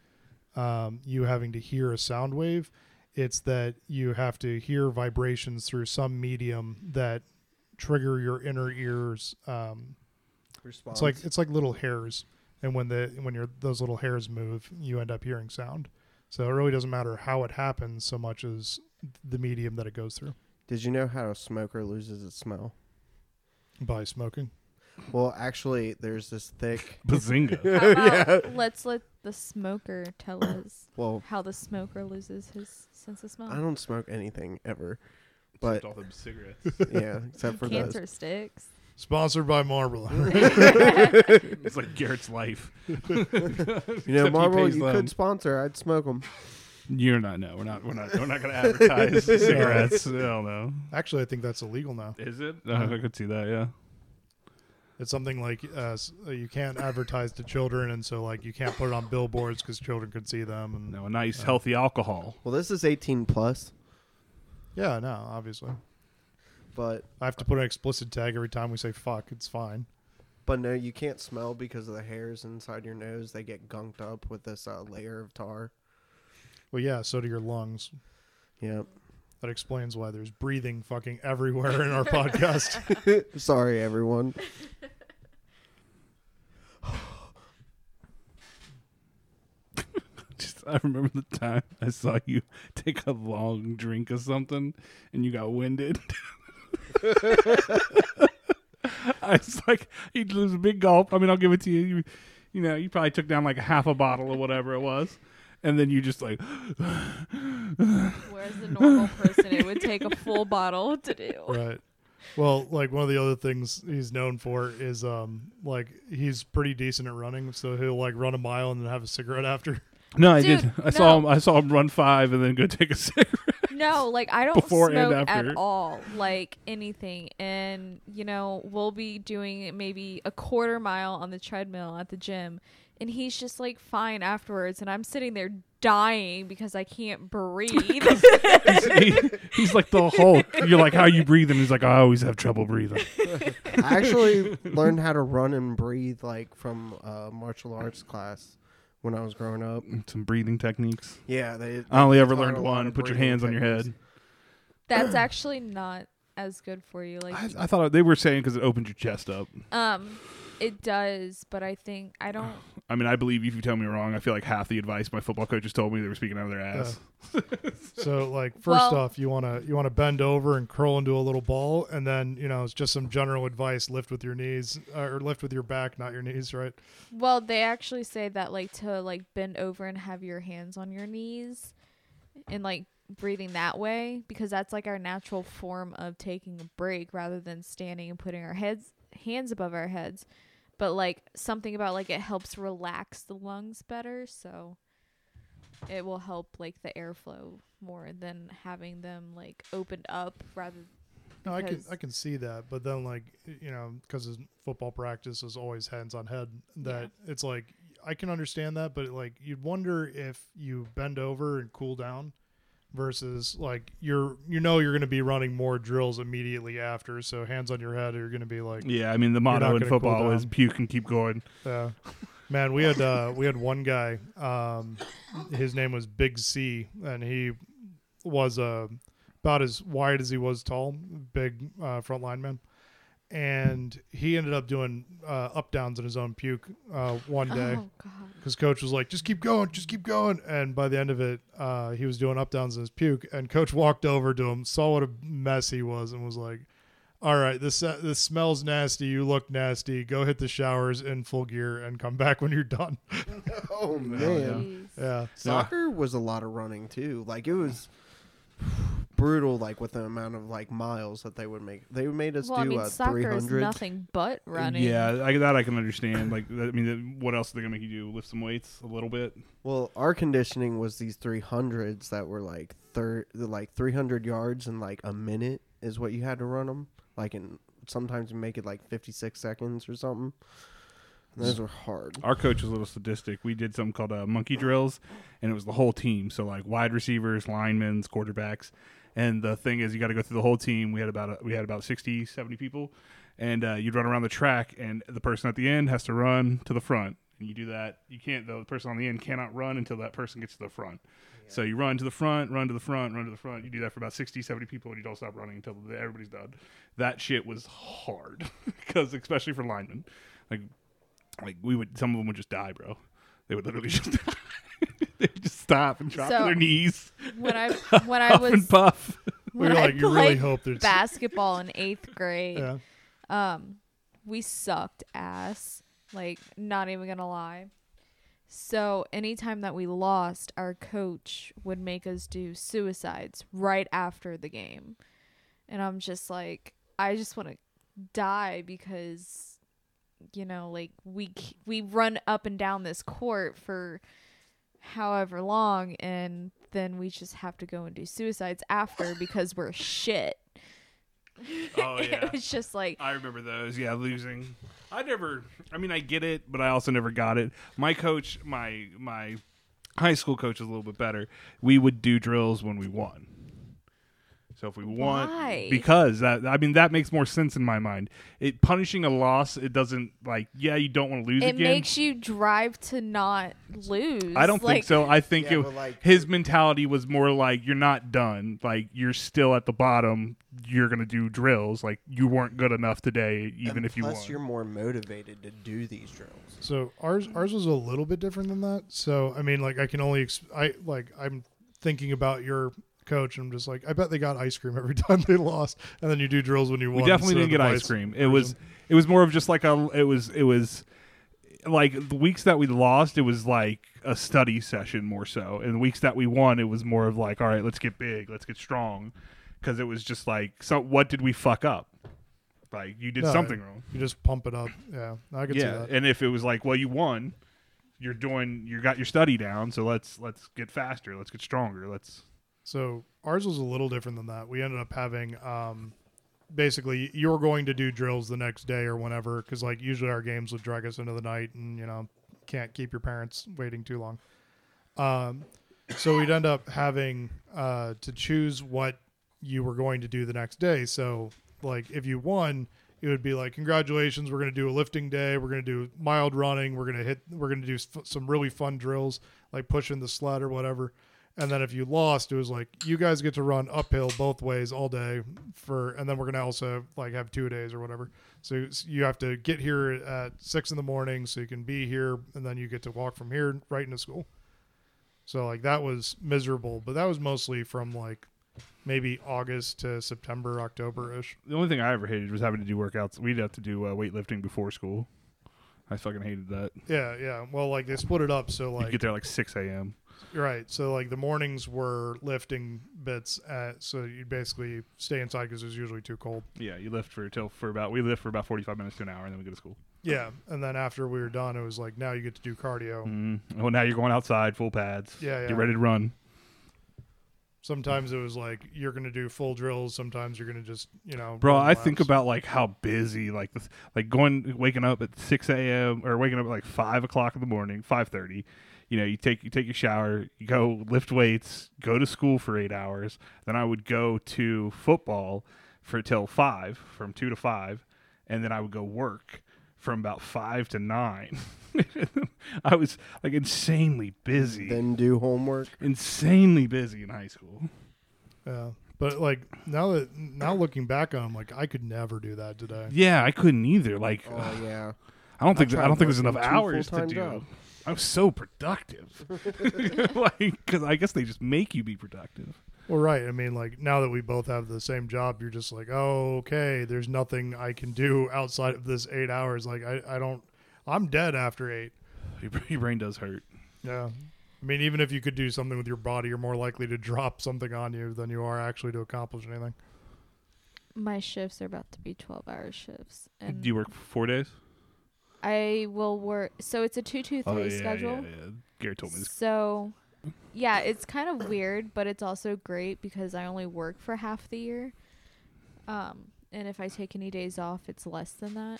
Speaker 3: um, you having to hear a sound wave; it's that you have to hear vibrations through some medium that trigger your inner ears. Um,
Speaker 2: Response.
Speaker 3: it's like it's like little hairs, and when the when your those little hairs move, you end up hearing sound. So it really doesn't matter how it happens so much as the medium that it goes through
Speaker 2: Did you know how a smoker loses its smell?
Speaker 3: by smoking.
Speaker 2: Well, actually, there's this thick.
Speaker 1: Bazinga!
Speaker 4: How about Let's let the smoker tell us
Speaker 2: Well,
Speaker 4: how the smoker loses his sense of smell.
Speaker 2: I don't smoke anything ever, but
Speaker 1: all them cigarettes.
Speaker 2: yeah, except for those.
Speaker 4: Cancer sticks.
Speaker 3: Sponsored by Marlboro.
Speaker 1: It's like Garrett's life.
Speaker 2: You know,
Speaker 1: Except he
Speaker 2: Marlboro,
Speaker 1: pays
Speaker 2: you
Speaker 1: them.
Speaker 2: could sponsor. I'd smoke them.
Speaker 1: You're not. No, we're not. We're not. We're not going to advertise cigarettes. Uh, I don't know.
Speaker 3: Actually, I think that's illegal now.
Speaker 1: Is it? I could see that. Yeah.
Speaker 3: It's something like uh, s- uh, you can't advertise to children, and so like you can't put it on billboards because children could see them. And
Speaker 1: No, a nice healthy alcohol.
Speaker 2: Well, this is 18 plus,
Speaker 3: yeah, no, obviously,
Speaker 2: but
Speaker 3: I have to put an explicit tag every time we say "fuck." It's fine.
Speaker 2: but no, you can't smell because of the hairs inside your nose. They get gunked up with this uh, layer of tar.
Speaker 3: Well, yeah, so do your lungs.
Speaker 2: Yeah.
Speaker 3: That explains why there's breathing fucking everywhere in our podcast.
Speaker 2: Sorry, everyone.
Speaker 1: Just I remember the time I saw you take a long drink of something and you got winded. I was like, he was a big gulp. I mean, I'll give it to you. you. You know, you probably took down like half a bottle or whatever it was, and then you just like,
Speaker 4: Whereas the normal person, it would take a full bottle to do.
Speaker 3: right well like one of the other things he's known for is um like he's pretty decent at running so he'll like run a mile and then have a cigarette after
Speaker 1: no, I
Speaker 4: Dude,
Speaker 1: did. I saw
Speaker 4: no.
Speaker 1: him. I saw him run five and then go take a cigarette.
Speaker 4: No, like I don't
Speaker 1: Before and
Speaker 4: smoke
Speaker 1: after.
Speaker 4: at all, like anything. And you know, we'll be doing maybe a quarter mile on the treadmill at the gym, and he's just like fine afterwards, and I'm sitting there dying because I can't breathe.
Speaker 1: He- he's like the Hulk. You're like, how you breathing? He's like, I always have trouble breathing.
Speaker 2: I actually learned how to run and breathe like from uh, martial arts class when I was growing up.
Speaker 1: Some breathing techniques.
Speaker 2: Yeah, they.
Speaker 1: I only ever
Speaker 2: taught a
Speaker 1: learned
Speaker 2: lot
Speaker 1: one.
Speaker 2: of
Speaker 1: Put your
Speaker 2: breathing
Speaker 1: hands on your
Speaker 2: techniques.
Speaker 1: head.
Speaker 4: That's actually not as good for you. Like
Speaker 1: I, I thought they were saying because it opens your chest up.
Speaker 4: Um, it does, but I think I don't.
Speaker 1: I mean, I believe if you tell me wrong, I feel like half the advice my football coaches told me they were speaking out of their ass.
Speaker 3: so like first
Speaker 4: Well-
Speaker 3: off you want to you want to bend over and curl into a little ball and then you know it's just some general advice lift with your knees uh, or lift with your back not your knees right
Speaker 4: Well, they actually say that like to like bend over and have your hands on your knees, and like breathing that way because that's like our natural form of taking a break rather than standing and putting our heads hands above our heads. But like something about like it helps relax the lungs better, so it will help like the airflow more than having them like opened up rather
Speaker 3: No, I can
Speaker 4: because-
Speaker 3: I can see that, but then like you know, because football practice is always hands on head. That it's like I can understand that, but like you'd wonder if you bend over and cool down versus like you're you know you're going to be running more drills immediately after, so hands on your head are going to be like
Speaker 1: Yeah, I mean the
Speaker 3: not
Speaker 1: motto in
Speaker 3: gonna cool
Speaker 1: football is
Speaker 3: down.
Speaker 1: puke and keep going.
Speaker 3: Yeah. Man, we had uh, we had one guy. Um, his name was Big C, and he was uh, about as wide as he was tall. Big uh, front lineman, and he ended up doing uh, up downs in his own puke uh, one day
Speaker 4: Oh God.
Speaker 3: because coach was like, "Just keep going, just keep going." And by the end of it, uh, he was doing up downs in his puke, and coach walked over to him, saw what a mess he was, and was like, "All right, this uh, this smells nasty. You look nasty. Go hit the showers in full gear and come back when you're done."
Speaker 2: Oh
Speaker 1: yeah.
Speaker 2: man,
Speaker 4: Jeez.
Speaker 3: yeah,
Speaker 2: soccer was a lot of running too. Like it was brutal. Like with the amount of like miles that they would make, they made us
Speaker 4: Well, I
Speaker 2: do
Speaker 4: mean,
Speaker 2: uh, three
Speaker 4: soccer is
Speaker 2: hundred.
Speaker 4: nothing but running.
Speaker 1: Yeah, I, that I can understand. Like, I mean, what else are they gonna make you do? Lift some weights a little bit?
Speaker 2: Well, our conditioning was these 300s that were like thir- like 300 yards in like a minute is what you had to run them. Like in sometimes you make it like 56 seconds or something. And those were hard.
Speaker 1: Our coach was a little sadistic. We did something called uh, monkey drills, and it was the whole team. So like wide receivers, linemen, quarterbacks, and the thing is, you got to go through the whole team. We had about uh we had about 60, 70 people, and uh, you'd run around the track, and the person at the end has to run to the front. And you do that. You can't. The person on the end cannot run until that person gets to the front. So you run to the front, run to the front, run to the front. You do that for about 60, 70 people, and you don't stop running until everybody's done. That shit was hard, because especially for linemen, like like we would some of them would just die, bro. They would literally just die. they would just stop and drop to
Speaker 4: So-
Speaker 1: their knees,
Speaker 4: When I when I
Speaker 1: puff and
Speaker 4: was
Speaker 1: puff.
Speaker 3: we
Speaker 4: when
Speaker 3: were
Speaker 4: I
Speaker 3: like, "You really
Speaker 4: played
Speaker 3: hope there's
Speaker 4: basketball in eighth grade,
Speaker 3: yeah."
Speaker 4: um, we sucked ass. Like, not even gonna lie. So anytime that we lost, our coach would make us do suicides right after the game, and I'm just like, I just want to die because, you know, like we c- we run up and down this court for however long, and then we just have to go and do suicides after because we're shit.
Speaker 1: Oh
Speaker 4: it was just like
Speaker 1: I remember those. Yeah, losing. I never. I mean, I get it, but I also never got it. My coach, my my high school coach, was a little bit better. We would do drills when we won. So if we won,
Speaker 4: Why?
Speaker 1: because that I mean that makes more sense in my mind. It punishing a loss, it doesn't like yeah you don't want to lose
Speaker 4: it
Speaker 1: again.
Speaker 4: makes you drive to not lose.
Speaker 1: I don't
Speaker 4: like,
Speaker 1: think so. I think
Speaker 2: Yeah,
Speaker 1: it,
Speaker 2: but, like-
Speaker 1: his mentality was more like you're not done. Like you're still at the bottom. You're gonna do drills. Like you weren't good enough today, even
Speaker 2: And
Speaker 1: if you
Speaker 2: plus,
Speaker 1: won.
Speaker 2: you're more motivated to do these drills.
Speaker 3: So ours ours was a little bit different than that. So I mean, like I can only ex- I like I'm thinking about your coach, and I'm just like I bet they got ice cream every time they lost, and then you do drills when you
Speaker 1: we
Speaker 3: won.
Speaker 1: definitely
Speaker 3: instead
Speaker 1: didn't
Speaker 3: of
Speaker 1: get
Speaker 3: the
Speaker 1: ice
Speaker 3: vice
Speaker 1: cream. It was it was more of just like a it was it was like the weeks that we lost, it was like a study session more so. And the weeks that we won, it was more of like all right, let's get big, let's get strong, because it was just like so what did we fuck up? Like you did
Speaker 3: No,
Speaker 1: something wrong.
Speaker 3: You just pump it up. Yeah, I could
Speaker 1: yeah
Speaker 3: see that.
Speaker 1: and if it was like well you won you're doing you got your study down so let's let's get faster let's get stronger let's
Speaker 3: So ours was a little different than that. We ended up having um, basically you're going to do drills the next day or whenever, because like usually our games would drag us into the night, and you know can't keep your parents waiting too long. Um, so we'd end up having uh, to choose what you were going to do the next day. So like if you won, it would be like congratulations, we're going to do a lifting day, we're going to do mild running, we're going to hit, we're going to do f- some really fun drills like pushing the sled or whatever. And then if you lost, it was like you guys get to run uphill both ways all day for, and then we're gonna also like have two days or whatever. So you have to get here at six in the morning so you can be here, and then you get to walk from here right into school. So like that was miserable, but that was mostly from like maybe August to September, October ish.
Speaker 1: the only thing i ever hated was having to do workouts we'd have to do uh, weightlifting before school i fucking hated that
Speaker 3: Yeah, yeah. Well, like they split it up, so
Speaker 1: you
Speaker 3: like
Speaker 1: get there like 6 a.m
Speaker 3: right. So like the mornings were lifting bits, at, so you'd basically stay inside because it was usually too cold.
Speaker 1: yeah you lift for till for about we lift for about 45 minutes to an hour and then we go to school
Speaker 3: Yeah, and then after we were done, it was like now you get to do cardio.
Speaker 1: Mm-hmm. mm well now you're going outside full pads
Speaker 3: Yeah, yeah.
Speaker 1: get ready to run
Speaker 3: Sometimes it was like you're going to do full drills. Sometimes you're going to just you know.
Speaker 1: Bro,
Speaker 3: run
Speaker 1: I think
Speaker 3: laps.
Speaker 1: about like how busy like this, like going waking up at six a.m. or waking up at like five o'clock in the morning, five thirty. You know, you take you take your shower, you go lift weights, go to school for eight hours. Then I would go to football for till five, from two to five, and then I would go work from about five to nine. I was like insanely busy,
Speaker 2: Then do homework.
Speaker 1: insanely busy in high school.
Speaker 3: Yeah. But like now that now looking back on, 'em, like I could never do that today.
Speaker 1: Yeah, I couldn't either. Like,
Speaker 2: Oh yeah.
Speaker 1: I don't think
Speaker 2: tried
Speaker 1: I don't think there's
Speaker 2: working
Speaker 1: enough
Speaker 2: two
Speaker 1: hours to
Speaker 2: full-time
Speaker 1: do.
Speaker 2: jobs.
Speaker 1: I was so productive, like because I guess they just make you be productive.
Speaker 3: Well, right. I mean, like now that we both have the same job, you're just like, oh, okay. There's nothing I can do outside of this eight hours. Like I, I don't. I'm dead after eight.
Speaker 1: Your, bra- your brain does hurt.
Speaker 3: Yeah. I mean, even if you could do something with your body, you're more likely to drop something on you than you are actually to accomplish anything.
Speaker 4: My shifts are about to be 12 hour shifts. And
Speaker 1: Do you work four days?
Speaker 4: I will work. So it's a 2 2 3 schedule.
Speaker 1: Oh, yeah, yeah. Garrett told me this.
Speaker 4: So, yeah, it's kind of weird, but it's also great because I only work for half the year. Um, and if I take any days off, it's less than that.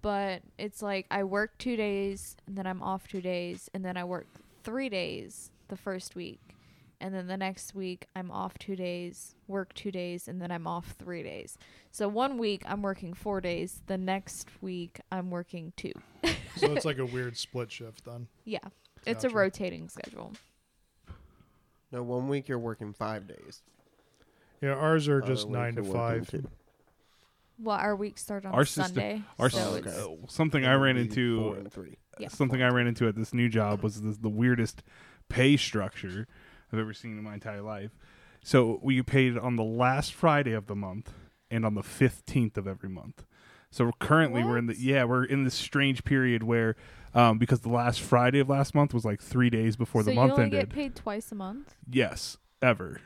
Speaker 4: But it's like I work two days, and then I'm off two days, and then I work three days the first week. And then the next week, I'm off two days, work two days, and then I'm off three days. So one week, I'm working four days. The next week, I'm working two.
Speaker 3: So it's like a weird split shift then.
Speaker 4: Yeah. It's a
Speaker 3: Gotcha.
Speaker 4: rotating schedule.
Speaker 2: No, one week you're working five days.
Speaker 3: Yeah, ours are
Speaker 2: Other
Speaker 3: just
Speaker 2: week
Speaker 3: nine to
Speaker 2: you're working
Speaker 3: five.
Speaker 2: two.
Speaker 4: Well, our week starts on
Speaker 1: Our system-
Speaker 4: Sunday.
Speaker 1: Our
Speaker 4: so
Speaker 1: s-
Speaker 2: okay.
Speaker 4: it's,
Speaker 1: uh, something I
Speaker 2: It'll
Speaker 1: ran
Speaker 2: be four
Speaker 1: into
Speaker 2: and three.
Speaker 4: Yeah.
Speaker 1: something I ran into at this new job was this, the weirdest pay structure I've ever seen in my entire life. So we get paid on the last Friday of the month and on the fifteenth of every month. So we're currently we're in the
Speaker 4: What?
Speaker 1: yeah we're in this strange period where um, because the last Friday of last month was like three days before
Speaker 4: so
Speaker 1: the month
Speaker 4: you only
Speaker 1: ended.
Speaker 4: get paid twice a month.
Speaker 1: yes, ever.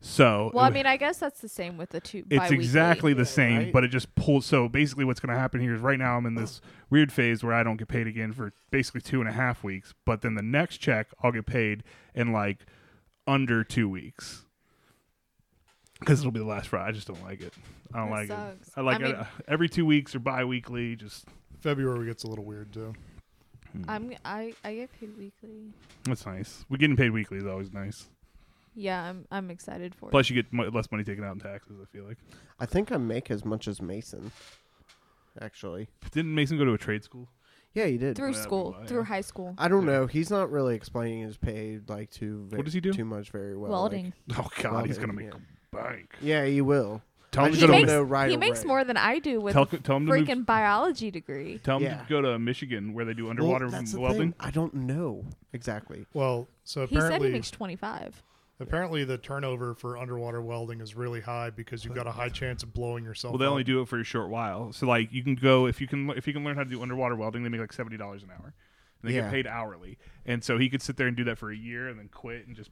Speaker 1: So
Speaker 4: Well,
Speaker 1: it
Speaker 4: I
Speaker 1: wa-
Speaker 4: mean, I guess that's the same with the two.
Speaker 1: it's
Speaker 4: bi-weekly.
Speaker 1: exactly the same,
Speaker 2: right?
Speaker 1: but it just pulls. So basically, what's going to happen here is right now I'm in this weird phase where I don't get paid again for basically two and a half weeks, but then the next check I'll get paid in like under two weeks because it'll be the last Friday. I just don't like it. I don't
Speaker 4: That
Speaker 1: like
Speaker 4: sucks.
Speaker 1: it. I like
Speaker 4: I mean-
Speaker 1: it uh, every two weeks or bi-weekly. Just
Speaker 3: February gets a little weird too.
Speaker 4: I'm I I get paid weekly.
Speaker 1: that's nice. We getting paid weekly is always nice.
Speaker 4: Yeah, I'm I'm excited for
Speaker 1: Plus, you get mo- less money taken out in taxes. I feel like.
Speaker 2: I think I make as much as Mason. Actually,
Speaker 1: Didn't Mason go to a trade school?
Speaker 2: yeah, he
Speaker 4: it.
Speaker 2: did.
Speaker 4: Through
Speaker 1: Yeah,
Speaker 4: school,
Speaker 1: yeah.
Speaker 4: through high school,
Speaker 2: I don't know. He's not really explaining his pay like too. ve-
Speaker 1: What does he do?
Speaker 2: Too much, very well. like-
Speaker 4: welding.
Speaker 1: Oh God, he's gonna
Speaker 2: Welding,
Speaker 1: make a bank.
Speaker 2: yeah, he will.
Speaker 1: Tell
Speaker 2: I
Speaker 1: him to
Speaker 2: just
Speaker 1: go
Speaker 4: he
Speaker 1: to Mi-
Speaker 2: don't
Speaker 4: makes,
Speaker 2: know right
Speaker 4: he makes
Speaker 2: away.
Speaker 4: more than I do with
Speaker 1: Tell,
Speaker 4: a
Speaker 1: tell him to move
Speaker 4: freaking biology degree.
Speaker 1: Tell them
Speaker 2: Yeah.
Speaker 1: to go to Michigan where they do underwater
Speaker 2: Well, that's the
Speaker 1: welding.
Speaker 2: thing. I don't know exactly.
Speaker 3: Well, so
Speaker 4: He said
Speaker 3: apparently
Speaker 4: he makes 25.
Speaker 3: apparently the turnover for underwater welding is really high because you've got a high chance of blowing yourself.
Speaker 1: Well, they
Speaker 3: up.
Speaker 1: only do it for a short while. So like you can go if you can if you can learn how to do underwater welding, they make like seventy dollars an hour. And they
Speaker 2: Yeah.
Speaker 1: get paid hourly, and so he could sit there and do that for a year and then quit and just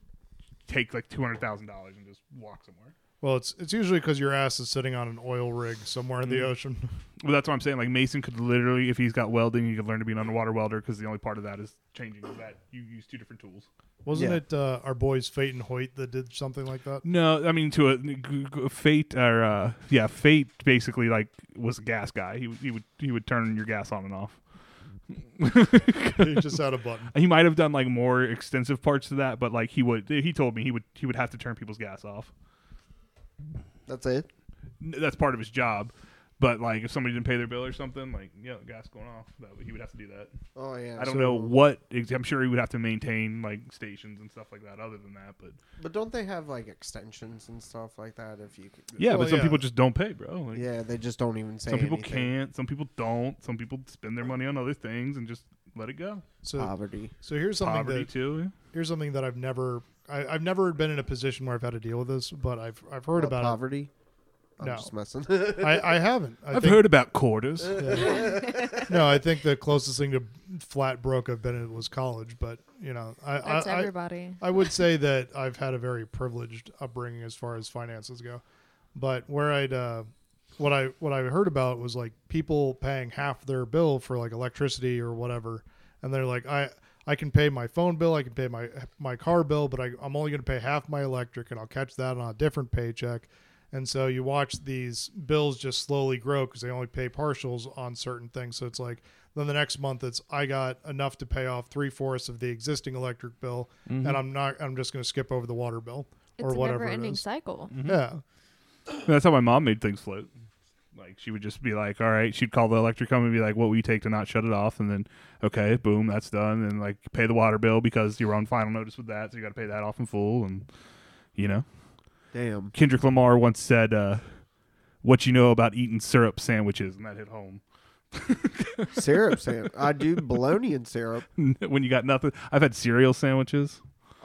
Speaker 1: take like two hundred thousand dollars and just walk somewhere.
Speaker 3: Well, it's it's usually because your ass is sitting on an oil rig somewhere in
Speaker 1: Mm.
Speaker 3: the ocean.
Speaker 1: Well, that's what I'm saying. Like Mason could literally, if he's got welding, he could learn to be an underwater welder because the only part of that is changing that you use two different tools.
Speaker 3: Wasn't
Speaker 2: Yeah.
Speaker 3: it uh, our boys Fate and Hoyt that did something like that?
Speaker 1: No, I mean to a g- g- fate or uh, yeah, fate basically like was a gas guy. He would- he would he would turn your gas on and off.
Speaker 3: he just had a button.
Speaker 1: He might have done like more extensive parts to that, but like he would he told me he would he would have to turn people's gas off.
Speaker 2: That's it.
Speaker 1: N- That's part of his job. But like if somebody didn't pay their bill or something, like yeah, the gas going off, that he would have to do that.
Speaker 2: Oh yeah.
Speaker 1: I don't
Speaker 2: so-
Speaker 1: know what ex- I'm sure he would have to maintain like stations and stuff like that other than that, but
Speaker 2: But don't they have like extensions and stuff like that? If you could,
Speaker 1: yeah,
Speaker 3: Well,
Speaker 1: but some
Speaker 3: yeah.
Speaker 1: people just don't pay, bro. Like,
Speaker 2: yeah, they just don't even say.
Speaker 1: Some people
Speaker 2: anything.
Speaker 1: can't, some people don't, some people spend their money on other things and just let it go.
Speaker 3: So
Speaker 2: poverty.
Speaker 3: so here's something
Speaker 1: Poverty
Speaker 3: that
Speaker 1: too.
Speaker 3: here's something that I've never I, I've never been in a position where I've had to deal with this, but I've I've heard
Speaker 2: What,
Speaker 3: about
Speaker 2: poverty. I'm
Speaker 3: No.
Speaker 2: just messing.
Speaker 3: it. I, I haven't. I
Speaker 1: I've
Speaker 3: think-
Speaker 1: heard about quarters.
Speaker 3: yeah. no, I think the closest thing to flat broke I've been in was college, but you know I
Speaker 4: That's
Speaker 3: I, I,
Speaker 4: everybody.
Speaker 3: I would say that I've had a very privileged upbringing as far as finances go, but where I'd uh, what I what I heard about was like people paying half their bill for like electricity or whatever, and they're like I I can pay my phone bill, I can pay my my car bill, but I, I'm only going to pay half my electric, and I'll catch that on a different paycheck. And so you watch these bills just slowly grow because they only pay partials on certain things. So it's like then the next month it's I got enough to pay off three fourths of the existing electric bill, and I'm not I'm just going to skip over the water bill
Speaker 4: It's
Speaker 3: or
Speaker 4: a
Speaker 3: whatever it
Speaker 4: never-ending
Speaker 3: is.
Speaker 4: cycle.
Speaker 3: Yeah,
Speaker 1: That's how my mom made things float. Like she would just be like, "All right," she'd call the electric company, and be like, "What will you take to not shut it off?" And then, okay, boom, that's done. And like, pay the water bill because you're on final notice with that, so you got to pay that off in full. And you know,
Speaker 2: Damn.
Speaker 1: Kendrick Lamar once said, uh, "What you know about eating syrup sandwiches?" And that hit home
Speaker 2: Syrup sandwich. I do bologna and syrup.
Speaker 1: when you got nothing. I've had cereal sandwiches.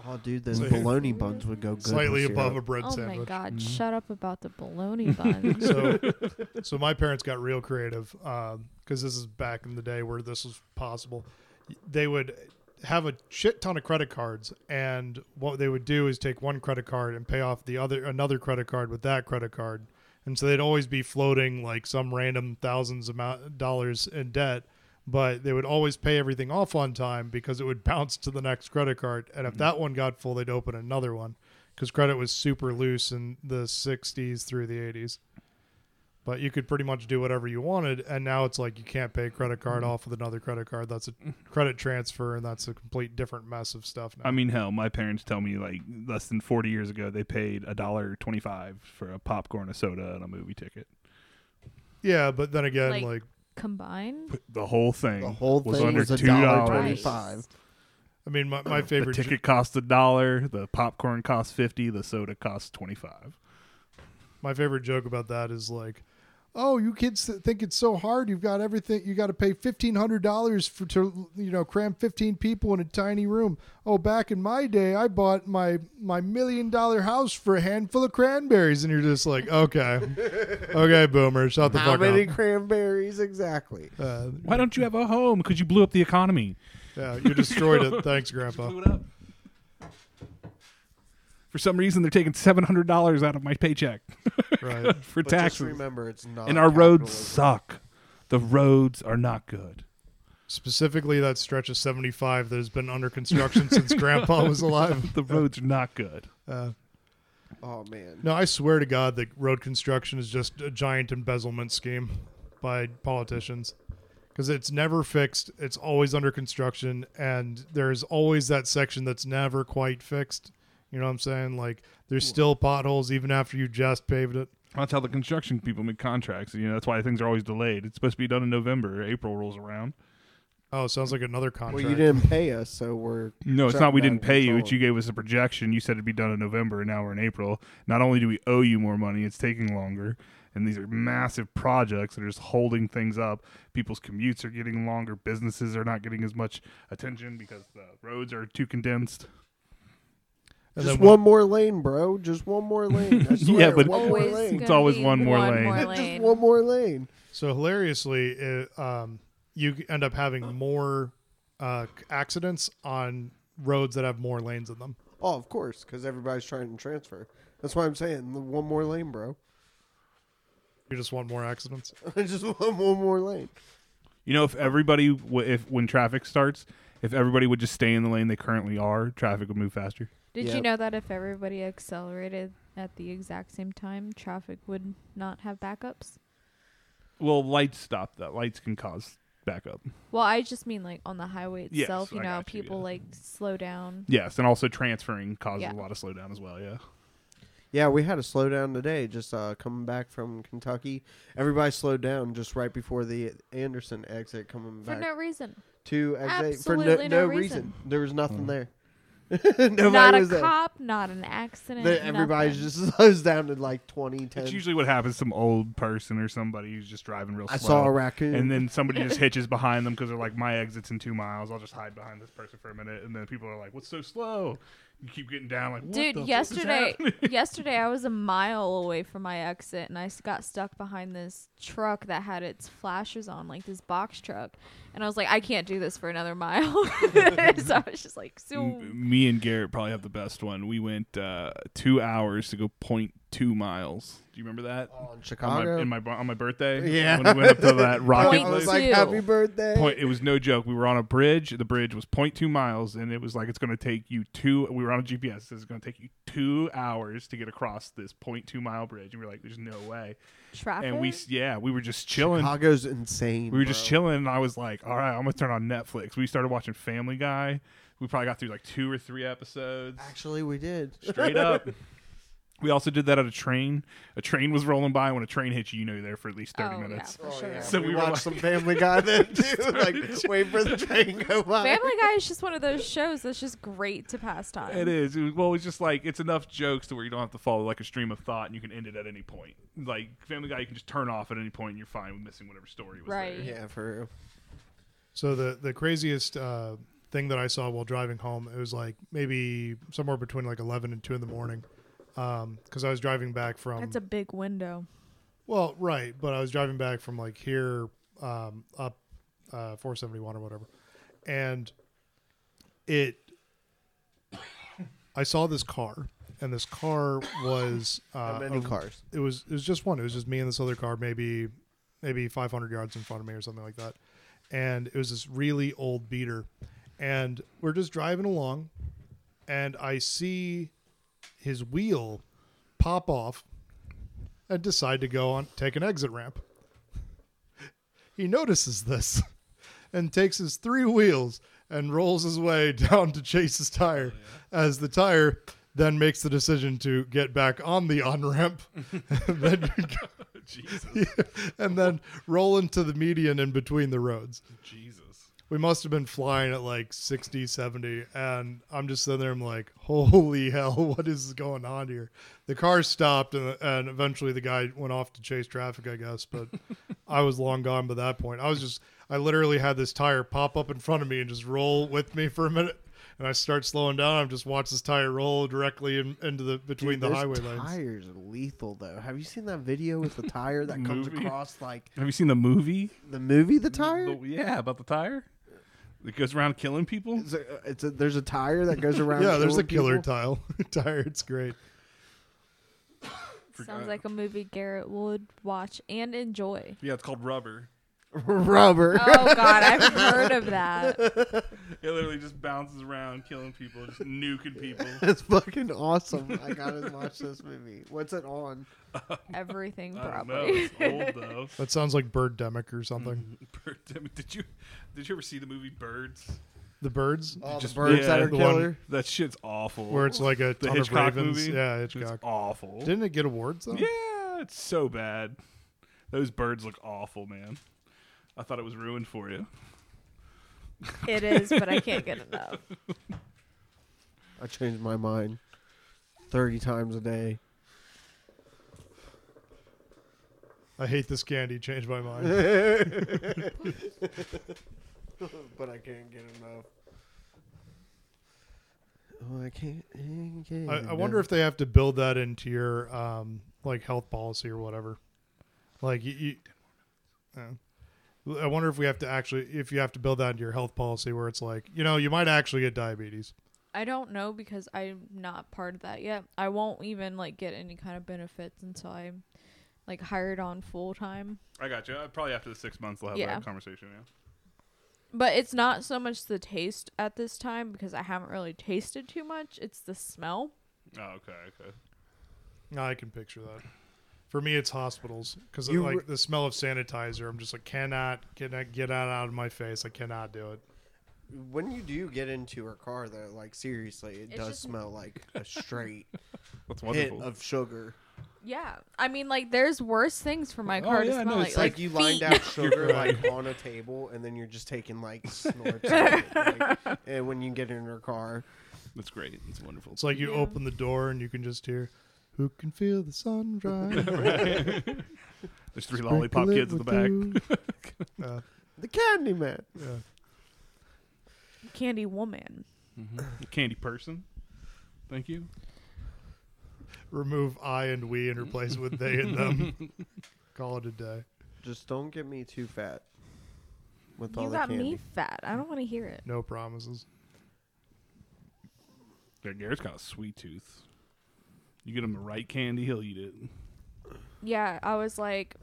Speaker 2: Oh, dude, those
Speaker 3: Sli-
Speaker 2: bologna buns would go good.
Speaker 3: slightly
Speaker 2: with
Speaker 3: above a
Speaker 2: syrup.
Speaker 3: bread
Speaker 4: Oh
Speaker 3: sandwich.
Speaker 4: my god,
Speaker 1: Mm-hmm.
Speaker 4: shut up about the bologna buns.
Speaker 3: so so my parents got real creative because this is back in the day where this was possible they would have a shit ton of credit cards and what they would do is take one credit card and pay off the other another credit card with that credit card and so they'd always be floating like some random thousands amount dollars in debt but they would always pay everything off on time because it would bounce to the next credit card and if
Speaker 1: Mm-hmm.
Speaker 3: that one got full they'd open another one because credit was super loose in the 60s through the 80s but you could pretty much do whatever you wanted and now it's like you can't pay a credit card
Speaker 1: Mm-hmm.
Speaker 3: off with another credit card that's a credit transfer and that's a complete different mess of stuff now
Speaker 1: I mean, hell, my parents tell me like less than forty years ago they paid a dollar twenty-five for a popcorn, a soda, and a movie ticket.
Speaker 3: yeah but then again like,
Speaker 4: Like- Combined?
Speaker 1: The whole thing.
Speaker 2: The whole
Speaker 1: was
Speaker 2: thing
Speaker 1: under
Speaker 2: was a
Speaker 1: two
Speaker 2: dollar
Speaker 1: dollars.
Speaker 2: Twenty-five.
Speaker 3: i mean my, my
Speaker 1: The
Speaker 3: favorite
Speaker 1: ticket cost a dollar. The popcorn cost fifty. The soda costs twenty-five.
Speaker 3: my favorite joke about that is like oh you kids th- think it's so hard you've got everything you got to pay $1500 for to you know cram 15 people in a tiny room oh back in my day i bought my my million dollar house for a handful of cranberries and you're just like okay okay boomer shut the
Speaker 2: How
Speaker 3: fuck
Speaker 2: many
Speaker 3: up
Speaker 2: cranberries exactly?
Speaker 3: uh,
Speaker 1: Why don't you have a home? Because you blew up the economy.
Speaker 3: yeah, you destroyed it. Thanks, Grandpa.
Speaker 1: Blew it up. For some reason, they're taking seven hundred dollars out of my paycheck
Speaker 3: Right.
Speaker 1: for
Speaker 2: But just
Speaker 1: taxes,
Speaker 2: remember, it's not.
Speaker 1: and our roads
Speaker 2: capitalism.
Speaker 1: suck. The roads are not good.
Speaker 3: Specifically, that stretch of 75 that has been under construction since Grandpa was alive.
Speaker 1: The roads are not good.
Speaker 3: Uh,
Speaker 2: Oh man.
Speaker 3: no, I swear to God that road construction is just a giant embezzlement scheme by politicians because it's never fixed. It's always under construction, and there's always that section that's never quite fixed. You know what I'm saying? Like, there's still potholes even after you just paved it.
Speaker 1: That's how the construction people make contracts. You know, that's why things are always delayed. It's supposed to be done in November. April rolls around.
Speaker 3: Oh, sounds like another contract.
Speaker 2: Well, you didn't pay us, so we're
Speaker 1: No, it's
Speaker 2: Something
Speaker 1: not. We
Speaker 2: out of
Speaker 1: didn't pay you.
Speaker 2: control.
Speaker 1: It's you gave us a projection. You said it'd be done in November, and now we're in April. Not only do we owe you more money, it's taking longer. And these are massive projects that are just holding things up. People's commutes are getting longer. Businesses are not getting as much attention because the roads are too condensed.
Speaker 3: And
Speaker 2: just
Speaker 3: then when-
Speaker 2: one more lane, bro. Just one more lane. I swear,
Speaker 1: Yeah, but-
Speaker 2: one more
Speaker 4: Always
Speaker 2: lane.
Speaker 1: It's
Speaker 4: gonna
Speaker 1: always
Speaker 4: be
Speaker 1: one more lane.
Speaker 2: Just one more lane.
Speaker 3: So hilariously, it, um, you end up having more uh, accidents on roads that have more lanes in them.
Speaker 2: Oh, of course, because everybody's trying to transfer. That's why I'm saying the one more lane, bro.
Speaker 3: You just want more accidents.
Speaker 2: just one, one more lane.
Speaker 1: You know, if everybody, w- if when traffic starts, if everybody would just stay in the lane they currently are, traffic would move faster.
Speaker 4: Did
Speaker 2: Yeah.
Speaker 4: you know that if everybody accelerated at the exact same time, traffic would not have backups?
Speaker 1: Well, lights stop that. Lights can cause backup.
Speaker 4: Well, I just mean like on the highway
Speaker 1: Yes,
Speaker 4: itself,
Speaker 1: I
Speaker 4: you know, how
Speaker 1: got you,
Speaker 4: people
Speaker 1: yeah.
Speaker 4: like slow down.
Speaker 1: Yes, and also transferring causes
Speaker 4: Yeah.
Speaker 1: a lot of slowdown as well. Yeah.
Speaker 2: Yeah, we had a slowdown today. Just uh, coming back from Kentucky, everybody slowed down just right before the Anderson exit. Coming
Speaker 4: For
Speaker 2: back
Speaker 4: no reason.
Speaker 2: to exit for no,
Speaker 4: absolutely
Speaker 2: no
Speaker 4: no
Speaker 2: reason.
Speaker 4: reason.
Speaker 2: There was nothing
Speaker 1: Mm.
Speaker 2: there. Nobody
Speaker 4: not a
Speaker 2: was there.
Speaker 4: cop, not an accident.
Speaker 2: They- everybody's
Speaker 4: nothing.
Speaker 2: just slows down to like 20, 10.
Speaker 1: It's usually what happens. Some old person or somebody who's just driving real slow.
Speaker 2: I saw a raccoon.
Speaker 1: And then somebody just hitches behind them because they're like, my exit's in two miles. I'll just hide behind this person for a minute. And then people are like, what's so slow? You keep getting down. Like, what the fuck
Speaker 4: Dude,
Speaker 1: is
Speaker 4: yesterday,
Speaker 1: happening?
Speaker 4: yesterday I was a mile away from my exit, and I s- got stuck behind this truck that had its flashers on, like this box truck, and I was like, I can't do this for another mile. so I was just like, so
Speaker 1: M- Me and Garrett probably have the best one. We went uh, two hours to go 0.2 two miles. Do you remember that?
Speaker 2: Oh, in
Speaker 1: On
Speaker 2: Chicago.
Speaker 1: my, in my bar- on my birthday,
Speaker 2: Yeah.
Speaker 1: when we went up to that rocket.
Speaker 4: Point
Speaker 2: I was
Speaker 1: place.
Speaker 2: like,
Speaker 4: two.
Speaker 2: "Happy birthday!"
Speaker 1: Point, it was no joke. We were on a bridge. The bridge was 0.2 miles, and it was like it's going to take you two. We were on a GPS. It says It's going to take you two hours to get across this 0.2 mile bridge. And we were like, "There's no way."
Speaker 4: Traffic.
Speaker 1: And we, yeah, we were just chilling.
Speaker 2: Chicago's insane.
Speaker 1: We were just
Speaker 2: bro.
Speaker 1: chilling, and I was like, "All right, I'm gonna turn on Netflix." We started watching Family Guy. We probably got through like two or three episodes
Speaker 2: Actually, we did.
Speaker 1: straight up. We also did that at a train. A train was rolling by. When a train hits you, you know you're there for at least thirty
Speaker 4: Oh, yeah.
Speaker 1: minutes.
Speaker 4: For sure.
Speaker 1: So
Speaker 2: we,
Speaker 1: we were
Speaker 2: watched
Speaker 1: like-
Speaker 2: some Family Guy then too. like, wait for the train to go by.
Speaker 4: Family Guy is just one of those shows that's just great to pass time.
Speaker 1: It is. It was- well, it's just like it's enough jokes to where you don't have to follow like a stream of thought, and you can end it at any point. Like Family Guy, you can just turn off at any point, and you're fine with missing whatever story was
Speaker 4: Right.
Speaker 1: there.
Speaker 2: Yeah, for real.
Speaker 3: So the the craziest uh, thing that I saw while driving home, it was like maybe somewhere between like eleven and two in the morning, because I was driving back from.
Speaker 4: That's a big window.
Speaker 3: well, right, but I was driving back from like here um, up uh, 471 or whatever, and it. I saw this car, and this car was uh,
Speaker 2: How many
Speaker 3: a-
Speaker 2: cars?
Speaker 3: it was it was just one. It was just me and this other car, maybe maybe 500 yards in front of me or something like that. And it was this really old beater, and we're just driving along, and I see his wheel pop off, and decide to go on take an exit ramp. He notices this, and takes his three wheels and rolls his way down to chase his tire, as the tire then makes the decision to get back on the on ramp and then,
Speaker 1: Jesus,
Speaker 3: and then roll into the median in between the roads.
Speaker 1: Jesus.
Speaker 3: We must have been flying at like 60, 70. And I'm just sitting there, I'm like, holy hell, what is going on here? The car stopped, and, and eventually the guy went off to chase traffic, I guess. But I was long gone by that point. I was just, I literally had this tire pop up in front of me and just roll with me for a minute. And I start slowing down. I just watch this tire roll directly in, into the between
Speaker 2: Dude,
Speaker 3: the
Speaker 2: those
Speaker 3: highway
Speaker 2: tires
Speaker 3: lanes.
Speaker 2: are lethal though. Have you seen that video with the tire that comes
Speaker 1: Movie?
Speaker 2: across like
Speaker 1: Have you seen the movie?
Speaker 2: the movie The Tire?
Speaker 1: The- yeah, about the tire. It goes around killing people.
Speaker 2: It's a, uh, it's a, there's a tire that goes around.
Speaker 3: Yeah, there's a
Speaker 2: killing
Speaker 3: killer
Speaker 2: people.
Speaker 3: tile tire. It's great.
Speaker 4: Sounds like a movie Garrett would watch and enjoy.
Speaker 1: Yeah, it's called Rubber.
Speaker 2: Rubber.
Speaker 4: Oh God, I've heard of that.
Speaker 1: It literally just bounces around, killing people, just nuking people.
Speaker 2: That's fucking awesome. I gotta watch this movie. What's it on?
Speaker 4: Everything
Speaker 1: I don't know.
Speaker 4: probably.
Speaker 1: It's old though.
Speaker 3: That sounds like Bird Demic or something.
Speaker 2: Mm-hmm.
Speaker 1: Bird, I mean, did you did you ever see the movie Birds?
Speaker 3: The birds.
Speaker 2: Oh,
Speaker 1: Just-
Speaker 2: the birds that
Speaker 1: yeah,
Speaker 2: are
Speaker 3: the one-
Speaker 2: killer.
Speaker 1: That shit's awful.
Speaker 3: where it's like a
Speaker 1: the
Speaker 3: ton
Speaker 1: Hitchcock
Speaker 3: of ravens.
Speaker 1: movie.
Speaker 3: Yeah,
Speaker 1: It's
Speaker 3: Hitchcock.
Speaker 1: awful.
Speaker 3: Didn't it get awards though?
Speaker 1: yeah, it's so bad. Those birds look awful, man. I thought it was ruined for you.
Speaker 4: it is, but I can't get enough.
Speaker 2: I changed my mind thirty times a day.
Speaker 3: I hate this candy. Changed my mind.
Speaker 2: but I can't get enough. Oh, I can't, get
Speaker 3: I, I wonder if they have to build that into your um, like health policy or whatever. Like you, you uh, I wonder if we have to actually if you have to build that into your health policy where it's like you know you might actually get diabetes.
Speaker 4: I don't know because I'm not part of that yet. I won't even like get any kind of benefits until I'm like hired on full time.
Speaker 1: I got you. I probably after the six months, I'll have
Speaker 4: Yeah.
Speaker 1: that conversation. Yeah.
Speaker 4: But it's not so much the taste at this time because I haven't really tasted too much. It's the smell.
Speaker 1: Oh, okay, okay.
Speaker 3: No, I can picture that. For me, it's hospitals because
Speaker 2: You
Speaker 3: like
Speaker 2: re-
Speaker 3: the smell of sanitizer. I'm just like cannot cannot get that out of my face. I cannot do it.
Speaker 2: when you do get into her car, though, like seriously, it
Speaker 4: It's
Speaker 2: does
Speaker 4: just-
Speaker 2: smell like a straight
Speaker 1: That's
Speaker 2: hit
Speaker 1: wonderful.
Speaker 2: of sugar.
Speaker 4: Yeah, I mean, like there's worse things for my
Speaker 1: Oh,
Speaker 4: car to
Speaker 1: yeah,
Speaker 4: smell
Speaker 1: no,
Speaker 4: like.
Speaker 1: it's
Speaker 2: It's like, you lined
Speaker 4: feet.
Speaker 2: out sugar
Speaker 3: Right.
Speaker 2: like on a table, and then you're just taking like snorts. of it, like, and when you get in her car,
Speaker 1: That's great. That's wonderful.
Speaker 3: It's like you
Speaker 4: Yeah.
Speaker 3: open the door and you can just hear, "Who can feel the sunrise?"
Speaker 1: There's three lollipop kids in the back.
Speaker 3: back.
Speaker 2: the candy man.
Speaker 3: Uh, yeah.
Speaker 4: Candy Woman.
Speaker 1: Candy person. Thank you.
Speaker 3: Remove I and we and replace it with they and them. Call it a day.
Speaker 2: Just don't get me too fat. With all
Speaker 4: you
Speaker 2: the
Speaker 4: got
Speaker 2: candy.
Speaker 4: me fat. I don't want to hear it.
Speaker 3: No promises.
Speaker 1: Yeah, Garrett's got a sweet tooth. You get him the right candy, he'll eat it.
Speaker 4: Yeah, I was like,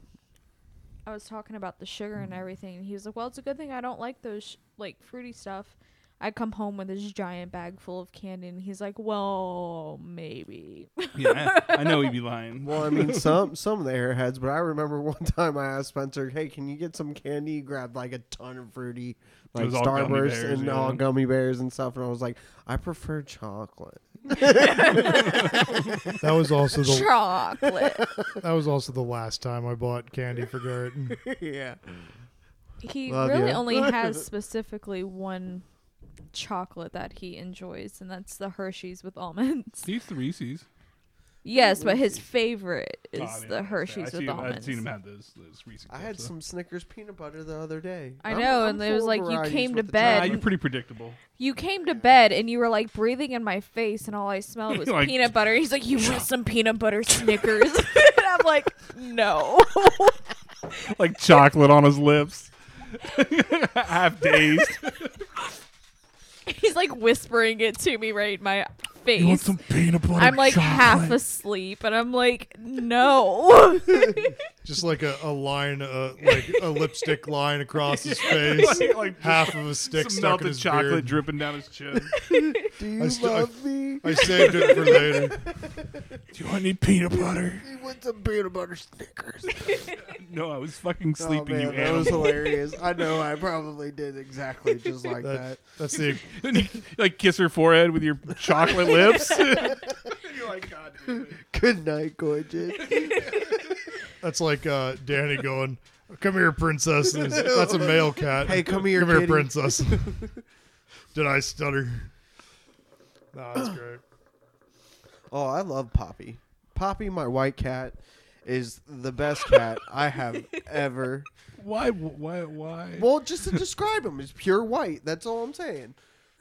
Speaker 4: I was talking about the sugar and everything. And he was like, "Well, it's a good thing I don't like those sh- like fruity stuff." I come home with this giant bag full of candy, and he's like, "Well, maybe."
Speaker 1: Yeah, I, I know he'd be lying.
Speaker 2: Well, I mean, some some of the airheads, but I remember one time I asked Spencer, "Hey, can you get some candy?" He grabbed like a ton of fruity, like
Speaker 1: was all gummy
Speaker 2: Starburst
Speaker 1: bears,
Speaker 2: and
Speaker 1: yeah.
Speaker 2: all gummy bears and stuff, and I was like, "I prefer chocolate."
Speaker 3: That was also the
Speaker 4: Chocolate.
Speaker 3: that was also the last time I bought candy for Garrett. And
Speaker 2: yeah,
Speaker 4: He
Speaker 2: Love
Speaker 4: really
Speaker 2: ya.
Speaker 4: only has specifically one chocolate that he enjoys, and that's the Hershey's with almonds.
Speaker 1: He's the Reese's.
Speaker 4: yes, but his favorite is
Speaker 1: Oh, I mean,
Speaker 4: the
Speaker 1: I've
Speaker 4: Hershey's
Speaker 1: seen him-
Speaker 4: with almonds.
Speaker 1: I've seen him have those, those Reese's.
Speaker 2: I had
Speaker 1: cups, so.
Speaker 2: some Snickers peanut butter the other day.
Speaker 4: I
Speaker 2: I'm-
Speaker 4: know,
Speaker 2: I'm
Speaker 4: and it
Speaker 2: full
Speaker 4: was
Speaker 2: of
Speaker 4: like you
Speaker 2: varieties
Speaker 4: came
Speaker 2: with
Speaker 4: to
Speaker 2: the
Speaker 4: bed
Speaker 1: Ah,
Speaker 2: chocolate.
Speaker 1: you're pretty predictable.
Speaker 4: You came to bed and you were like breathing in my face, and all I smelled was
Speaker 1: Like-
Speaker 4: peanut butter. He's like, "You want some peanut butter Snickers?" and I'm like, "No."
Speaker 1: like chocolate on his lips. Half dazed.
Speaker 4: He's like whispering it to me right in my face.
Speaker 1: peanut butter?
Speaker 4: I'm like half asleep, and I'm like, "No."
Speaker 3: just like a, a line, uh, like a lipstick line across his face,
Speaker 1: Like- like
Speaker 3: half of a stick
Speaker 1: Some
Speaker 3: stuck in
Speaker 1: melted
Speaker 3: his
Speaker 1: chocolate
Speaker 3: beard.
Speaker 1: dripping down his chin.
Speaker 2: Do you
Speaker 3: I st- I-
Speaker 2: love me?
Speaker 3: I saved it for later.
Speaker 1: Do you want any peanut butter?
Speaker 2: You want some peanut butter Snickers?
Speaker 1: No, I was fucking sleeping,
Speaker 2: oh, man,
Speaker 1: you
Speaker 2: that
Speaker 1: animal.
Speaker 2: was hilarious. I know. I probably did exactly just like
Speaker 3: That,
Speaker 2: that.
Speaker 3: that's the
Speaker 1: and you, like kiss her forehead with your chocolate lips.
Speaker 2: Good night, gorgeous.
Speaker 3: that's like uh, Danny going, "Come here, princess." And it's- That's a male cat.
Speaker 2: Hey, come here,
Speaker 3: come here,
Speaker 2: kitty.
Speaker 3: princess. Did I stutter? No, that's great.
Speaker 2: Oh, I love Poppy. Poppy, my white cat, is the best cat I have ever.
Speaker 1: why? Why? Why?
Speaker 2: Well, just to describe him, he's pure white. That's all I'm saying.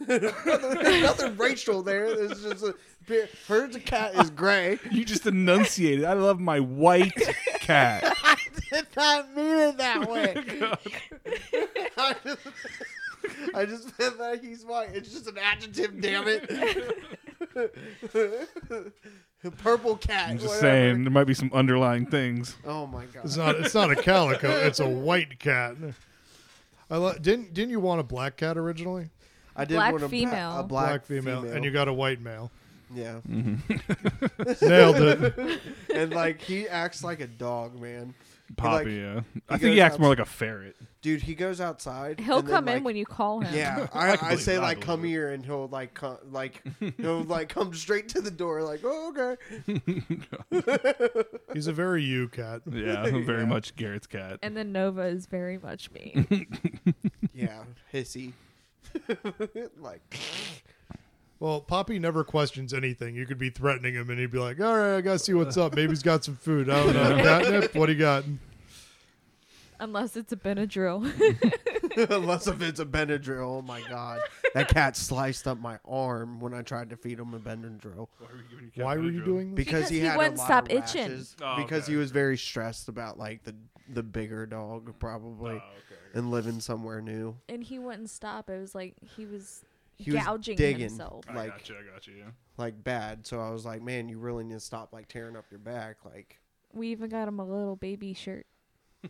Speaker 2: nothing, nothing racial there. It's just a pure- hers. A cat is gray.
Speaker 1: You just enunciated. I love my white cat.
Speaker 2: I did not mean it that way. I just, I just meant that he's white. It's just an adjective, damn it. Purple cat.
Speaker 1: I'm just
Speaker 2: whatever.
Speaker 1: saying there might be some underlying things.
Speaker 2: Oh my god.
Speaker 3: It's not. It's not a calico. It's a white cat. I lo- didn't. Didn't you want a black cat originally?
Speaker 2: I did
Speaker 4: Black
Speaker 2: want a, ba-
Speaker 4: female.
Speaker 2: a black, female,
Speaker 3: and you got a white male.
Speaker 2: yeah,
Speaker 3: Nailed it.
Speaker 2: and like he acts like a dog, man.
Speaker 1: Poppy.
Speaker 2: like-
Speaker 1: yeah. I
Speaker 2: goes
Speaker 1: think he acts
Speaker 2: outs-
Speaker 1: more like a ferret.
Speaker 2: Dude, he goes outside.
Speaker 4: He'll
Speaker 2: and then,
Speaker 4: come
Speaker 2: like-
Speaker 4: in when you call him.
Speaker 2: Yeah,
Speaker 1: I
Speaker 2: I,
Speaker 1: can
Speaker 2: I,
Speaker 1: believe
Speaker 2: say
Speaker 1: it, I
Speaker 2: like
Speaker 1: believe
Speaker 2: come
Speaker 1: it.
Speaker 2: here, and he'll like come, like he'll like come straight to the door, like oh okay.
Speaker 3: He's a very you cat.
Speaker 1: Yeah, very much Garrett's cat.
Speaker 4: And then Nova is very much me.
Speaker 2: Yeah, hissy. like
Speaker 3: Well, Poppy never questions anything. You could be threatening him, and he'd be like, "All right, I gotta see what's up. Maybe he's got some food. I don't know. Catnip? What do you got?"
Speaker 4: Unless it's a Benadryl.
Speaker 2: unless if it's a Benadryl, oh my god, that cat sliced up my arm when I tried to feed him a Benadryl
Speaker 3: Why were you doing this?
Speaker 2: because,
Speaker 4: Because he
Speaker 2: had
Speaker 4: wouldn't
Speaker 2: a lot
Speaker 4: stop
Speaker 2: of
Speaker 4: itching.
Speaker 2: rashes,
Speaker 1: Oh,
Speaker 2: because
Speaker 1: okay,
Speaker 2: he was very stressed about like the the bigger dog
Speaker 1: Oh,
Speaker 2: probably
Speaker 3: Oh.
Speaker 2: and living somewhere new.
Speaker 4: and he wouldn't stop. It was like he was
Speaker 2: He was
Speaker 4: gouging
Speaker 2: digging.
Speaker 4: himself.
Speaker 1: I
Speaker 2: Like-
Speaker 1: got you. I got you. Yeah.
Speaker 2: like bad. So I was like, man, you really need to stop like tearing up your back. Like,
Speaker 4: We even got him a little baby shirt.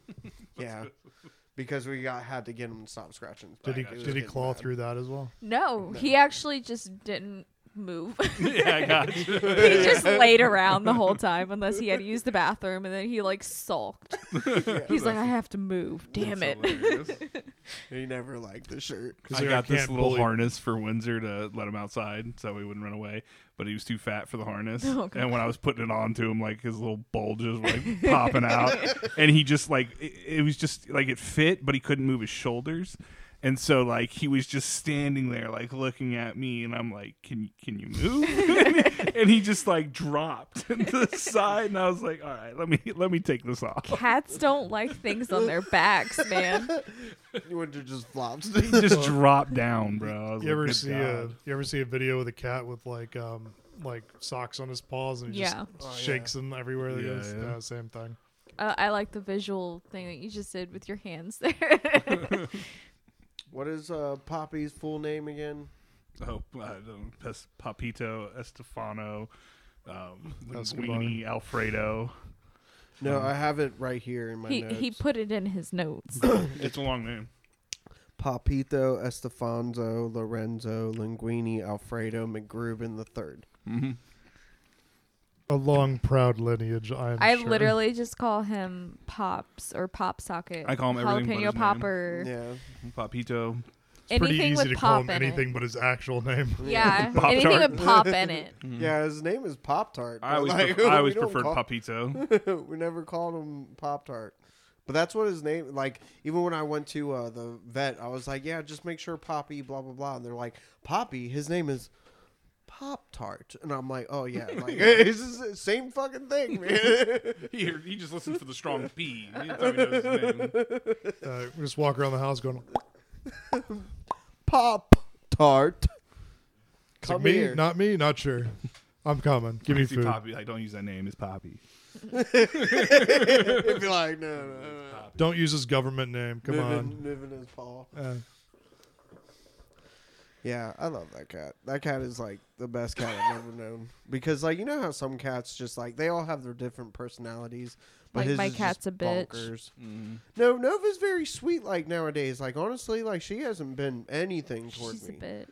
Speaker 2: yeah, because we got had to get him to stop scratching. His back.
Speaker 3: Did
Speaker 2: It
Speaker 3: he
Speaker 2: was
Speaker 3: did he
Speaker 2: getting
Speaker 3: claw
Speaker 2: bad.
Speaker 3: through that as well?
Speaker 4: No, he actually just didn't move.
Speaker 1: yeah, I got you.
Speaker 4: he just laid around the whole time unless he had to use the bathroom and then he like sulked. He's like, I have to move. Damn it.
Speaker 2: He never liked the shirt.
Speaker 3: Is
Speaker 1: I
Speaker 3: there a
Speaker 1: got this
Speaker 3: cat
Speaker 1: little
Speaker 3: bully?
Speaker 1: harness for Windsor to let him outside so he wouldn't run away, but he was too fat for the harness.
Speaker 4: Oh, God.
Speaker 1: and when I was putting it on to him, like his little bulges were like popping out, and he just like it, it was just like it fit, but he couldn't move his shoulders. And so, like, he was just standing there, like, looking at me, and I'm like, "Can can you move?" and he just like dropped to the side, and I was like, "All right, let me let me take this off."
Speaker 4: Cats don't like things on their backs, man.
Speaker 2: You went to just flops.
Speaker 1: He just dropped down, bro. I was
Speaker 3: You
Speaker 1: like,
Speaker 3: ever
Speaker 1: "Good
Speaker 3: see uh, a
Speaker 1: God."
Speaker 3: you ever see a video with a cat with like um like socks on his paws and he
Speaker 4: Yeah.
Speaker 2: Oh,
Speaker 3: just shakes them everywhere that he
Speaker 1: Yeah,
Speaker 3: goes?
Speaker 1: yeah.
Speaker 3: Yeah, same thing.
Speaker 4: Uh, I like the visual thing that you just did with your hands there.
Speaker 2: what is uh, Poppy's full name again?
Speaker 1: Oh, I don't, Pes- Papito Estefano um,
Speaker 3: That's a good one.
Speaker 1: linguine Alfredo.
Speaker 2: No, I have it right here in my
Speaker 4: Um, He
Speaker 2: notes.
Speaker 4: he put it in his notes.
Speaker 1: It's a long name.
Speaker 2: Papito, Estefanzo, Lorenzo, Linguini, Alfredo, McGruben the third.
Speaker 1: Mm-hmm.
Speaker 3: A long, proud lineage. I'm
Speaker 4: I
Speaker 3: sure.
Speaker 4: literally just call him Pops or Pop Socket.
Speaker 1: I call him everything but his
Speaker 4: jalapeno
Speaker 1: name.
Speaker 4: popper.
Speaker 2: Yeah,
Speaker 1: Papito.
Speaker 3: It's pretty
Speaker 4: anything
Speaker 3: easy
Speaker 4: with
Speaker 3: to call
Speaker 4: pop
Speaker 3: him
Speaker 4: in
Speaker 3: anything but his actual name.
Speaker 4: it. Yeah,
Speaker 1: Pop
Speaker 4: anything
Speaker 1: Tart.
Speaker 4: with pop in it.
Speaker 2: yeah. His name is Pop Tart.
Speaker 1: Mm-hmm. I always,
Speaker 2: Like,
Speaker 1: pref- I
Speaker 2: we
Speaker 1: always
Speaker 2: don't
Speaker 1: preferred
Speaker 2: call-
Speaker 1: Papito.
Speaker 2: we never called him Pop Tart. But that's what his name like even when I went to uh, the vet, I was like, Yeah, just make sure Poppy, blah blah blah and they're like, Poppy, his name is Pop Tart and I'm like, Oh yeah, like it's just the same fucking thing, man.
Speaker 1: he, he just listens for the strong P. That's how he knows his name.
Speaker 3: Uh, we just walk around the house going, "It's
Speaker 2: Pop Tart.
Speaker 3: like,
Speaker 2: Come
Speaker 3: me,
Speaker 2: here.
Speaker 3: not me, not sure. I'm coming. Give me
Speaker 1: You see
Speaker 3: food.
Speaker 1: Poppy, like, don't use that name. It's Poppy.
Speaker 2: It'd be like, No, no, no. no.
Speaker 3: Don't use his government name. Come
Speaker 2: Niven, Niven is Paul.
Speaker 3: on. Uh,
Speaker 2: Yeah, I love that cat. That cat is like the best cat I've ever known. Because like you know how some cats just like they all have their different personalities. But
Speaker 4: Like,
Speaker 2: his
Speaker 4: my
Speaker 2: is just
Speaker 4: cat's a bitch.
Speaker 2: bonkers. No, Nova's very sweet. Like nowadays, like honestly, like she hasn't been anything towards
Speaker 4: She's a
Speaker 2: me.
Speaker 4: bitch.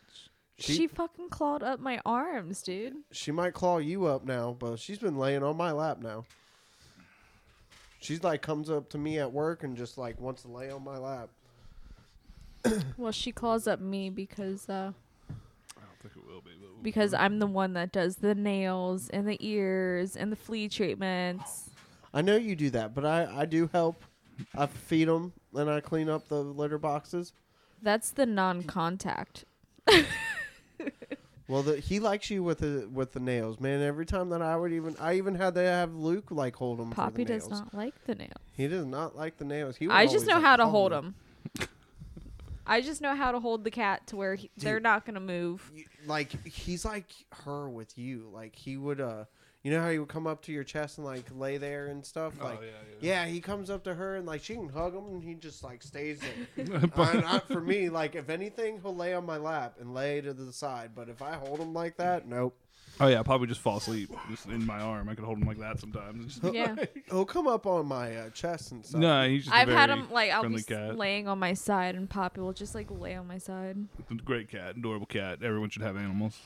Speaker 2: She-
Speaker 4: She, fucking clawed up my arms, dude.
Speaker 2: She might claw you up now, but she's been laying on my lap now. She's like comes up to me at work and just like wants to lay on my lap.
Speaker 4: Well, she claws up me because uh
Speaker 1: I don't think it will be. but-
Speaker 4: because I'm the one that does the nails and the ears and the flea treatments.
Speaker 2: I know you do that, but I I do help. I feed them and I clean up the litter boxes.
Speaker 4: That's the non-contact.
Speaker 2: Well, the, he likes you with the with the nails, man. Every time that I would even, I even had to have Luke like hold him.
Speaker 4: Poppy
Speaker 2: for the
Speaker 4: does
Speaker 2: nails.
Speaker 4: not like the nails.
Speaker 2: He does not like the nails. He. would
Speaker 4: I just
Speaker 2: always,
Speaker 4: know
Speaker 2: like,
Speaker 4: how to
Speaker 2: pull
Speaker 4: hold them. I just know how to hold the cat to where he, they're not gonna move.
Speaker 2: You- Like he's like her with you. Like he would, uh, you know how he would come up to your chest and like lay there and stuff. Like,
Speaker 1: Oh, yeah,
Speaker 2: yeah, he comes up to her and like she can hug him and he just like stays there. uh, not for me. Like if anything, he'll lay on my lap and lay to the side. But if I hold him like that, nope.
Speaker 1: Oh yeah, I'll probably just fall asleep just in my arm. I could hold him like that sometimes. Just-
Speaker 4: Yeah.
Speaker 2: He'll come up on my uh, chest and stuff.
Speaker 1: No, he's just a
Speaker 4: I've had
Speaker 1: very
Speaker 4: him like I'll be
Speaker 1: friendly
Speaker 4: s-
Speaker 1: cat.
Speaker 4: laying on my side, and Poppy will just like lay on my side.
Speaker 1: Great cat, adorable cat. Everyone should have animals.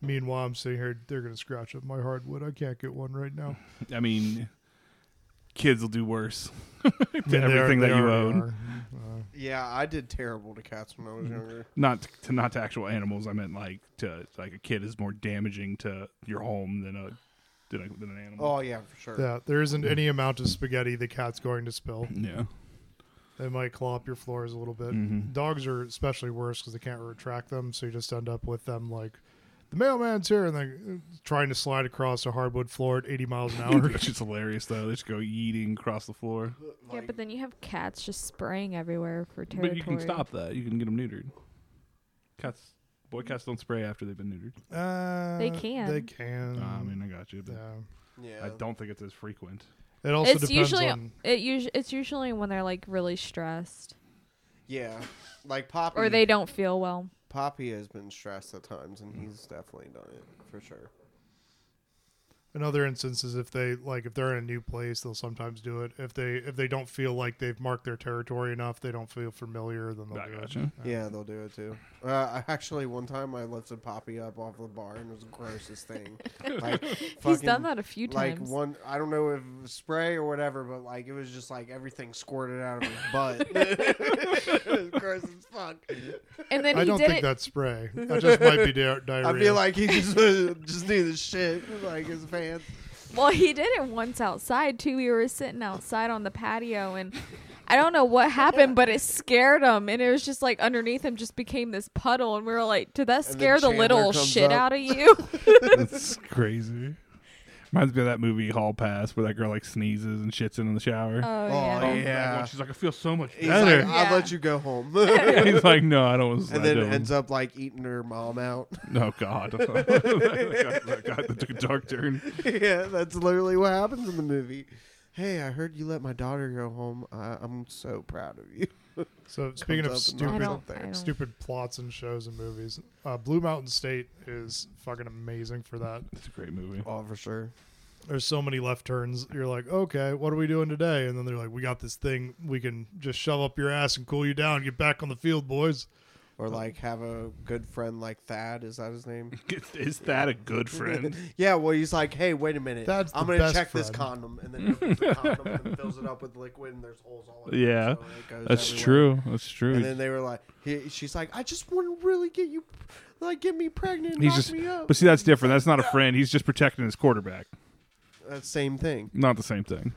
Speaker 3: meanwhile, I'm sitting here. They're gonna scratch up my hardwood. I can't get one right now.
Speaker 1: I mean, kids will do worse to
Speaker 3: I mean, they are-
Speaker 1: everything
Speaker 3: they
Speaker 1: that you
Speaker 3: already
Speaker 1: own.
Speaker 3: are. Uh,
Speaker 2: Yeah, I did terrible to cats when I
Speaker 1: Mm.
Speaker 2: was younger.
Speaker 1: Not to, to not to actual animals. I meant like to like a kid is more damaging to your home than a than, a, than an animal.
Speaker 2: Oh yeah, for sure.
Speaker 3: yeah, there isn't any amount of spaghetti the cat's going to spill.
Speaker 1: Yeah,
Speaker 3: They might claw up your floors a little bit.
Speaker 1: Mhm.
Speaker 3: Dogs are especially worse because they can't retract them, so you just end up with them like the mailman's here, and they're trying to slide across a hardwood floor at 80 miles an hour.
Speaker 1: it's just hilarious though. They just go yeeting across the floor.
Speaker 4: yeah, but then you have cats just spraying everywhere for territory.
Speaker 1: But you can stop that. You can get them neutered. Cats, boy cats don't spray after they've been neutered.
Speaker 3: Uh,
Speaker 4: They can.
Speaker 3: They can.
Speaker 1: I mean, I got you. But
Speaker 3: Mm. yeah.
Speaker 2: yeah.
Speaker 1: I don't think it's as frequent.
Speaker 3: It also
Speaker 4: It's
Speaker 3: depends
Speaker 4: usually
Speaker 3: on.
Speaker 4: it usu- it's usually when they're like really stressed
Speaker 2: Yeah, like Poppy.
Speaker 4: or they don't feel well.
Speaker 2: Poppy has been stressed at times,
Speaker 1: Mm.
Speaker 2: and he's definitely done it for sure.
Speaker 3: In other instances, if they like, if they're in a new place, they'll sometimes do it. If they if they don't feel like they've marked their territory enough, they don't feel familiar, then they'll
Speaker 1: I
Speaker 3: do
Speaker 1: gotcha.
Speaker 3: it.
Speaker 2: Yeah, they'll do it too. Uh, I actually one time I lifted Poppy up off the bar, and it was the grossest thing. Like,
Speaker 4: He's
Speaker 2: fucking-
Speaker 4: done that a few
Speaker 2: Like
Speaker 4: times.
Speaker 2: one, I don't know if it was spray or whatever, but like it was just like everything squirted out of his butt. it was gross as fuck.
Speaker 4: and then
Speaker 3: I
Speaker 4: he
Speaker 3: don't
Speaker 4: did
Speaker 3: think
Speaker 4: it.
Speaker 3: that's spray. That just might be di- diarrhea.
Speaker 2: I feel like he just just knew the shit, like his pants.
Speaker 4: Well, he did it once outside too. We were sitting outside on the patio, and I don't know what happened, but it scared him, and it was just like underneath him just became this puddle, and we were like, "Did that
Speaker 2: then
Speaker 4: scare the
Speaker 2: Chandler
Speaker 4: little
Speaker 2: comes
Speaker 4: shit
Speaker 2: up.
Speaker 4: out of you?"
Speaker 1: That's crazy. Reminds me of that movie Hall Pass where that girl like sneezes and shits in the shower.
Speaker 4: oh
Speaker 2: yeah.
Speaker 1: Oh, that one. She's like, I feel so much better.
Speaker 2: He's like, I'll
Speaker 4: Yeah.
Speaker 2: let you go home.
Speaker 1: He's like, no, I don't want to slide
Speaker 2: and then
Speaker 1: down.
Speaker 2: ends up like eating her mom out.
Speaker 1: Oh God, that got- that took a dark turn.
Speaker 2: yeah, that's literally what happens in the movie. "Hey, I heard you let my daughter go home. I, I'm so proud of you."
Speaker 3: So speaking of
Speaker 2: Comes up and knocks
Speaker 4: I
Speaker 3: stupid,
Speaker 4: don't,
Speaker 2: there.
Speaker 4: I don't-
Speaker 3: stupid plots and shows and movies, uh, Blue Mountain State is fucking amazing for that.
Speaker 1: It's a great movie.
Speaker 2: Oh, for sure.
Speaker 3: There's so many left turns. You're like, okay, what are we doing today? And then they're like, we got this thing. We can just shove up your ass and cool you down. Get back on the field, boys.
Speaker 2: Or like have a good friend like Thad. Is that his name?
Speaker 1: Is that a good friend?
Speaker 2: yeah. Well, he's like, "Hey, wait a minute.
Speaker 3: That's
Speaker 2: I'm
Speaker 3: the
Speaker 2: gonna
Speaker 3: best
Speaker 2: check this
Speaker 3: friend."
Speaker 2: condom," and then opens the condom and fills it up with liquid, and there's holes all over.
Speaker 1: Yeah,
Speaker 2: it, so it goes
Speaker 1: That's
Speaker 2: everywhere.
Speaker 1: true. That's true.
Speaker 2: And then they were like, he, she's like, I just want to really get you, like, get me pregnant.
Speaker 1: He's
Speaker 2: knock
Speaker 1: just,
Speaker 2: me up.
Speaker 1: but see, that's different. That's not a friend. He's just protecting his quarterback.
Speaker 2: Uh, same thing.
Speaker 1: Not the same thing.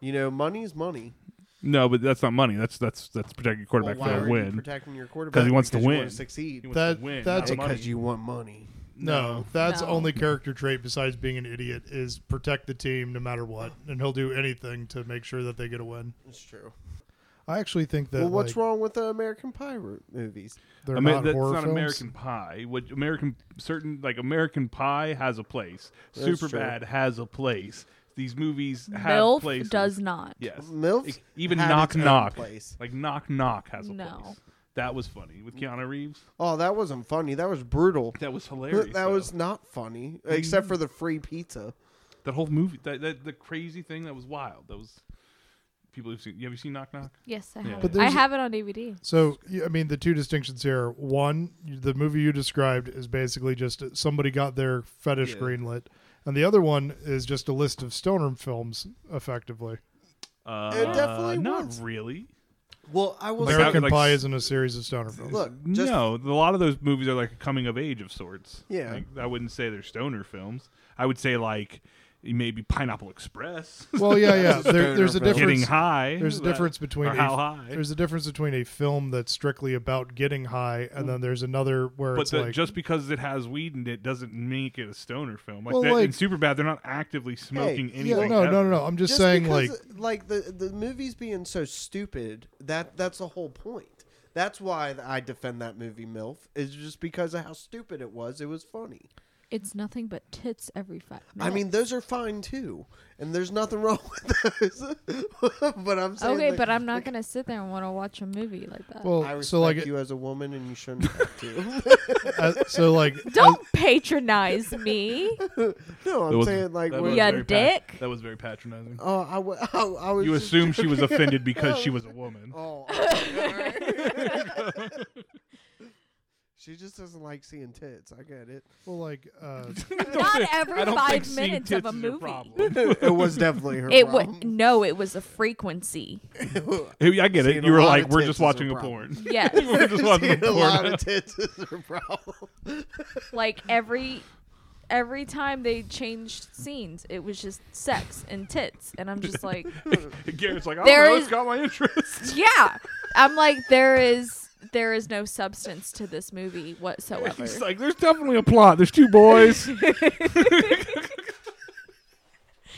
Speaker 2: You know, money's money.
Speaker 1: No, but that's not money. That's that's that's protecting your quarterback
Speaker 2: well, why
Speaker 1: for
Speaker 2: are
Speaker 1: a
Speaker 2: you
Speaker 1: win.
Speaker 2: Oh, protecting your quarterback?
Speaker 1: 'Cause he wants to
Speaker 2: Because you
Speaker 1: win.
Speaker 2: want succeed.
Speaker 3: That-
Speaker 1: not
Speaker 3: that's a-
Speaker 1: money.
Speaker 2: Because you want money.
Speaker 3: No, that's
Speaker 4: No.
Speaker 3: only character trait besides being an idiot is protect the team no matter what, and he'll do anything to make sure that they get a win.
Speaker 2: It's true.
Speaker 3: I actually think that
Speaker 2: well, what's
Speaker 3: like,
Speaker 2: wrong with the American Pie ro- movies?
Speaker 3: They're
Speaker 1: I mean,
Speaker 3: not
Speaker 1: that's
Speaker 3: horror
Speaker 1: not
Speaker 3: films.
Speaker 1: American Pie. What American certain like American Pie has a place.
Speaker 2: That's
Speaker 1: Super
Speaker 2: true.
Speaker 1: Bad has a place. These movies have
Speaker 4: MILF
Speaker 1: places.
Speaker 4: does not.
Speaker 1: yes.
Speaker 2: MILF
Speaker 1: E- even
Speaker 2: had
Speaker 1: knock
Speaker 2: its own
Speaker 1: knock
Speaker 2: place.
Speaker 1: like knock knock has a
Speaker 4: No.
Speaker 1: place. That was funny with Keanu Reeves.
Speaker 2: Oh, that wasn't funny. That was brutal.
Speaker 1: That was hilarious.
Speaker 2: That
Speaker 1: though.
Speaker 2: was not funny, except for the free pizza.
Speaker 1: that whole movie. That, that the crazy thing that was wild. That was people who've seen. Have you seen Knock Knock?
Speaker 4: Yes, I
Speaker 1: Yeah.
Speaker 4: have.
Speaker 1: But
Speaker 4: it. I
Speaker 3: there's-
Speaker 4: have it on DVD.
Speaker 3: So y- I mean, the two distinctions here: one, you- the movie you described is basically just somebody got their fetish
Speaker 1: Yeah.
Speaker 3: greenlit, and the other one is just a list of stoner films, effectively.
Speaker 1: Uh,
Speaker 2: definitely
Speaker 1: not
Speaker 2: was.
Speaker 1: really.
Speaker 2: Well, I will
Speaker 1: Like,
Speaker 2: say,
Speaker 3: American
Speaker 1: like-
Speaker 3: Pie isn't a series of stoner films.
Speaker 2: look, just
Speaker 1: no, a lot of those movies are like a coming of age of sorts.
Speaker 2: Yeah.
Speaker 1: Like, I wouldn't say they're stoner films. I would say like maybe Pineapple Express,
Speaker 3: Well, yeah, yeah.
Speaker 2: That's a
Speaker 3: There, there's a
Speaker 2: stoner film.
Speaker 1: getting
Speaker 3: difference.
Speaker 1: high.
Speaker 3: There's a
Speaker 1: That-
Speaker 3: difference between
Speaker 1: or
Speaker 3: a-
Speaker 1: how high.
Speaker 3: There's a difference between a film that's strictly about getting high, and then there's another where
Speaker 1: But
Speaker 3: it's
Speaker 1: the-
Speaker 3: like
Speaker 1: just because it has weed in it doesn't make it a stoner film. Like,
Speaker 3: Well,
Speaker 1: that,
Speaker 3: like-
Speaker 1: in Superbad, they're not actively smoking
Speaker 2: yeah,
Speaker 1: anything.
Speaker 3: Yeah, no,
Speaker 1: ever.
Speaker 3: no, no, no. I'm just,
Speaker 2: just
Speaker 3: saying, like,
Speaker 2: because, uh, like the the movies being so stupid that that's the whole point. That's why I defend that movie MILF is just because of how stupid it was. It was funny.
Speaker 4: It's nothing but tits every five
Speaker 2: I
Speaker 4: minutes.
Speaker 2: mean, those are fine too, and there's nothing wrong with those. but I'm saying
Speaker 4: okay,
Speaker 2: that
Speaker 4: but I'm not gonna sit there and want to watch a movie like that.
Speaker 2: I
Speaker 3: well,
Speaker 2: respect
Speaker 3: so like,
Speaker 2: you as a woman, and you shouldn't have to.
Speaker 3: uh, so like,
Speaker 4: don't patronize me.
Speaker 2: no,
Speaker 1: That
Speaker 2: I'm
Speaker 1: was-
Speaker 2: saying like,
Speaker 1: that
Speaker 2: when-
Speaker 1: was
Speaker 4: Yeah,
Speaker 1: very pat-
Speaker 4: dick.
Speaker 1: that was very patronizing.
Speaker 2: oh, I, w- I, I was.
Speaker 1: You
Speaker 2: just-
Speaker 1: assume she was offended because she was a woman.
Speaker 2: Oh, okay. she just doesn't like seeing tits. I get it.
Speaker 3: well, like, uh,
Speaker 4: Not every
Speaker 1: I don't
Speaker 4: five
Speaker 1: think seeing
Speaker 4: minutes
Speaker 1: tits
Speaker 4: of a
Speaker 1: is your
Speaker 4: movie.
Speaker 1: problem.
Speaker 2: it was definitely her.
Speaker 4: It
Speaker 2: problem.
Speaker 4: would no, it was a frequency.
Speaker 1: I get
Speaker 2: Seeing
Speaker 1: it.
Speaker 2: a
Speaker 1: You were
Speaker 2: lot
Speaker 1: like,
Speaker 2: of
Speaker 1: we're just
Speaker 2: tits is a
Speaker 1: watching a
Speaker 2: problem.
Speaker 1: porn.
Speaker 4: Yes,
Speaker 1: we're just watching a
Speaker 2: Seeing a lot
Speaker 1: porn.
Speaker 2: of tits is her problem.
Speaker 4: like every every time they changed scenes, it was just sex and tits, and I'm just like,
Speaker 1: Garrett's like, I
Speaker 4: There
Speaker 1: don't know,
Speaker 4: is-
Speaker 1: it's got my interest.
Speaker 4: yeah. I'm like, there is there is no substance to this movie whatsoever.
Speaker 1: He's like, there's definitely a plot. There's two boys.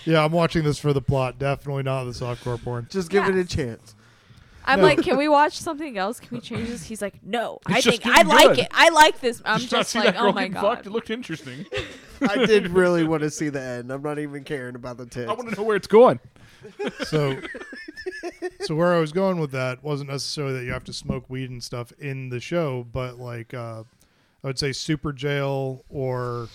Speaker 3: yeah, I'm watching this for the plot. Definitely not the softcore porn.
Speaker 2: Just
Speaker 4: give
Speaker 2: give
Speaker 4: it
Speaker 2: it
Speaker 4: a
Speaker 2: a chance.
Speaker 4: I'm like, can we watch something else? Can we change this? He's like, no, I
Speaker 1: It's just
Speaker 4: think I
Speaker 1: getting
Speaker 4: like
Speaker 1: good.
Speaker 4: it. I like this. I'm
Speaker 1: Did you not
Speaker 4: just
Speaker 1: see
Speaker 4: like,
Speaker 1: that girl
Speaker 4: oh my
Speaker 1: getting
Speaker 4: god.
Speaker 1: fucked? It looked interesting.
Speaker 2: I did really want to see the end. I'm not even caring about the tits.
Speaker 1: I want to know where it's going.
Speaker 3: So, so where I was going with that wasn't necessarily that you have to smoke weed and stuff in the show, but like, uh, I would say Super Jail or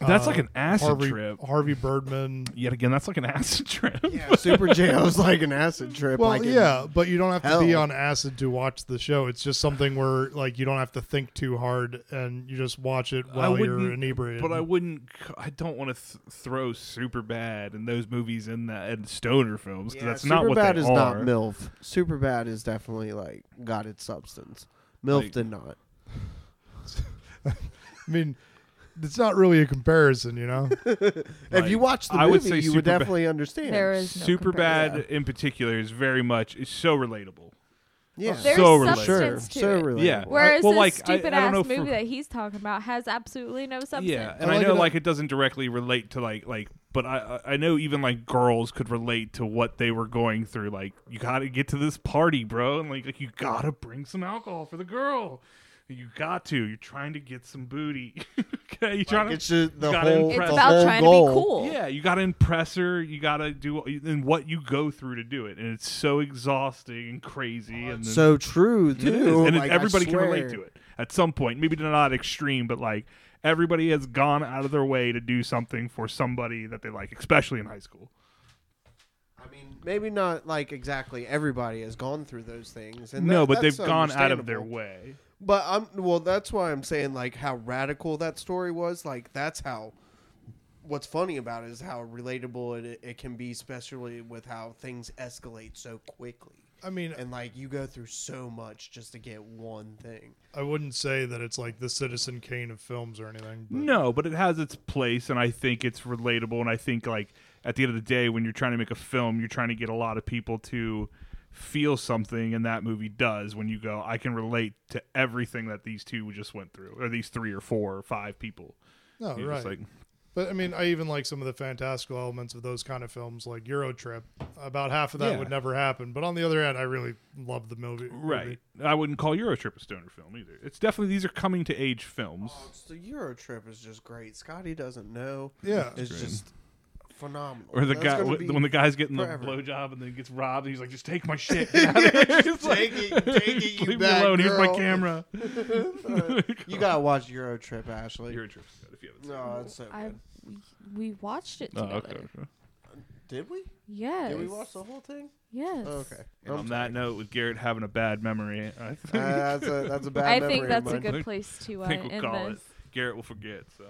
Speaker 1: That's
Speaker 3: uh,
Speaker 1: like an acid
Speaker 3: Harvey,
Speaker 1: trip.
Speaker 3: Harvey Birdman.
Speaker 1: Yet again, that's like an acid trip.
Speaker 2: yeah, Super Jail's like an acid trip.
Speaker 3: Well,
Speaker 2: like it-
Speaker 3: yeah, but you don't have to be
Speaker 2: hell.
Speaker 3: on acid to watch the show. It's just something where like you don't have to think too hard and you just watch it while you're
Speaker 1: wouldn't-
Speaker 3: inebriated.
Speaker 1: But I wouldn't. c- I don't want to th- throw super bad and those movies in that and stoner films because
Speaker 2: Yeah,
Speaker 1: that's not what
Speaker 2: Superbad
Speaker 1: they
Speaker 2: is
Speaker 1: are.
Speaker 2: not MILF. Super bad is definitely like got its substance. MILF
Speaker 1: Like-
Speaker 2: did not.
Speaker 3: I mean, it's not really a comparison, you know.
Speaker 1: Like,
Speaker 2: if you watched the
Speaker 1: I
Speaker 2: movie,
Speaker 1: would say
Speaker 2: you would
Speaker 1: Superbad-
Speaker 2: definitely understand.
Speaker 4: There is no
Speaker 1: super bad
Speaker 4: comparison.
Speaker 1: in particular is very much is so relatable.
Speaker 2: yeah,
Speaker 4: There's
Speaker 1: So relatable.
Speaker 2: sure,
Speaker 4: substance to
Speaker 2: so
Speaker 4: it.
Speaker 2: relatable.
Speaker 1: Yeah.
Speaker 4: Whereas
Speaker 1: well,
Speaker 4: this
Speaker 1: like, I-
Speaker 4: stupid
Speaker 1: I
Speaker 4: ass
Speaker 1: don't know
Speaker 4: movie
Speaker 1: for-
Speaker 4: that he's talking about has absolutely no substance.
Speaker 1: Yeah, and
Speaker 3: I
Speaker 1: I,
Speaker 3: like
Speaker 1: know
Speaker 3: it-
Speaker 1: like it doesn't directly relate to like like, but I I I know even like girls could relate to what they were going through. Like you got to get to this party, bro, and like like you gotta bring some alcohol for the girl. You got to. You're trying to get some booty. okay, you trying
Speaker 2: it's
Speaker 1: to.
Speaker 2: just the
Speaker 1: gotta
Speaker 2: whole,
Speaker 1: impress-
Speaker 2: the
Speaker 4: It's
Speaker 1: Right.
Speaker 4: about
Speaker 2: whole
Speaker 4: trying
Speaker 2: goal.
Speaker 4: to be cool.
Speaker 1: Yeah, you got to impress her. You got to do and what you go through to do it, and it's so exhausting and crazy. and then-
Speaker 2: So true,
Speaker 1: It is,
Speaker 2: too.
Speaker 1: and it-
Speaker 2: Like, I
Speaker 1: everybody can relate
Speaker 2: swear.
Speaker 1: to it at some point. Maybe not extreme, but like everybody has gone out of their way to do something for somebody that they like, especially in high school.
Speaker 2: I mean, maybe not like exactly everybody has gone through those things. And
Speaker 1: no,
Speaker 2: that-
Speaker 1: but they've
Speaker 2: that's
Speaker 1: gone out of their
Speaker 2: understandable.
Speaker 1: way.
Speaker 2: But I'm well. That's why I'm saying like how radical that story was. Like that's how. What's funny about it is how relatable it, it can be, especially with how things escalate so quickly,
Speaker 3: I mean,
Speaker 2: and like you go through so much just to get one thing.
Speaker 3: I wouldn't say that it's like the Citizen Kane of films or anything. But
Speaker 1: No, but it has its place, and I think it's relatable. And I think like at the end of the day, when you're trying to make a film, you're trying to get a lot of people to feel something, and that movie does. When you go, I can relate to everything that these two just went through, or these three or four or five people.
Speaker 3: no,
Speaker 1: You're
Speaker 3: right.
Speaker 1: just like,
Speaker 3: But I mean, I even like some of the fantastical elements of those kind of films, like Eurotrip. About half of that
Speaker 1: Yeah.
Speaker 3: would never happen. But on the other hand, I really love the movie.
Speaker 1: Right. I wouldn't call Eurotrip a stoner film either. It's definitely these are coming to age films.
Speaker 2: Oh, it's the Euro trip is just great. Scotty doesn't know.
Speaker 3: Yeah.
Speaker 2: it's
Speaker 1: Great.
Speaker 2: just phenomenal.
Speaker 1: Or the
Speaker 2: That's
Speaker 1: guy
Speaker 2: gonna
Speaker 1: when,
Speaker 2: be-
Speaker 1: when the guy's getting
Speaker 2: forever.
Speaker 1: the blowjob and then gets robbed, he's like, "Just take my shit, Get out of here." It's
Speaker 2: take it, take it,
Speaker 1: "Just
Speaker 2: you
Speaker 1: leave
Speaker 2: bad
Speaker 1: me alone. Here's my
Speaker 2: girl."
Speaker 1: camera.
Speaker 2: you gotta watch Euro trip, Ashley.
Speaker 1: Eurotrip's good if you haven't. seen it.
Speaker 2: no, Oh, it's so
Speaker 4: I
Speaker 2: good.
Speaker 4: we- we watched it
Speaker 1: Oh,
Speaker 4: together.
Speaker 1: okay. okay.
Speaker 2: Did we?
Speaker 4: Yes.
Speaker 2: Did we watch the whole thing?
Speaker 4: Yes.
Speaker 2: Okay.
Speaker 1: And on that note, with Garrett having a bad memory, I think,
Speaker 2: Uh, that's a that's a bad.
Speaker 4: I
Speaker 2: memory
Speaker 4: think
Speaker 2: of
Speaker 4: that's a
Speaker 2: mine.
Speaker 1: I
Speaker 4: good place to uh,
Speaker 1: think we'll
Speaker 4: end
Speaker 1: call
Speaker 4: this.
Speaker 1: it. Garrett will forget. So.